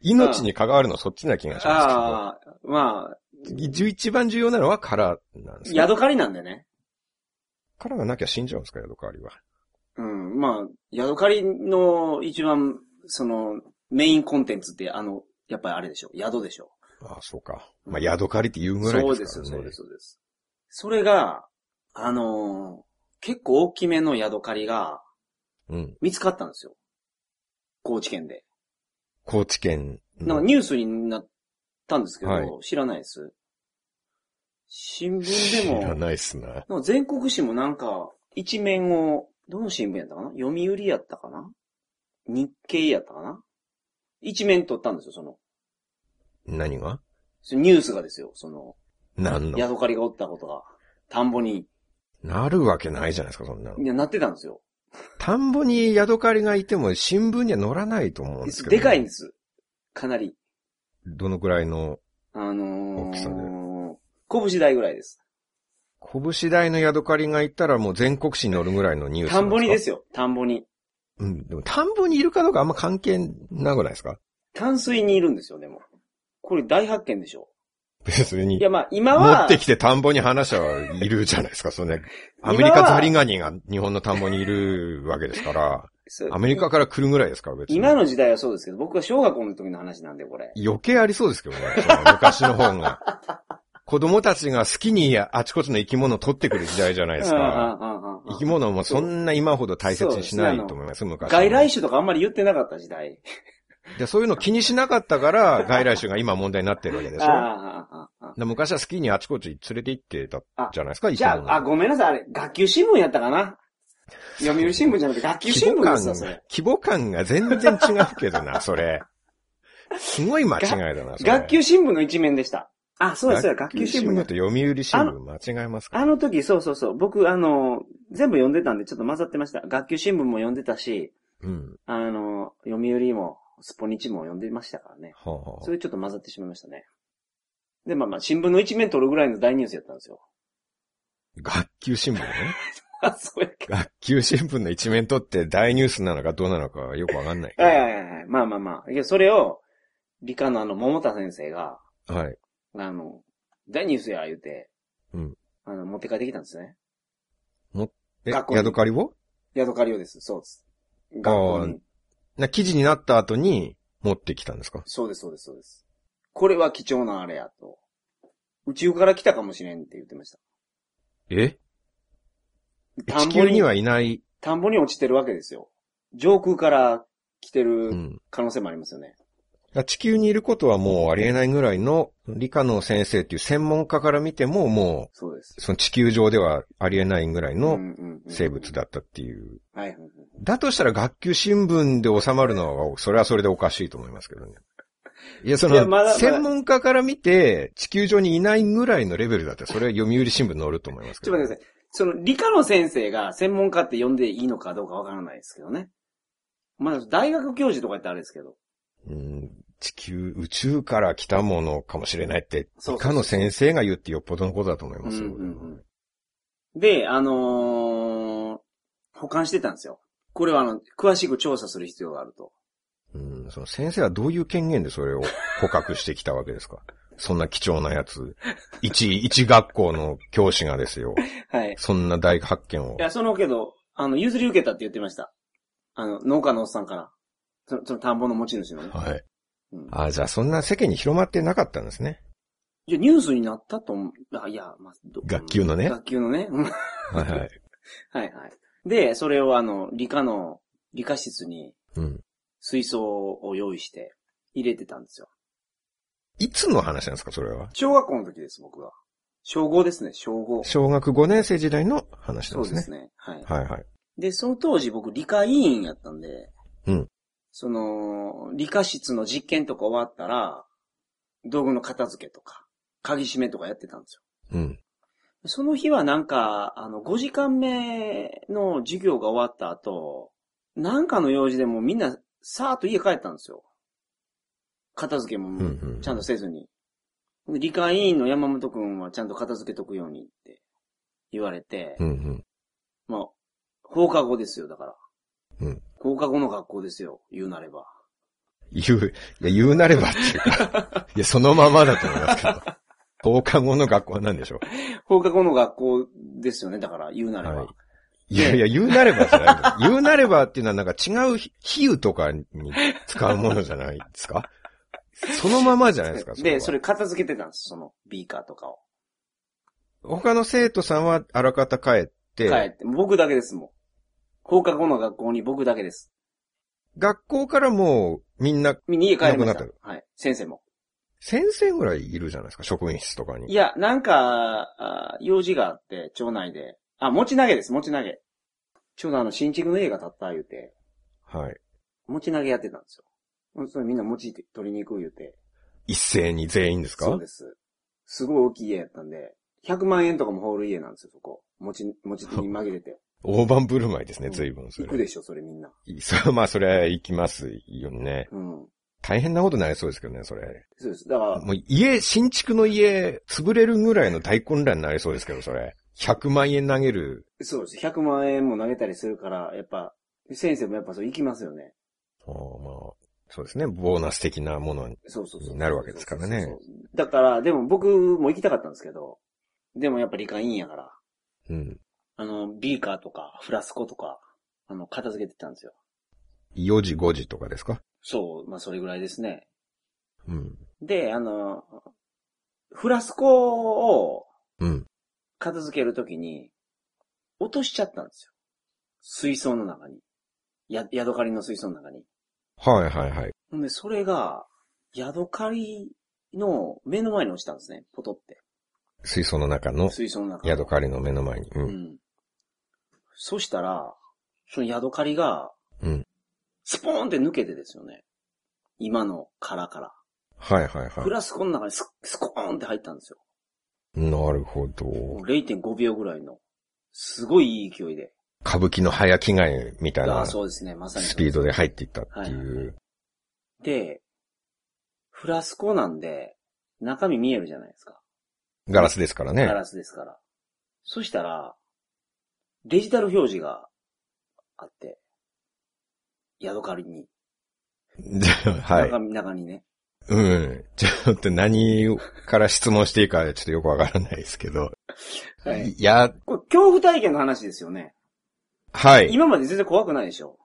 [SPEAKER 2] 命に関わるのはそっちな気がしま
[SPEAKER 3] ああ、まあ、
[SPEAKER 2] すけど。11番重要なのは殻なんですか
[SPEAKER 3] 宿刈りなんでね。
[SPEAKER 2] 殻がなきゃ死んじゃうんですか、宿刈りは。
[SPEAKER 3] うん、まあ、宿刈りの一番、その、メインコンテンツって、あの、やっぱりあれでしょ。宿でしょ。
[SPEAKER 2] ああ、そうか。まあ、宿刈りって言うぐらいですからね。
[SPEAKER 3] そうです、そうです、そうです。それが、あのー結構大きめの宿刈りが
[SPEAKER 2] うん。
[SPEAKER 3] 見つかったんですよ。高知県で。
[SPEAKER 2] 高知県
[SPEAKER 3] なん
[SPEAKER 2] の
[SPEAKER 3] かニュースになったんですけど、
[SPEAKER 2] はい
[SPEAKER 3] 知らないです。新聞
[SPEAKER 2] 知
[SPEAKER 3] でも、
[SPEAKER 2] らないっすな。
[SPEAKER 3] なんか全国紙もなんか、一面を、どの新聞やったかな読売やったかな日経やったかな一面取ったんですよ、その。
[SPEAKER 2] 何が
[SPEAKER 3] そのニュースがですよ、その、
[SPEAKER 2] 何の
[SPEAKER 3] 宿刈りがおったことが、田んぼに、
[SPEAKER 2] なるわけないじゃないですか、そんなの
[SPEAKER 3] い。や、なってたんですよ。
[SPEAKER 2] 田んぼに宿刈りがいても新聞には載らないと思うんですけど、
[SPEAKER 3] でかいんです。かなり。
[SPEAKER 2] どのくらいの、
[SPEAKER 3] あの
[SPEAKER 2] 大きさで
[SPEAKER 3] ー、拳台ぐらいです。
[SPEAKER 2] 拳台の宿刈りがいたらもう全国紙に載るぐらいのニュース。
[SPEAKER 3] 田んぼにですすよ、田んぼに。
[SPEAKER 2] うん、でも田んぼにいるかどうかあんま関係なくないですか
[SPEAKER 3] 淡水にいるんですよ、でも。これ大発見でしょ。
[SPEAKER 2] 別に
[SPEAKER 3] い。や、まあ、今
[SPEAKER 2] 持
[SPEAKER 3] は、
[SPEAKER 2] ってきて田んぼに話はいるじゃないですか、それね。アメリカザリガニが日本の田んぼにいるわけですから、
[SPEAKER 3] そう
[SPEAKER 2] アメリカから来るぐらいですから、別に。
[SPEAKER 3] 今の時代はそうですけど、僕は小学校の時の話なんで、これ。
[SPEAKER 2] 余計ありそうですけどね、その昔の方 が。子供たちが好きにあちこちの生き物を取ってくる時代じゃないですか。生き
[SPEAKER 3] 生
[SPEAKER 2] 物もそんな今ほど大切にしないと思います、昔は。
[SPEAKER 3] 外来種とかあんまり言ってなかった時代。
[SPEAKER 2] でそういうの気にしなかったから、外来種が今問題になってるわけでし
[SPEAKER 3] ああ
[SPEAKER 2] ょ。
[SPEAKER 3] ああああ
[SPEAKER 2] で昔は好きにあちこち連れて行ってたじゃないですか、
[SPEAKER 3] じゃあ、あ、ごめんなさい、あれ、学級新聞やったかな読売新聞じゃなくて学級
[SPEAKER 2] 規
[SPEAKER 3] 新
[SPEAKER 2] 模
[SPEAKER 3] 聞で
[SPEAKER 2] 感
[SPEAKER 3] すよ、そ
[SPEAKER 2] が
[SPEAKER 3] れ。、
[SPEAKER 2] 規模感が全然違うけど な、それ。すごい間違いだな、それ。
[SPEAKER 3] 学級新聞の一面でした。あ、そうです、そうです学級新聞
[SPEAKER 2] と読売新聞間違えますか
[SPEAKER 3] あの時、そうそうそう。僕、あの、全部読んでたんで、ちょっと混ざってました。学級新聞も読んでたし、
[SPEAKER 2] うん。
[SPEAKER 3] あの、読売も、スポニチも読んでましたからね。
[SPEAKER 2] はあはあ
[SPEAKER 3] それちょっと混ざってしまいましたね。で、まあまあ、新聞の一面取るぐらいの大ニュースやったんですよ。
[SPEAKER 2] 学級新聞ね。
[SPEAKER 3] あ、そうやっけ。
[SPEAKER 2] 学級新聞の一面取って大ニュースなのかどうなのかよくわかんないけど。
[SPEAKER 3] はいはいはいはい。まあまあまあ。いや、それを、理科のあの、桃田先生が、
[SPEAKER 2] はい。
[SPEAKER 3] あの、大ニュースや、言うて、
[SPEAKER 2] うん。
[SPEAKER 3] あの、持って帰ってきたんですね。
[SPEAKER 2] え、
[SPEAKER 3] 学校に
[SPEAKER 2] ヤドカリを
[SPEAKER 3] ヤドカリオです。そうです。学校に。
[SPEAKER 2] な、記事になった後に持ってきたんですか
[SPEAKER 3] そうです、そうです、そうです。これは貴重なあれや、と。宇宙から来たかもしれんって言ってました。
[SPEAKER 2] え
[SPEAKER 3] 田
[SPEAKER 2] 地
[SPEAKER 3] んぼ
[SPEAKER 2] 球
[SPEAKER 3] に
[SPEAKER 2] に、はいない。
[SPEAKER 3] 田んぼに落ちてるわけですよ。上空から来て
[SPEAKER 2] う
[SPEAKER 3] る
[SPEAKER 2] ん。
[SPEAKER 3] 可能性もありますよね。
[SPEAKER 2] 地球にいることはもうありえないぐらいの理科の先生っていう専門家から見てもも
[SPEAKER 3] そうです
[SPEAKER 2] う、。その地球上ではありえないぐらいの
[SPEAKER 3] うんうんうん
[SPEAKER 2] 生物。だったっていう。
[SPEAKER 3] はいはいはい。
[SPEAKER 2] だとしたら学級新聞で収まるのは、それはそれでおかしいと思いますけどね。いや、そ
[SPEAKER 3] いやま
[SPEAKER 2] の、
[SPEAKER 3] だまだ
[SPEAKER 2] 専門家から見て、地球上にいないぐらいのレベルだったら、それは読売新聞載ると思いますけ
[SPEAKER 3] ち
[SPEAKER 2] ど
[SPEAKER 3] ょっ
[SPEAKER 2] ね、
[SPEAKER 3] と待ってください。その、理科の先生が専門家って呼んでいいのかどうかわからないですけどね。まあ、大学教授とか言ってあれですけど。
[SPEAKER 2] うん地球、宇宙から来たものかもしれないって、
[SPEAKER 3] そうそうそう
[SPEAKER 2] 理科の先生が言うってよっぽどのことだと思いますよ。
[SPEAKER 3] うんうんで、あのー保管してたんですよ。これはあの、詳しく調査する必要があると。
[SPEAKER 2] うんその先生はどういう権限でそれを捕獲してきたわけですかそんな貴重なやつ。一、一学校の教師がですよ。
[SPEAKER 3] はい。
[SPEAKER 2] そんな大発見を
[SPEAKER 3] い。や、そのけど、あの、譲り受けたって言ってました。あの、農家のおっさんから。その、その田んぼの持ち主のね。
[SPEAKER 2] はい。
[SPEAKER 3] うんい
[SPEAKER 2] あ、じゃあそんな世間に広まってなかったんですね。
[SPEAKER 3] や、ニュースになったと思う。あいや、まあ、ど
[SPEAKER 2] 学級のね
[SPEAKER 3] 学級のね。うんは
[SPEAKER 2] はいはい。
[SPEAKER 3] いはい。で、それをあの、理科の、理科室に
[SPEAKER 2] うん。
[SPEAKER 3] 水槽を用意して入れてたんですよ。
[SPEAKER 2] いつの話なんですか、それは。
[SPEAKER 3] 小学校の時です、僕は。小5ですね、小5。
[SPEAKER 2] 小学5年生時代の話なん
[SPEAKER 3] そ
[SPEAKER 2] で
[SPEAKER 3] う
[SPEAKER 2] す
[SPEAKER 3] で
[SPEAKER 2] ね。
[SPEAKER 3] すね。はい。
[SPEAKER 2] はいはい。
[SPEAKER 3] で、その当時僕理科委員やったんで、
[SPEAKER 2] うん
[SPEAKER 3] その、理科室の実験とか終わったら、道具の片付けとか、鍵閉めとかやってたんですよ。
[SPEAKER 2] うん。
[SPEAKER 3] その日はなんか、あの、5時間目の授業が終わった後、なんかの用事でもうみんな、さーっと家帰ったんですよ。片付け
[SPEAKER 2] うんう
[SPEAKER 3] も、
[SPEAKER 2] ん。
[SPEAKER 3] ちゃんとせずに。で理科委員の山本くんはちゃんと片付けとくようにって言われて、
[SPEAKER 2] うんうん。
[SPEAKER 3] まあ、放課後ですよ、だから。
[SPEAKER 2] うん。
[SPEAKER 3] 放課後の学校ですよ、言うなれば。
[SPEAKER 2] 言う、いや、言うなればっていう か、いや、そのままだと思いますけど。放課後の学校は何でしょ
[SPEAKER 3] 放課後の学校ですよね、だから、言うなれば。
[SPEAKER 2] はいいやいや、言うなればじゃない。言うなればっていうのはなんか違う比比喩とかに使うものじゃないです かそのままじゃないですか。
[SPEAKER 3] で、でそ
[SPEAKER 2] れは
[SPEAKER 3] れ片付けてたんです、そのビーカーとかを。
[SPEAKER 2] 他の生徒さんはあらかた帰って、
[SPEAKER 3] 帰って、僕だけですもん。放課後の学校に僕だけです。
[SPEAKER 2] 学校からもうみんな、
[SPEAKER 3] みんな家帰りまし
[SPEAKER 2] なくな
[SPEAKER 3] た
[SPEAKER 2] っ。
[SPEAKER 3] はい。先生も。
[SPEAKER 2] 先生ぐらいいるじゃないですか、職員室とか
[SPEAKER 3] い
[SPEAKER 2] に。
[SPEAKER 3] や、なんか、あ用事があって、町内で。あ、持ち投げです、持ち投げ。ちょうどあの、新築の家が建った言うて、
[SPEAKER 2] はい。
[SPEAKER 3] 持ち投げやってたんですよ。ほんとそれみんな持ち取りに行く言うて。
[SPEAKER 2] 一斉に全員ですか
[SPEAKER 3] そうです。すごい大きい家やったんで、100万円とかもホール家なんですよ、そこ。持ち、持ちに紛れて。
[SPEAKER 2] 大盤振る舞いですね、随 分そ
[SPEAKER 3] 行
[SPEAKER 2] れ。
[SPEAKER 3] くでしょ、それみんな。
[SPEAKER 2] そう、 まあ、それは行きますよね。
[SPEAKER 3] うん。
[SPEAKER 2] 大変なことになりそうですけどね、それ。
[SPEAKER 3] そうです。だから、
[SPEAKER 2] もう家、新築の家、潰れるぐらいの大混乱になりそうですけど、それ。100万円投げる。
[SPEAKER 3] そうです。100万円も投げたりするから、やっぱ、先生もやっぱそう行きますよね。
[SPEAKER 2] ああまあ、そうですね、ボーナス的なものに。
[SPEAKER 3] そうそうそう。
[SPEAKER 2] なるわけですからね
[SPEAKER 3] そうそうそうだから、でも僕も行きたかったんですけど、でもやっぱ理科いいんやから、
[SPEAKER 2] うん。
[SPEAKER 3] あの、ビーカーとか、フラスコとか、あの、片付けてたんですよ。
[SPEAKER 2] 4時5時とかですか
[SPEAKER 3] そう、まあそれぐらいですね。
[SPEAKER 2] うん。
[SPEAKER 3] で、あの、フラスコを
[SPEAKER 2] うん。
[SPEAKER 3] 片付けるときに、落としちゃったんですよ。水槽の中に。や、ヤドカリの水槽の中に。
[SPEAKER 2] はいはいはい。
[SPEAKER 3] ほんで、それが、ヤドカリの目の前に落ちたんですね。ポトって。
[SPEAKER 2] 水槽の中の
[SPEAKER 3] 水槽の中に。
[SPEAKER 2] ヤドカリの目の前に。う。
[SPEAKER 3] うんん。そしたら、そのヤドカリが、
[SPEAKER 2] うん
[SPEAKER 3] スポーンって抜けてですよね。今の殻から。
[SPEAKER 2] はいはい
[SPEAKER 3] フ
[SPEAKER 2] は
[SPEAKER 3] ラスコの中にススコーンって入ったんですよ。
[SPEAKER 2] い。なるほど。
[SPEAKER 3] もう0.5秒ぐらいの。すごいいい勢いで。
[SPEAKER 2] 歌舞伎の早着替えみたい
[SPEAKER 3] ああ、
[SPEAKER 2] な
[SPEAKER 3] そうですね。まさに。
[SPEAKER 2] スピードで入っていったって
[SPEAKER 3] はいいは
[SPEAKER 2] う。
[SPEAKER 3] で、フラスコなんで、中身見えるじゃないですか。
[SPEAKER 2] ガラスですからね
[SPEAKER 3] ガ。ラスですから。そしたら、デジタル表示があって、ヤドカリに。
[SPEAKER 2] じゃあ、 はい
[SPEAKER 3] 中。身中にね。
[SPEAKER 2] うん。ちょっと何から質問していいかちょっとよくわからないですけど。
[SPEAKER 3] はい。
[SPEAKER 2] いや、
[SPEAKER 3] これ、恐怖体験の話ですよね。
[SPEAKER 2] はい。
[SPEAKER 3] 今まで全然怖くないでしょ。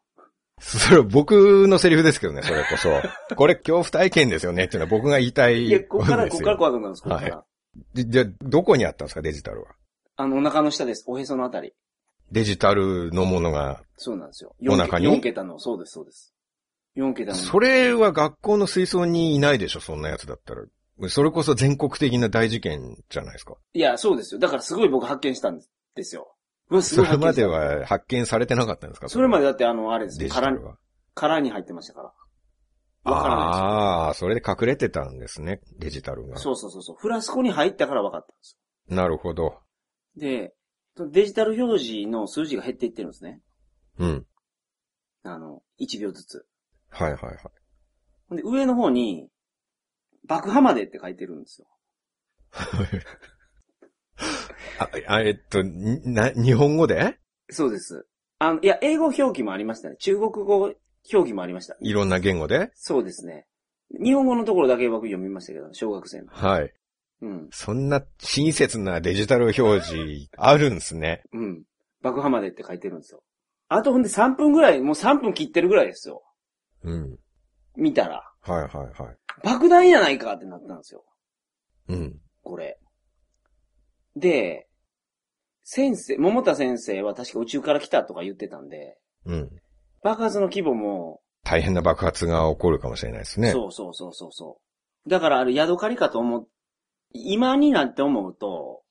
[SPEAKER 2] それ僕のセリフですけどね、それ こそ。これ恐怖体験ですよねっていうのは僕が言いたい
[SPEAKER 3] いや、こ
[SPEAKER 2] こ
[SPEAKER 3] っ
[SPEAKER 2] と
[SPEAKER 3] から、
[SPEAKER 2] で
[SPEAKER 3] こっ
[SPEAKER 2] す
[SPEAKER 3] から
[SPEAKER 2] よ。
[SPEAKER 3] 怖くなるんです、こっから。
[SPEAKER 2] じじゃあ、どこにあったんですか、デジタルは。
[SPEAKER 3] あの、お腹の下です。おへそのあたり。
[SPEAKER 2] デジタルのものが。
[SPEAKER 3] そうなんですよ。
[SPEAKER 2] お腹に
[SPEAKER 3] 4, 桁の、そうです、そうです。4桁の。
[SPEAKER 2] それは学校の水槽にいないでしょ、そんなやつだったら。それこそ全国的な大事件じゃないですか。
[SPEAKER 3] いや、そうですよ。だからすごい僕発見したんですよ。うわす
[SPEAKER 2] そ
[SPEAKER 3] ごい
[SPEAKER 2] れ
[SPEAKER 3] 発見
[SPEAKER 2] ま
[SPEAKER 3] した
[SPEAKER 2] で。は発見されてなかったんですか
[SPEAKER 3] それま
[SPEAKER 2] で
[SPEAKER 3] でだってあの、あれです
[SPEAKER 2] デ
[SPEAKER 3] よ。
[SPEAKER 2] ジタ
[SPEAKER 3] 殻に
[SPEAKER 2] ル、は。
[SPEAKER 3] 殻に入ってましたから。わからないですよ
[SPEAKER 2] ああー、それで隠れてたんですね、デジタルが。
[SPEAKER 3] そうそうそうそう。フラスコに入ったから分かったんです
[SPEAKER 2] なるほど。
[SPEAKER 3] よ。で、そのデジタル表示の数字が減っていってるんですね。
[SPEAKER 2] うん。
[SPEAKER 3] あの、1秒ずつ。
[SPEAKER 2] はいはい はい。
[SPEAKER 3] ほんで、上の方に、爆破までって書いてるんですよ。
[SPEAKER 2] あ、あえっと、にな、日本語で
[SPEAKER 3] そうです。あの、いや、英語表記もありましたね。中国語表記もありました。
[SPEAKER 2] いろんな言語で
[SPEAKER 3] そうですね。日本語のところだけ僕読みましたけど、小学生の。
[SPEAKER 2] はい。
[SPEAKER 3] うん。
[SPEAKER 2] そんな親切なデジタル表示あるんすね。
[SPEAKER 3] うん。爆破までって書いてるんですよ。あとほんで3分ぐらい、もう3分切ってるぐらいですよ。
[SPEAKER 2] うん。
[SPEAKER 3] 見たら。
[SPEAKER 2] はいはいはい。
[SPEAKER 3] 爆弾やないかってなったんですよ。
[SPEAKER 2] うん。
[SPEAKER 3] これ。で、先生、桃田先生は確か宇宙から来たとか言ってたんで、
[SPEAKER 2] うん。
[SPEAKER 3] 爆発の規模も、
[SPEAKER 2] 大変な爆発が起こるかもしれないですね。
[SPEAKER 3] そうそうそうそうそう。だからあれ、ヤドカリかと思う、今になって思うと、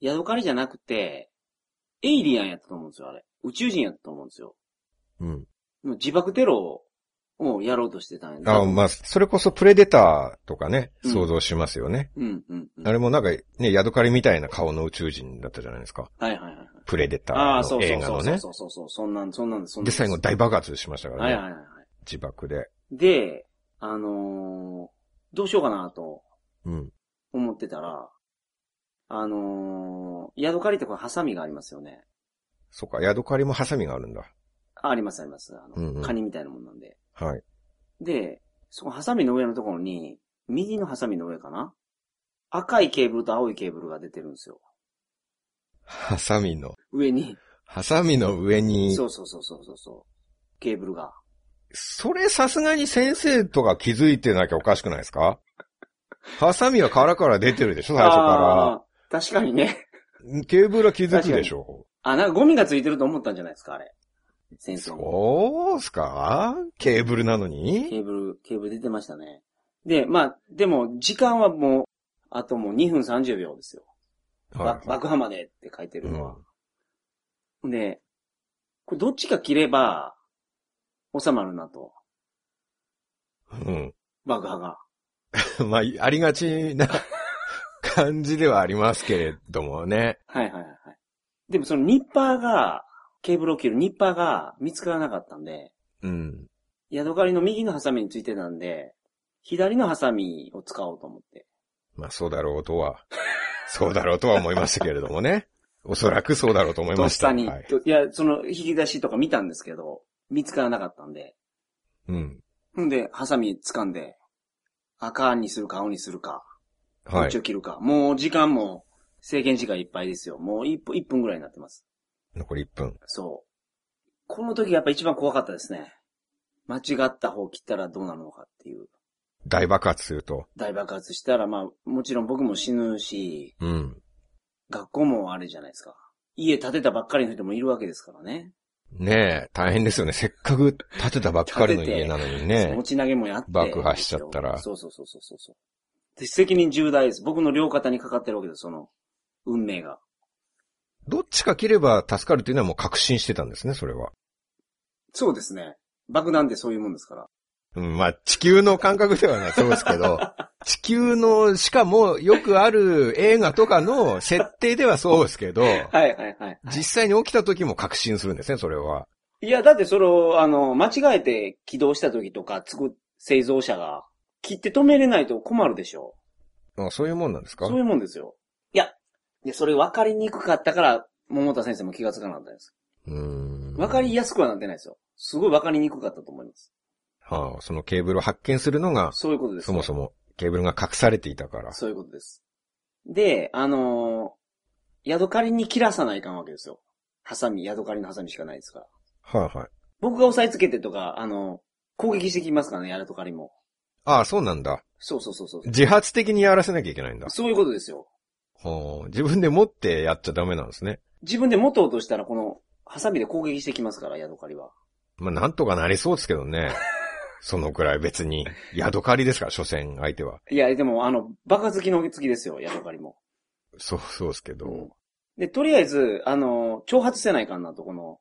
[SPEAKER 3] ヤドカリじゃなくて、エイリアンやったと思うんですよ、あれ。宇宙人やったと思うんですよ。
[SPEAKER 2] う。うん。
[SPEAKER 3] もう自爆テロをやろうとしてたんやな
[SPEAKER 2] あまあ、それこそプレデターとかね、
[SPEAKER 3] うん
[SPEAKER 2] 想像しますよね。
[SPEAKER 3] うんうんうん。
[SPEAKER 2] あ
[SPEAKER 3] は
[SPEAKER 2] れもなんかね、ヤドカリみたいな顔の宇宙人だったじゃないですか。
[SPEAKER 3] いはいはいはい。
[SPEAKER 2] プレデタ
[SPEAKER 3] ああ、
[SPEAKER 2] ー
[SPEAKER 3] そ
[SPEAKER 2] の
[SPEAKER 3] うそ
[SPEAKER 2] 映
[SPEAKER 3] う
[SPEAKER 2] 画
[SPEAKER 3] そ
[SPEAKER 2] の
[SPEAKER 3] うそう
[SPEAKER 2] ね。
[SPEAKER 3] そうそうそう、そんなん、そんなんです。そんなん
[SPEAKER 2] で、
[SPEAKER 3] です
[SPEAKER 2] 最後大爆発しましたか
[SPEAKER 3] はいはい
[SPEAKER 2] らね。
[SPEAKER 3] はいはい。
[SPEAKER 2] 自爆で。
[SPEAKER 3] で、あのーどうしようかなと
[SPEAKER 2] うん。
[SPEAKER 3] 思ってたら、あのー、ヤドカリってこれハサミがありますよね。
[SPEAKER 2] そっか、ヤドカリもハサミがあるんだ。
[SPEAKER 3] あ、ありますあります。あの、
[SPEAKER 2] うんうん
[SPEAKER 3] カニみたいなもんなんで。
[SPEAKER 2] はい。
[SPEAKER 3] で、そのハサミの上のところに、右のハサミの上かな赤いケーブルと青いケーブルが出てるんですよ。
[SPEAKER 2] ハサミの、
[SPEAKER 3] 上に。
[SPEAKER 2] ハサミの上に、
[SPEAKER 3] そ
[SPEAKER 2] そう
[SPEAKER 3] そうそうそうそうそう。ケーブルが。
[SPEAKER 2] れさすがに先生とか気づいてなきゃおかしくないですかハサミは殻から出てるでしょ最初か
[SPEAKER 3] あー確かにね。
[SPEAKER 2] ら。ケーブルは気づくでしょ
[SPEAKER 3] あ、なんかゴミがついてると思ったんじゃないですか、あれ。先生も。
[SPEAKER 2] そうっすかケーブルなのに
[SPEAKER 3] ケーブル、ケーブル出てましたね。で、まあ、でも、時間はもう、あともう2分30秒ですよ。ば爆破までって書いてるのは。で、これどっちか切れば、収まるなと。
[SPEAKER 2] うん。
[SPEAKER 3] 爆破が。
[SPEAKER 2] うん。まあ、ありがちな感じではありますけれどもね。
[SPEAKER 3] はいはいはいはい。でもそのニッパーが、ケーブルを切るニッパーが見つからなかったんで、
[SPEAKER 2] うん。
[SPEAKER 3] ヤドカリの右のハサミについてたんで、左のハサミを使おうと思って。
[SPEAKER 2] まあ、そうだろうとは、そうだろうとは思いましたけれども ね。おそらくそうだろうと思い
[SPEAKER 3] と
[SPEAKER 2] ま
[SPEAKER 3] っ
[SPEAKER 2] した。
[SPEAKER 3] さに、
[SPEAKER 2] はい。
[SPEAKER 3] といや、その引き出しとか見たんですけど、見つからなかったんで。
[SPEAKER 2] うん。
[SPEAKER 3] んで、ハサミ掴んで、赤にするか青にするか、ど
[SPEAKER 2] は
[SPEAKER 3] っ
[SPEAKER 2] い
[SPEAKER 3] ち。を切るか。もう時間も制限時間いっぱいですよ。もう1分、一分ぐらいになってます。
[SPEAKER 2] 残り1分。
[SPEAKER 3] そう。この時がやっぱ一番怖かったですね。間違った方切ったらどうなるのかっていう。
[SPEAKER 2] 大爆発すると。
[SPEAKER 3] 大爆発したら、まあ、もちろん僕も死ぬし、
[SPEAKER 2] うん。
[SPEAKER 3] 学校もあれじゃないですか。家建てたばっかりの人もいるわけですからね。
[SPEAKER 2] ねえ、大変ですよね。せっかく建てたばっかりの家なのにね
[SPEAKER 3] 持。ち投げもやって。
[SPEAKER 2] 爆破しちゃったら
[SPEAKER 3] そうそうそうそうそうそう。で責任重大です。僕の両肩にかかってるわけです、その、運命が。
[SPEAKER 2] どっちか切れば助かるというのはもう確信してたんですね、それは。
[SPEAKER 3] そうですね。爆弾ってそういうもんですから。
[SPEAKER 2] うん、まあ、地球の感覚ではない、そうですけ ど、地球の、しかもよくある映画とかの設定ではそうですけど、
[SPEAKER 3] はいはいはい。
[SPEAKER 2] 実際に起きた時も確信するんですね、それは。
[SPEAKER 3] いや、だってそれを、あの、間違えて起動した時とか、つく、製造者が、切って止めれないと困るでしょ
[SPEAKER 2] あそういうもんなんです
[SPEAKER 3] う。
[SPEAKER 2] か
[SPEAKER 3] そういうもんですよ。いや、でそれ分かりにくかったから、桃田先生も気がつかなかったです。
[SPEAKER 2] うーん。
[SPEAKER 3] 分かりやすくはなってないですよ。すごい分かりにくかったと思います。
[SPEAKER 2] はあ、そのケーブルを発見するのが、
[SPEAKER 3] そういうことです。
[SPEAKER 2] そもそもケーブルが隠されていたから。
[SPEAKER 3] そういうことです。で、あのー、宿狩りに切らさないかんわけですよ。ハサミ、宿狩りのハサミしかないですから。
[SPEAKER 2] はいはい。
[SPEAKER 3] 僕が押さえつけてとか、あのー攻撃してきますからね、宿狩りも。
[SPEAKER 2] ああ、そうなんだ。
[SPEAKER 3] そうそうそうそう。
[SPEAKER 2] 自発的にやらせなきゃいけないんだ。
[SPEAKER 3] そういうことですよ。
[SPEAKER 2] はあ、自分で持ってやっちゃダメなんですね。
[SPEAKER 3] 自分で持とうとしたら、この、ハサミで攻撃してきますから、宿狩りは。
[SPEAKER 2] まあ、なんとかなりそうですけど ね。そのくらい別に。宿狩りですから、所詮相手は。
[SPEAKER 3] いや、でも、あの、バカ好きの好きですよ、宿狩りも。
[SPEAKER 2] そう、そうですけど。
[SPEAKER 3] で、とりあえず、あのー、挑発せないかんなと、この、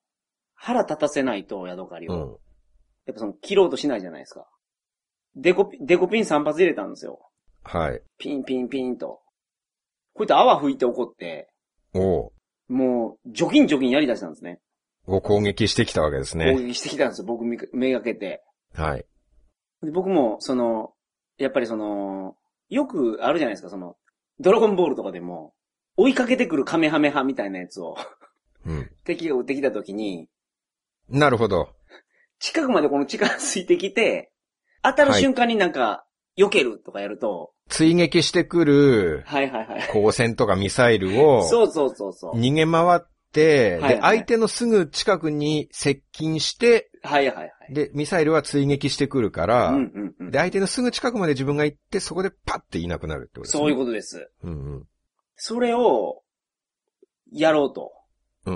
[SPEAKER 3] 腹立たせないと、宿狩
[SPEAKER 2] う
[SPEAKER 3] りを。
[SPEAKER 2] ん。
[SPEAKER 3] やっぱその、切ろうとしないじゃないですか。デコピン、デコピン3発入れたんですよ。
[SPEAKER 2] はい。
[SPEAKER 3] ピンピンピンと。こういった泡吹いて怒って、
[SPEAKER 2] おう
[SPEAKER 3] もう、ジョギンジョギンやり出したんですね。
[SPEAKER 2] を攻撃してきたわけです
[SPEAKER 3] 攻
[SPEAKER 2] ね。
[SPEAKER 3] 撃してきたんですよ、僕みめがけて。
[SPEAKER 2] はい。
[SPEAKER 3] で僕も、その、やっぱりその、よくあるじゃないですか、その、ドラゴンボールとかでも、追いかけてくるカメハメハみたいなやつを、
[SPEAKER 2] うん。
[SPEAKER 3] 敵が撃ってきた時に、
[SPEAKER 2] なるほど。
[SPEAKER 3] 近くまでこの力 ついてきて、当たる
[SPEAKER 2] はい
[SPEAKER 3] 瞬間になんか、避けるとかやると、
[SPEAKER 2] 追撃してくる
[SPEAKER 3] はいはいはい。
[SPEAKER 2] 光線とかミサイルを
[SPEAKER 3] そうそうそうそう。
[SPEAKER 2] 逃げ回って、
[SPEAKER 3] はい
[SPEAKER 2] で、
[SPEAKER 3] はい
[SPEAKER 2] 相手のすぐ近くに接近して、
[SPEAKER 3] はいはいはい。
[SPEAKER 2] で、ミサイルは追撃してくるか
[SPEAKER 3] う
[SPEAKER 2] ら、
[SPEAKER 3] んうんうん
[SPEAKER 2] で、。相手のすぐ近くまで自分が行って、そこでパッていなくなるってことですね。
[SPEAKER 3] そういうことです。
[SPEAKER 2] うんうん。
[SPEAKER 3] それを、やろうと。
[SPEAKER 2] うん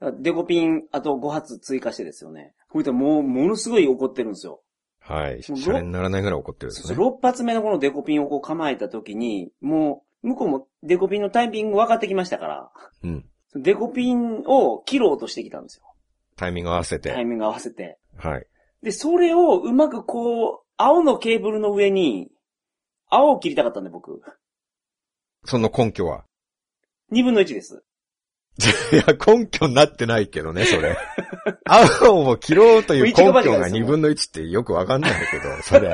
[SPEAKER 3] だからデコピン、あと5発追加してですよね。こういったらもう、ものすごい怒ってるんですよ。
[SPEAKER 2] はい。シ
[SPEAKER 3] もう
[SPEAKER 2] ャレにならないぐらい怒ってるんで
[SPEAKER 3] そ
[SPEAKER 2] すね。
[SPEAKER 3] うそう6発目のこのデコピンをこう構えた時に、もう、向こうもデコピンのタイミング分かってきましたから、
[SPEAKER 2] うん。
[SPEAKER 3] そのデコピンを切ろうとしてきたんですよ。
[SPEAKER 2] タイミング合わせて。
[SPEAKER 3] タイミング合わせて。
[SPEAKER 2] はい。
[SPEAKER 3] で、それをうまくこう、青のケーブルの上に、青を切りたかったんで僕。
[SPEAKER 2] その根拠は。
[SPEAKER 3] 2分の1です。
[SPEAKER 2] いや、根拠になってないけどね、そ れ。青を切ろうという根拠
[SPEAKER 3] 一か八かで
[SPEAKER 2] が
[SPEAKER 3] すもん
[SPEAKER 2] 2分の1ってよくわかんないけど、そ れ。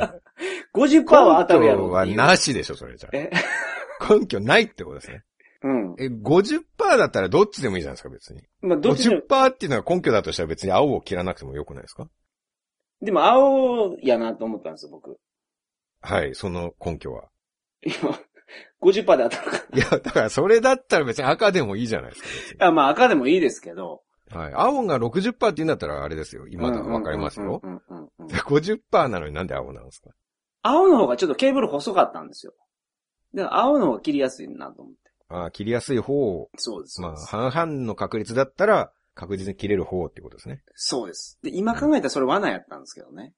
[SPEAKER 3] 50%
[SPEAKER 2] 根
[SPEAKER 3] は当たるやろ
[SPEAKER 2] 拠
[SPEAKER 3] うっ
[SPEAKER 2] は
[SPEAKER 3] ていう。
[SPEAKER 2] なしでしょ、それじゃ。
[SPEAKER 3] え、
[SPEAKER 2] 根拠ないってことですね。
[SPEAKER 3] うん。
[SPEAKER 2] え、50%だったらどっちでもいいじゃないですか、別に。
[SPEAKER 3] まあ、どっちでも
[SPEAKER 2] 50%っていうのが根拠だとしたら別に青を切らなくてもよくないですか
[SPEAKER 3] でも、青やなと思ったんですよ、僕。
[SPEAKER 2] はい、その根拠は。
[SPEAKER 3] 今、50%で当たるか
[SPEAKER 2] いや、だからそれだったら別に赤でもいいじゃないですか、別に
[SPEAKER 3] ら。あまあ、赤でもいいですけど。
[SPEAKER 2] はい。青が60%って言うんだったらあれですよ。今だわかりますよ
[SPEAKER 3] う。んうんうんうんうん。
[SPEAKER 2] 50%なのになんで青なんですか
[SPEAKER 3] 青の方がちょっとケーブル細かったんですよ。で、青の方が切りやすいなと思って。
[SPEAKER 2] ああ、切りやすい方を、
[SPEAKER 3] そうです。
[SPEAKER 2] まあ、
[SPEAKER 3] そうです
[SPEAKER 2] 半々の確率だったら、確実に切れる方ってことですね。
[SPEAKER 3] そうです。で、今考えたらそれ罠やったんですけどね。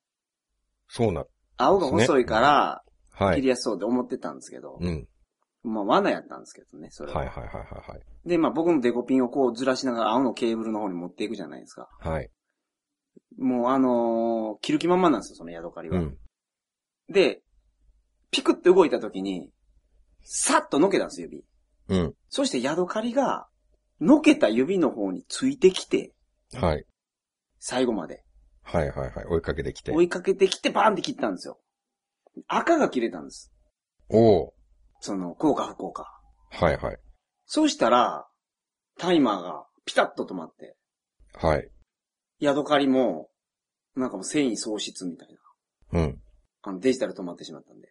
[SPEAKER 2] そうな、
[SPEAKER 3] 青が細いから、
[SPEAKER 2] は
[SPEAKER 3] 切
[SPEAKER 2] い。
[SPEAKER 3] りやすそうって思ってたんですけど。
[SPEAKER 2] うん。
[SPEAKER 3] まあ、罠やったんですけどね、そ
[SPEAKER 2] は
[SPEAKER 3] れ
[SPEAKER 2] い
[SPEAKER 3] は。
[SPEAKER 2] はいはいは
[SPEAKER 3] で、まあ、僕のデコピンをこうずらしながら青のケーブルの方に持っていくじゃないですか。
[SPEAKER 2] いはい。はい。
[SPEAKER 3] もう、あのー切る気満々なんですよ、そのヤドカリは。
[SPEAKER 2] うん。
[SPEAKER 3] で、ピクって動いた時に、さっとのけたんです、指。
[SPEAKER 2] うん。
[SPEAKER 3] そしてヤドカリが、のけた指の方についてきて、
[SPEAKER 2] はい。
[SPEAKER 3] 最後まで。
[SPEAKER 2] はいはいはい。追いかけてきて。
[SPEAKER 3] 追いかけてきて、バーンって切ったんですよ。赤が切れたんです。
[SPEAKER 2] おお
[SPEAKER 3] その、効果不効果。
[SPEAKER 2] はいはい。
[SPEAKER 3] そうしたら、タイマーがピタッと止まって、
[SPEAKER 2] はい。
[SPEAKER 3] ヤドカリも、なんかもう繊維喪失みたいな。
[SPEAKER 2] うん。
[SPEAKER 3] あの、デジタル止まってしまったんで。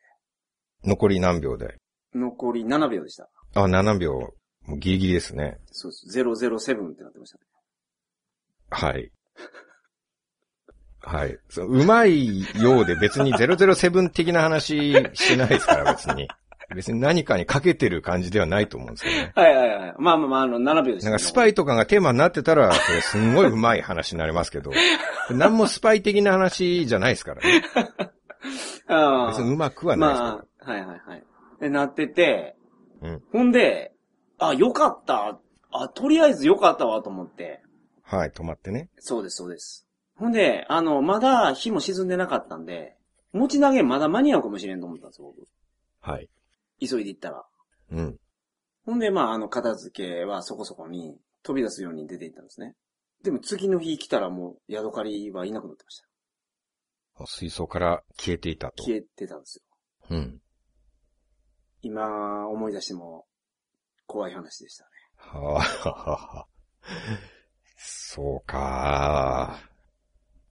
[SPEAKER 2] 残り何秒で。
[SPEAKER 3] 残り7秒でした。
[SPEAKER 2] あ、7秒。もうギリギリですね。
[SPEAKER 3] そうです。007ってなってましたね。
[SPEAKER 2] はい。はい。そううまいようで別に007的な話してないですから、別に。別に何かにかけてる感じではないと思うんですけどね。
[SPEAKER 3] はいはいはい。まあまあまあ、あの、7秒でした、
[SPEAKER 2] なんかスパ
[SPEAKER 3] イ。
[SPEAKER 2] イとかがテーマになってたら、それすんごいうまい話になりますけど、何もスパイ的な話じゃないですから ね。
[SPEAKER 3] あ
[SPEAKER 2] 別に
[SPEAKER 3] あ。
[SPEAKER 2] うまくはないです
[SPEAKER 3] まあ、はいはいはい。で、なってて、
[SPEAKER 2] うん
[SPEAKER 3] ほんで、あ、よかった。あ、とりあえずよかったわと思って。
[SPEAKER 2] けど。はい、止まってね。
[SPEAKER 3] そうです、そうです。ほんで、あの、まだ日も沈んでなかったんで、持ち投げまだ間に合うかもしれんと思ったんですよ、僕。
[SPEAKER 2] はい。
[SPEAKER 3] 急いで行ったら。
[SPEAKER 2] うん。
[SPEAKER 3] ほんで、まあ、あの、片付けはそこそこに飛び出すように出て行ったんですね。でも次の日来たらもう、ヤドカリはいなくなってました。
[SPEAKER 2] 水槽から消えていたと。
[SPEAKER 3] 消えてたんですよ。
[SPEAKER 2] うん。
[SPEAKER 3] 今、思い出しても、怖い話でしたね。
[SPEAKER 2] はあははは。そうか。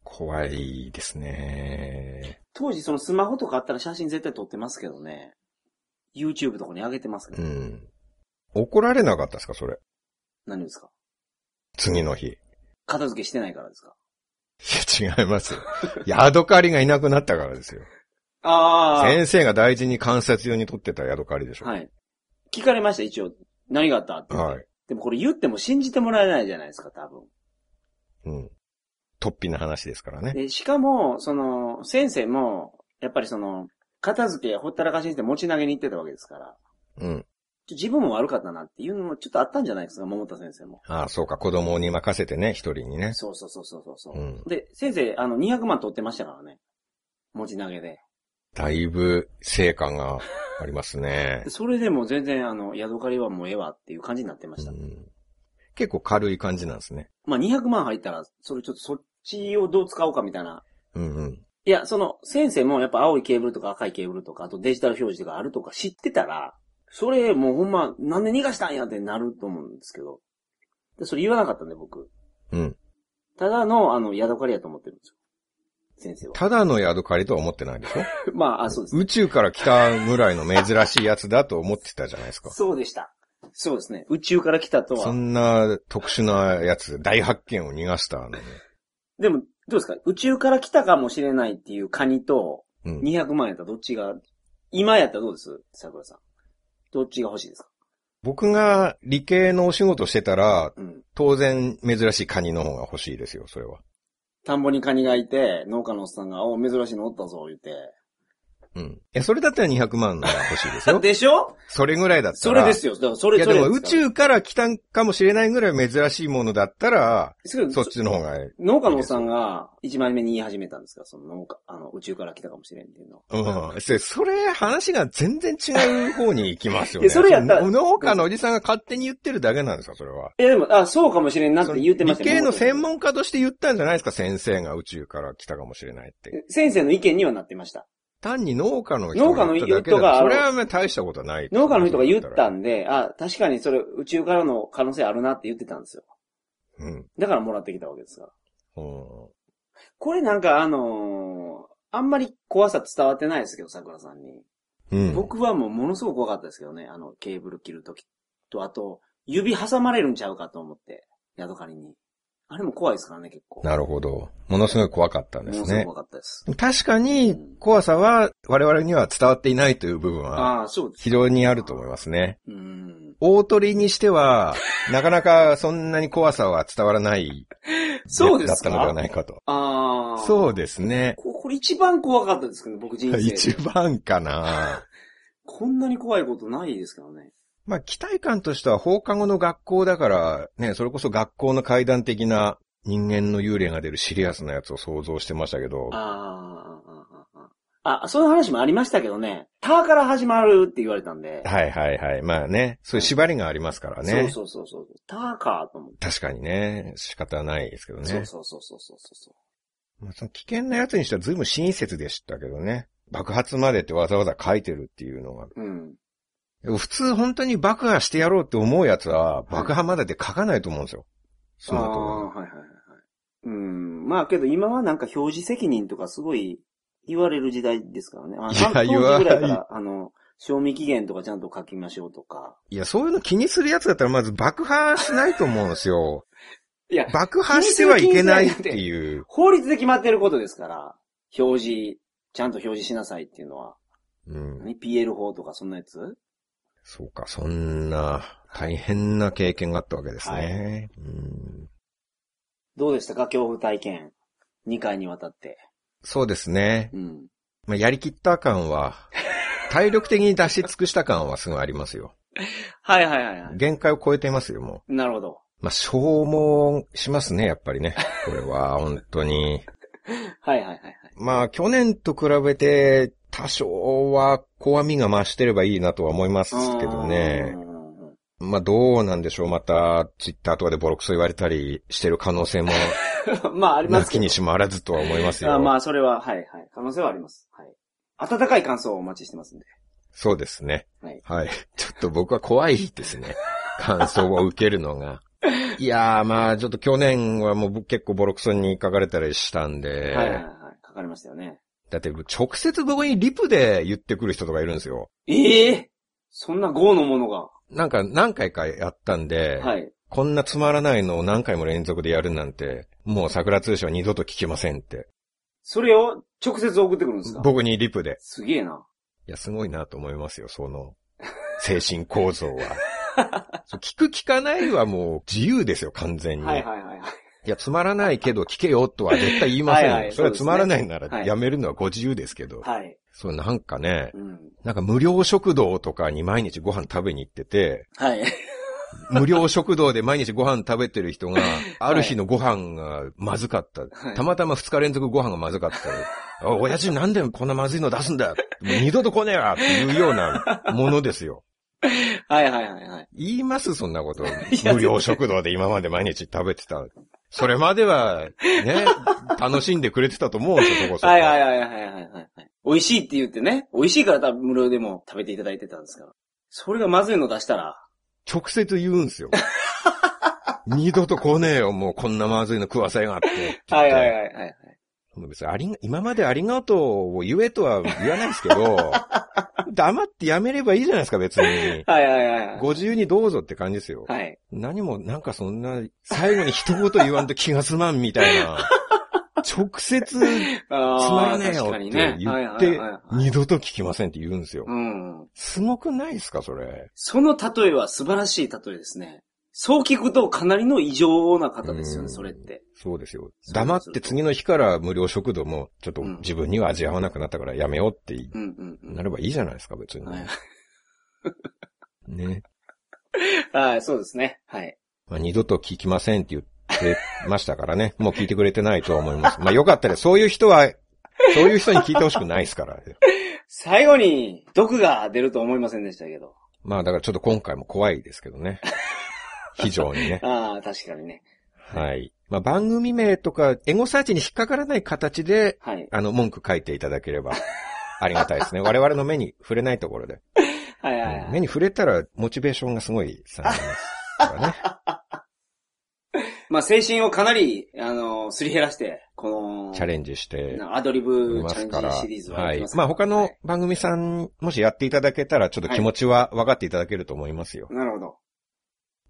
[SPEAKER 2] 怖いですね。
[SPEAKER 3] 当時そのスマホとかあったら写真絶対撮ってますけどね。YouTube とかに上げてますけ
[SPEAKER 2] う
[SPEAKER 3] ど、
[SPEAKER 2] ん。怒られなかったですか、それ。
[SPEAKER 3] 何ですか
[SPEAKER 2] 次の日。い
[SPEAKER 3] 片付けしてないからですか
[SPEAKER 2] や、違い ますよ。ヤドカリがいなくなったからですよ。
[SPEAKER 3] あ
[SPEAKER 2] 先生が大事に観察用に撮ってたヤドカリでしょ。
[SPEAKER 3] はい。聞かれました、一応。何があったって言って
[SPEAKER 2] はい。
[SPEAKER 3] でもこれ言っても信じてもらえないじゃないですか、多分。
[SPEAKER 2] うん。突飛な話ですからね。
[SPEAKER 3] で、しかも、その、先生も、やっぱりその、片付け、ほったらかしにして持ち投げに行ってたわけですから、
[SPEAKER 2] うん。
[SPEAKER 3] ちょ自分も悪かったなっていうのもちょっとあったんじゃないですか、桃田先生も。
[SPEAKER 2] ああ、そうか、子供に任せてね、一人にね。
[SPEAKER 3] そうそうそうそうそう。
[SPEAKER 2] うん
[SPEAKER 3] で、先生、あの、200万取ってましたからね。持ち投げで。
[SPEAKER 2] だいぶ成果がありますね
[SPEAKER 3] で。それでも全然、あの、宿借りはもうええわっていう感じになってました。
[SPEAKER 2] うん結構軽い感じなんですね。
[SPEAKER 3] まあ、200万入ったら、それちょっとそっちをどう使おうかみたいな。
[SPEAKER 2] うんうん。
[SPEAKER 3] いや、その、先生もやっぱ青いケーブルとか赤いケーブルとか、あとデジタル表示があるとか知ってたら、それもうほんま、なんで逃がしたんやってなると思うんですけど。で、それ言わなかったんで、僕。
[SPEAKER 2] うん。
[SPEAKER 3] ただの、あの、宿借りやと思ってるんですよ。先生は。
[SPEAKER 2] ただのヤドカリとは思ってないでしょ
[SPEAKER 3] ま あ、あ、そうです。
[SPEAKER 2] 宇宙から来たぐらいの珍しいやつだと思ってたじゃないですか。
[SPEAKER 3] そうでした。そうですね。宇宙から来たと
[SPEAKER 2] そ
[SPEAKER 3] は。
[SPEAKER 2] んな特殊なやつ、大発見を逃がしたのに。
[SPEAKER 3] でも、どうですか宇宙から来たかもしれないっていうカニと、
[SPEAKER 2] うん。
[SPEAKER 3] 200万やったらどっちが、今やったらどうです桜さん。どっちが欲しいですか
[SPEAKER 2] 僕が理系のお仕事してたら、
[SPEAKER 3] うん。
[SPEAKER 2] 当然珍しいカニの方が欲しいですよ、それは。
[SPEAKER 3] 田んぼにカニがいて、農家のおっさんが、お、珍しいのおったぞ、言って。
[SPEAKER 2] うん。いや、それだったら200万の方が欲しい ですよ。
[SPEAKER 3] でしょ
[SPEAKER 2] それぐらいだった
[SPEAKER 3] そ
[SPEAKER 2] ら。
[SPEAKER 3] れですよ。だからそ
[SPEAKER 2] い
[SPEAKER 3] れ、
[SPEAKER 2] や、
[SPEAKER 3] そ
[SPEAKER 2] で
[SPEAKER 3] れ
[SPEAKER 2] も
[SPEAKER 3] す
[SPEAKER 2] 宇宙から来たんかもしれないぐらい珍しいものだったら、
[SPEAKER 3] から
[SPEAKER 2] そっちの方が、
[SPEAKER 3] 農家のおっさんが、一番目に言い始めたんですかその農家、あの、宇宙から来たかもしれんっていうのは。
[SPEAKER 2] うん。そそれ、話が全然違う方に行きますよね。
[SPEAKER 3] いやそれやったら
[SPEAKER 2] の農家のおじさんが勝手に言ってるだけなんですよ、それは。
[SPEAKER 3] いやでも、あ、そうかもしれんなって言ってました
[SPEAKER 2] 理系の専
[SPEAKER 3] 門
[SPEAKER 2] 門家として言ったんじゃないですか、先生が宇宙から来たかもしれないって。
[SPEAKER 3] 先生の意見にはなってました。
[SPEAKER 2] 単に農家の人
[SPEAKER 3] 農家
[SPEAKER 2] が
[SPEAKER 3] の
[SPEAKER 2] 言っただけだ
[SPEAKER 3] 人が
[SPEAKER 2] それはまあ大したことはない。
[SPEAKER 3] 農家の人が言った。んで、あ、確かにそれ宇宙からの可能性あるなって言ってたんですよ。
[SPEAKER 2] うん。
[SPEAKER 3] だからもらってきたわけですから。
[SPEAKER 2] うん
[SPEAKER 3] これなんかあのーあんまり怖さ伝わってないですけど、桜さんに。
[SPEAKER 2] うん。
[SPEAKER 3] 僕はもうものすごく怖かったですけどね、あの、ケーブル切るときと、あと、指挟まれるんちゃうかと思って、宿狩りに。あれも怖いですからね、結構。
[SPEAKER 2] なるほど。ものすごい怖かったんで
[SPEAKER 3] もの
[SPEAKER 2] す
[SPEAKER 3] すごく
[SPEAKER 2] ね
[SPEAKER 3] 怖。かったです。
[SPEAKER 2] 確かに怖さは我々には伝わっていないという部分は
[SPEAKER 3] ああ、そうです。
[SPEAKER 2] 非常にあると思いますね。
[SPEAKER 3] うん。
[SPEAKER 2] 大鳥にして は、なかなかそんなに怖さは伝わらない、
[SPEAKER 3] そうですか
[SPEAKER 2] だったのではないかと。
[SPEAKER 3] ああ。
[SPEAKER 2] そう
[SPEAKER 3] で
[SPEAKER 2] ですね。
[SPEAKER 3] ここれ一番怖かったですけど、僕人生で。
[SPEAKER 2] 一番か な。
[SPEAKER 3] こんなに怖いことないですからね。
[SPEAKER 2] まあ、期待感としては放課後の学校だから、ね、それこそ学校の階段的な人間の幽霊が出るシリアスなやつを想像してましたけど、
[SPEAKER 3] あーあー、あーあー、その話もありましたけどね、ターから始まるって言われたんで。
[SPEAKER 2] はいはいはい。まあね、そういう縛りがありますからね。
[SPEAKER 3] そうそうそうそう。ターかと思って。
[SPEAKER 2] 確かにね、仕方ないですけどね。
[SPEAKER 3] そうそうそうそうそうそう。
[SPEAKER 2] まあ、その危険なやつにしては随分親切でしたけどね。爆発までってわざわざ書いてるっていうのが。
[SPEAKER 3] うん。
[SPEAKER 2] でも普通本当に爆破してやろうって思うやつは、爆破までって書かないと思うんですよ。そ
[SPEAKER 3] あ
[SPEAKER 2] うだと
[SPEAKER 3] あー、
[SPEAKER 2] 思
[SPEAKER 3] はいはいはいはい。うん。まあけど今はなんか表示責任とかすごい言われる時代ですからね。あ
[SPEAKER 2] いや
[SPEAKER 3] 当時
[SPEAKER 2] 言わ
[SPEAKER 3] ぐらいから、あの、賞味期限とかちゃんと書きましょうとか。
[SPEAKER 2] いや、そういうの気にするやつだったらまず爆破しないと思うんです よ。
[SPEAKER 3] いや、
[SPEAKER 2] 爆破してはいけないっていう。
[SPEAKER 3] 法律で決まってることですから、表示、ちゃんと表示しなさいっていうのは。
[SPEAKER 2] うん。
[SPEAKER 3] 何 ?PL 法とかそんなやつ
[SPEAKER 2] そうか、そんな大変な経験があったわけですね。うん、
[SPEAKER 3] どうでしたか恐怖体験。2回にわたって。
[SPEAKER 2] そうですね。
[SPEAKER 3] うん。
[SPEAKER 2] まあ、やりきった感 は、体力的に出し尽くした感はすごいありますよ。
[SPEAKER 3] はいはいはいはい。
[SPEAKER 2] 限界を超えてますよ、も
[SPEAKER 3] なるほど。
[SPEAKER 2] う。まあ、消耗しますね、やっぱりね。これ は、本当に。
[SPEAKER 3] はいはいはいはい。
[SPEAKER 2] まあ、去年と比べて、多少は、こわみが増してればいいなとは思いますけどね
[SPEAKER 3] う。んうんうんうん。
[SPEAKER 2] まあ、どうなんでしょう。また、ツイッターとかでボロクソ言われたりしてる可能性も、
[SPEAKER 3] ま あありま
[SPEAKER 2] な
[SPEAKER 3] すけ
[SPEAKER 2] き
[SPEAKER 3] ど
[SPEAKER 2] にしもあらずとは思います
[SPEAKER 3] あ
[SPEAKER 2] よ。
[SPEAKER 3] まあそれは、はいはい。可能性はあります。はい。温かい感想をお待ちしてますんで。
[SPEAKER 2] そうですね。
[SPEAKER 3] はい
[SPEAKER 2] はい。ちょっと僕は怖いですね。感想を受けるのが。いやーまあちょっと去年はもう結構ボロクソに書かれたりしたんで、
[SPEAKER 3] はいはいはい。かかりましたよね。
[SPEAKER 2] だって直接僕にリプで言ってくる人とかいるんですよ。
[SPEAKER 3] ええそんな豪のものが。
[SPEAKER 2] なんか何回かやったんで、
[SPEAKER 3] はい。
[SPEAKER 2] こんなつまらないのを何回も連続でやるなんて、もう桜通信は二度と聞けませんって。
[SPEAKER 3] それを直接送ってくるんですか
[SPEAKER 2] 僕にリプで。
[SPEAKER 3] すげえな。
[SPEAKER 2] いや、すごいなと思いますよ、その、精神構造は。 そう聞く聞かないはもう自由ですよ、完全に。
[SPEAKER 3] はいはいはいはい。
[SPEAKER 2] いや、つまらないけど聞けよとは絶対言いませんよ。
[SPEAKER 3] はいはい
[SPEAKER 2] それは
[SPEAKER 3] そうです
[SPEAKER 2] つ
[SPEAKER 3] ね
[SPEAKER 2] まらないなら
[SPEAKER 3] はい
[SPEAKER 2] やめるのはご自由ですけど。
[SPEAKER 3] はい。
[SPEAKER 2] そう、なんかね
[SPEAKER 3] う、ん。
[SPEAKER 2] なんか無料食堂とかに毎日ご飯食べに行ってて、
[SPEAKER 3] はい。
[SPEAKER 2] 無料食堂で毎日ご飯食べてる人が、ある日のご飯がまずかった。
[SPEAKER 3] はい
[SPEAKER 2] たまたま二日連続ご飯がまずか った。お親父なんでこんなまずいの出すんだもう二度と来ねえわっていうようなものですよ。
[SPEAKER 3] はいはいはいはい。
[SPEAKER 2] 言いますそんな こと
[SPEAKER 3] 絶。対
[SPEAKER 2] 無料食堂で今まで毎日食べてた。それまでは、 ね、楽しんでくれてたと思うんですよ、そこそこ。
[SPEAKER 3] はいはいはいはいはいはいはい。美味しいって言ってね。美味しいから多分無料でも食べていただいてたんですから。それがまずいの出したら。
[SPEAKER 2] 直接言うん ですよ。二度と来ねえよ、もうこんなまずいの食わせやがってって。
[SPEAKER 3] はいはいはいはいはい。
[SPEAKER 2] もう別にありが、今までありがとうを言えとは言わないですけど、 黙ってやめればいいじゃないですか、別に。
[SPEAKER 3] はいはいはいはい。
[SPEAKER 2] ご自由にどうぞって感じですよ。
[SPEAKER 3] はい。
[SPEAKER 2] 何も、なんかそんな、最後に一言言わんと気が済まんみたい な。直接
[SPEAKER 3] つま
[SPEAKER 2] つまらねえよって言って、二度と聞きませんって言うんですよ。
[SPEAKER 3] うん。
[SPEAKER 2] すごくないですか、それ。
[SPEAKER 3] その例えは素晴らしい例えですね。そう聞くとかなりの異常な方ですよ
[SPEAKER 2] う
[SPEAKER 3] ね、
[SPEAKER 2] ん
[SPEAKER 3] それって。
[SPEAKER 2] そうですよ。
[SPEAKER 3] そう
[SPEAKER 2] 黙って次の日から無料食堂も、ちょっと
[SPEAKER 3] うん
[SPEAKER 2] 自分には味合わなくなったからやめようって
[SPEAKER 3] うんうんうん。
[SPEAKER 2] なればいいじゃないですか、別に。
[SPEAKER 3] はい
[SPEAKER 2] ね。
[SPEAKER 3] はい、そうですね。はい。
[SPEAKER 2] まあ、二度と聞きませんって言ってましたからね。 もう聞いてくれてないとは思います。まあよかったです。そういう人は、そういう人に聞いてほしくないですから。
[SPEAKER 3] 最後に毒が出ると思いませんでしたけど。
[SPEAKER 2] まあだからちょっと今回も怖いですけど ね。非常にね。
[SPEAKER 3] ああ、確かにね。
[SPEAKER 2] はい。まあ、番組名とか、エゴサーチに引っかからない形で、
[SPEAKER 3] はい。
[SPEAKER 2] あの、文句書いていただけれ ば、ありがたいですね。我々の目に触れないところで。
[SPEAKER 3] はいはい
[SPEAKER 2] うん
[SPEAKER 3] は
[SPEAKER 2] 目
[SPEAKER 3] い。
[SPEAKER 2] に触れたら、モチベーションがすごい下がりますから ね。
[SPEAKER 3] まあ、精神をかなり、あの、すり減らして、この、
[SPEAKER 2] チャレンジして
[SPEAKER 3] アドリ
[SPEAKER 2] い
[SPEAKER 3] ブ
[SPEAKER 2] ま
[SPEAKER 3] チャレ
[SPEAKER 2] す
[SPEAKER 3] ン
[SPEAKER 2] から。
[SPEAKER 3] ジシリーズはやっ
[SPEAKER 2] は
[SPEAKER 3] て
[SPEAKER 2] い
[SPEAKER 3] ま。すか
[SPEAKER 2] ま
[SPEAKER 3] ら
[SPEAKER 2] あ、他の番組さん、もしやっていただけたら、ちょっと気持ちは分かっていただけると思いますよ。
[SPEAKER 3] なるほど。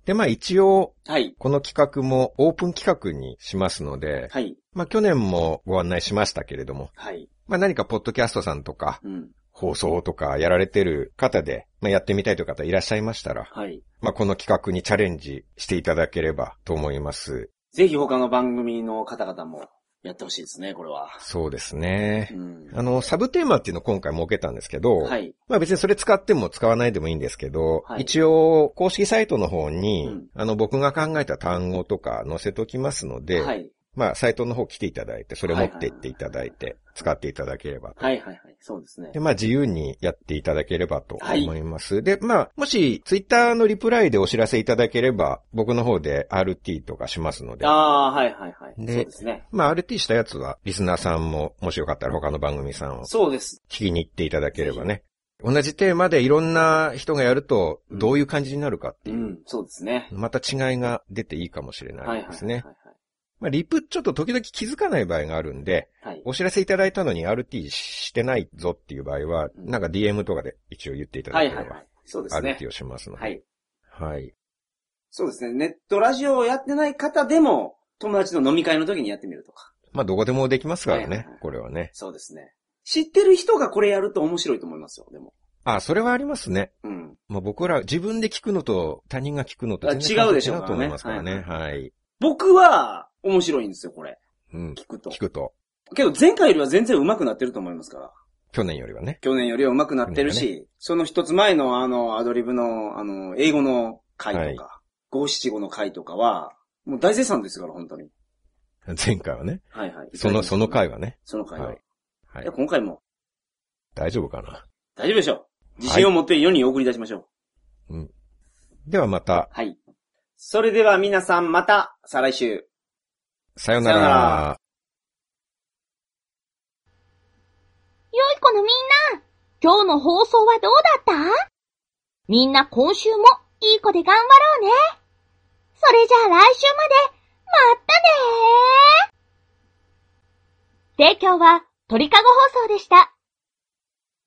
[SPEAKER 2] で、まあ、一応、
[SPEAKER 3] はい。
[SPEAKER 2] この企画もオープン企画にしますので、
[SPEAKER 3] はい。
[SPEAKER 2] まあ、去年もご案内しましたけれども、
[SPEAKER 3] はい。
[SPEAKER 2] まあ、何かポッドキャストさんとか、
[SPEAKER 3] うん。
[SPEAKER 2] 放送とかやられてる方で、まあ、やってみたいという方いらっしゃいましたら、
[SPEAKER 3] はい。
[SPEAKER 2] まあ、この企画にチャレンジしていただければと思います。
[SPEAKER 3] ぜひ他の番組の方々もやってほしいですね、これは。
[SPEAKER 2] そうですね
[SPEAKER 3] う。ん。
[SPEAKER 2] あの、サブテーマっていうのを今回設けたんですけど、
[SPEAKER 3] はい。
[SPEAKER 2] まあ別にそれ使っても使わないでもいいんですけど、
[SPEAKER 3] はい
[SPEAKER 2] 一応公式サイトの方に、
[SPEAKER 3] うん
[SPEAKER 2] あの僕が考えた単語とか載せときますので、
[SPEAKER 3] はい。
[SPEAKER 2] まあサイトの方来ていただいて、それ持って行っていただいて、使っていただければと
[SPEAKER 3] はいはいはい。そうですね
[SPEAKER 2] で、。まあ自由にやっていただければと思います。で、まあ、もし、ツイッターのリプライでお知らせいただければ、僕の方で RT とかしますので。
[SPEAKER 3] ああー、はいはいはい。そう
[SPEAKER 2] で
[SPEAKER 3] ですね。
[SPEAKER 2] まあ、RT したやつは、リスナーさんも、もしよかったら他の番組さんを聞
[SPEAKER 3] そうです。
[SPEAKER 2] きに行っていただければね。同じテーマでいろんな人がやると、どういう感じになるかって
[SPEAKER 3] う
[SPEAKER 2] いう、
[SPEAKER 3] ん、そうですね。
[SPEAKER 2] また違いが出ていいかもしれ
[SPEAKER 3] は
[SPEAKER 2] ないい
[SPEAKER 3] は
[SPEAKER 2] で
[SPEAKER 3] い
[SPEAKER 2] すね。
[SPEAKER 3] はいはい。
[SPEAKER 2] まあ、リプちょっと時々気づかない場合があるんで、
[SPEAKER 3] はい。
[SPEAKER 2] お知らせいただいたのに RT してないぞっていう場合は、
[SPEAKER 3] うん
[SPEAKER 2] なんか DM とかで一応言っていただ
[SPEAKER 3] は
[SPEAKER 2] け
[SPEAKER 3] い
[SPEAKER 2] れ
[SPEAKER 3] はい
[SPEAKER 2] ば
[SPEAKER 3] はい。そうですね。
[SPEAKER 2] RT をしますので。
[SPEAKER 3] はい。
[SPEAKER 2] はい。
[SPEAKER 3] そうですね。ネットラジオをやってない方でも、友達の飲み会の時にやってみるとか。
[SPEAKER 2] まあ、どこでもできますから
[SPEAKER 3] はいは
[SPEAKER 2] ね
[SPEAKER 3] いはい、
[SPEAKER 2] これはね。
[SPEAKER 3] そうですね。知ってる人がこれやると面白いと思いますよ、でも。
[SPEAKER 2] あ、それはありますね。
[SPEAKER 3] うん。
[SPEAKER 2] まあ、僕ら自分で聞くのと他人が聞くのと全然
[SPEAKER 3] あ違うでしょう
[SPEAKER 2] 関係ないと
[SPEAKER 3] からね
[SPEAKER 2] 思いますからね。はい。
[SPEAKER 3] 僕は、面白いんですよ、これ。
[SPEAKER 2] うん。
[SPEAKER 3] 聞くと
[SPEAKER 2] 聞。くと、
[SPEAKER 3] けど、前回よりは全然上手くなってると思いますから。
[SPEAKER 2] 去年よりはね。
[SPEAKER 3] 去年よりは上手くなってるし、その一つ前のあの、アドリブの、あの、英語の回とか、五七五の回とかは、もう大絶賛ですから、本当に。
[SPEAKER 2] 前回はね。
[SPEAKER 3] はいはい。
[SPEAKER 2] その、その。回はね。
[SPEAKER 3] その回は。
[SPEAKER 2] はいいはい
[SPEAKER 3] や、。今回も、
[SPEAKER 2] 大丈夫かな。
[SPEAKER 3] 大丈夫でしょう。自信を持って世に送り出しましょう。
[SPEAKER 2] ではまた、
[SPEAKER 3] はい。それでは皆さんまた、再来週。
[SPEAKER 2] さような
[SPEAKER 3] さような
[SPEAKER 2] ら
[SPEAKER 3] ら。
[SPEAKER 1] 良い子のみんな、今日の放送はどうだったみんな今週もいい子で頑張ろうね。それじゃあ来週まで、まったねー提供は鳥かご放送でした。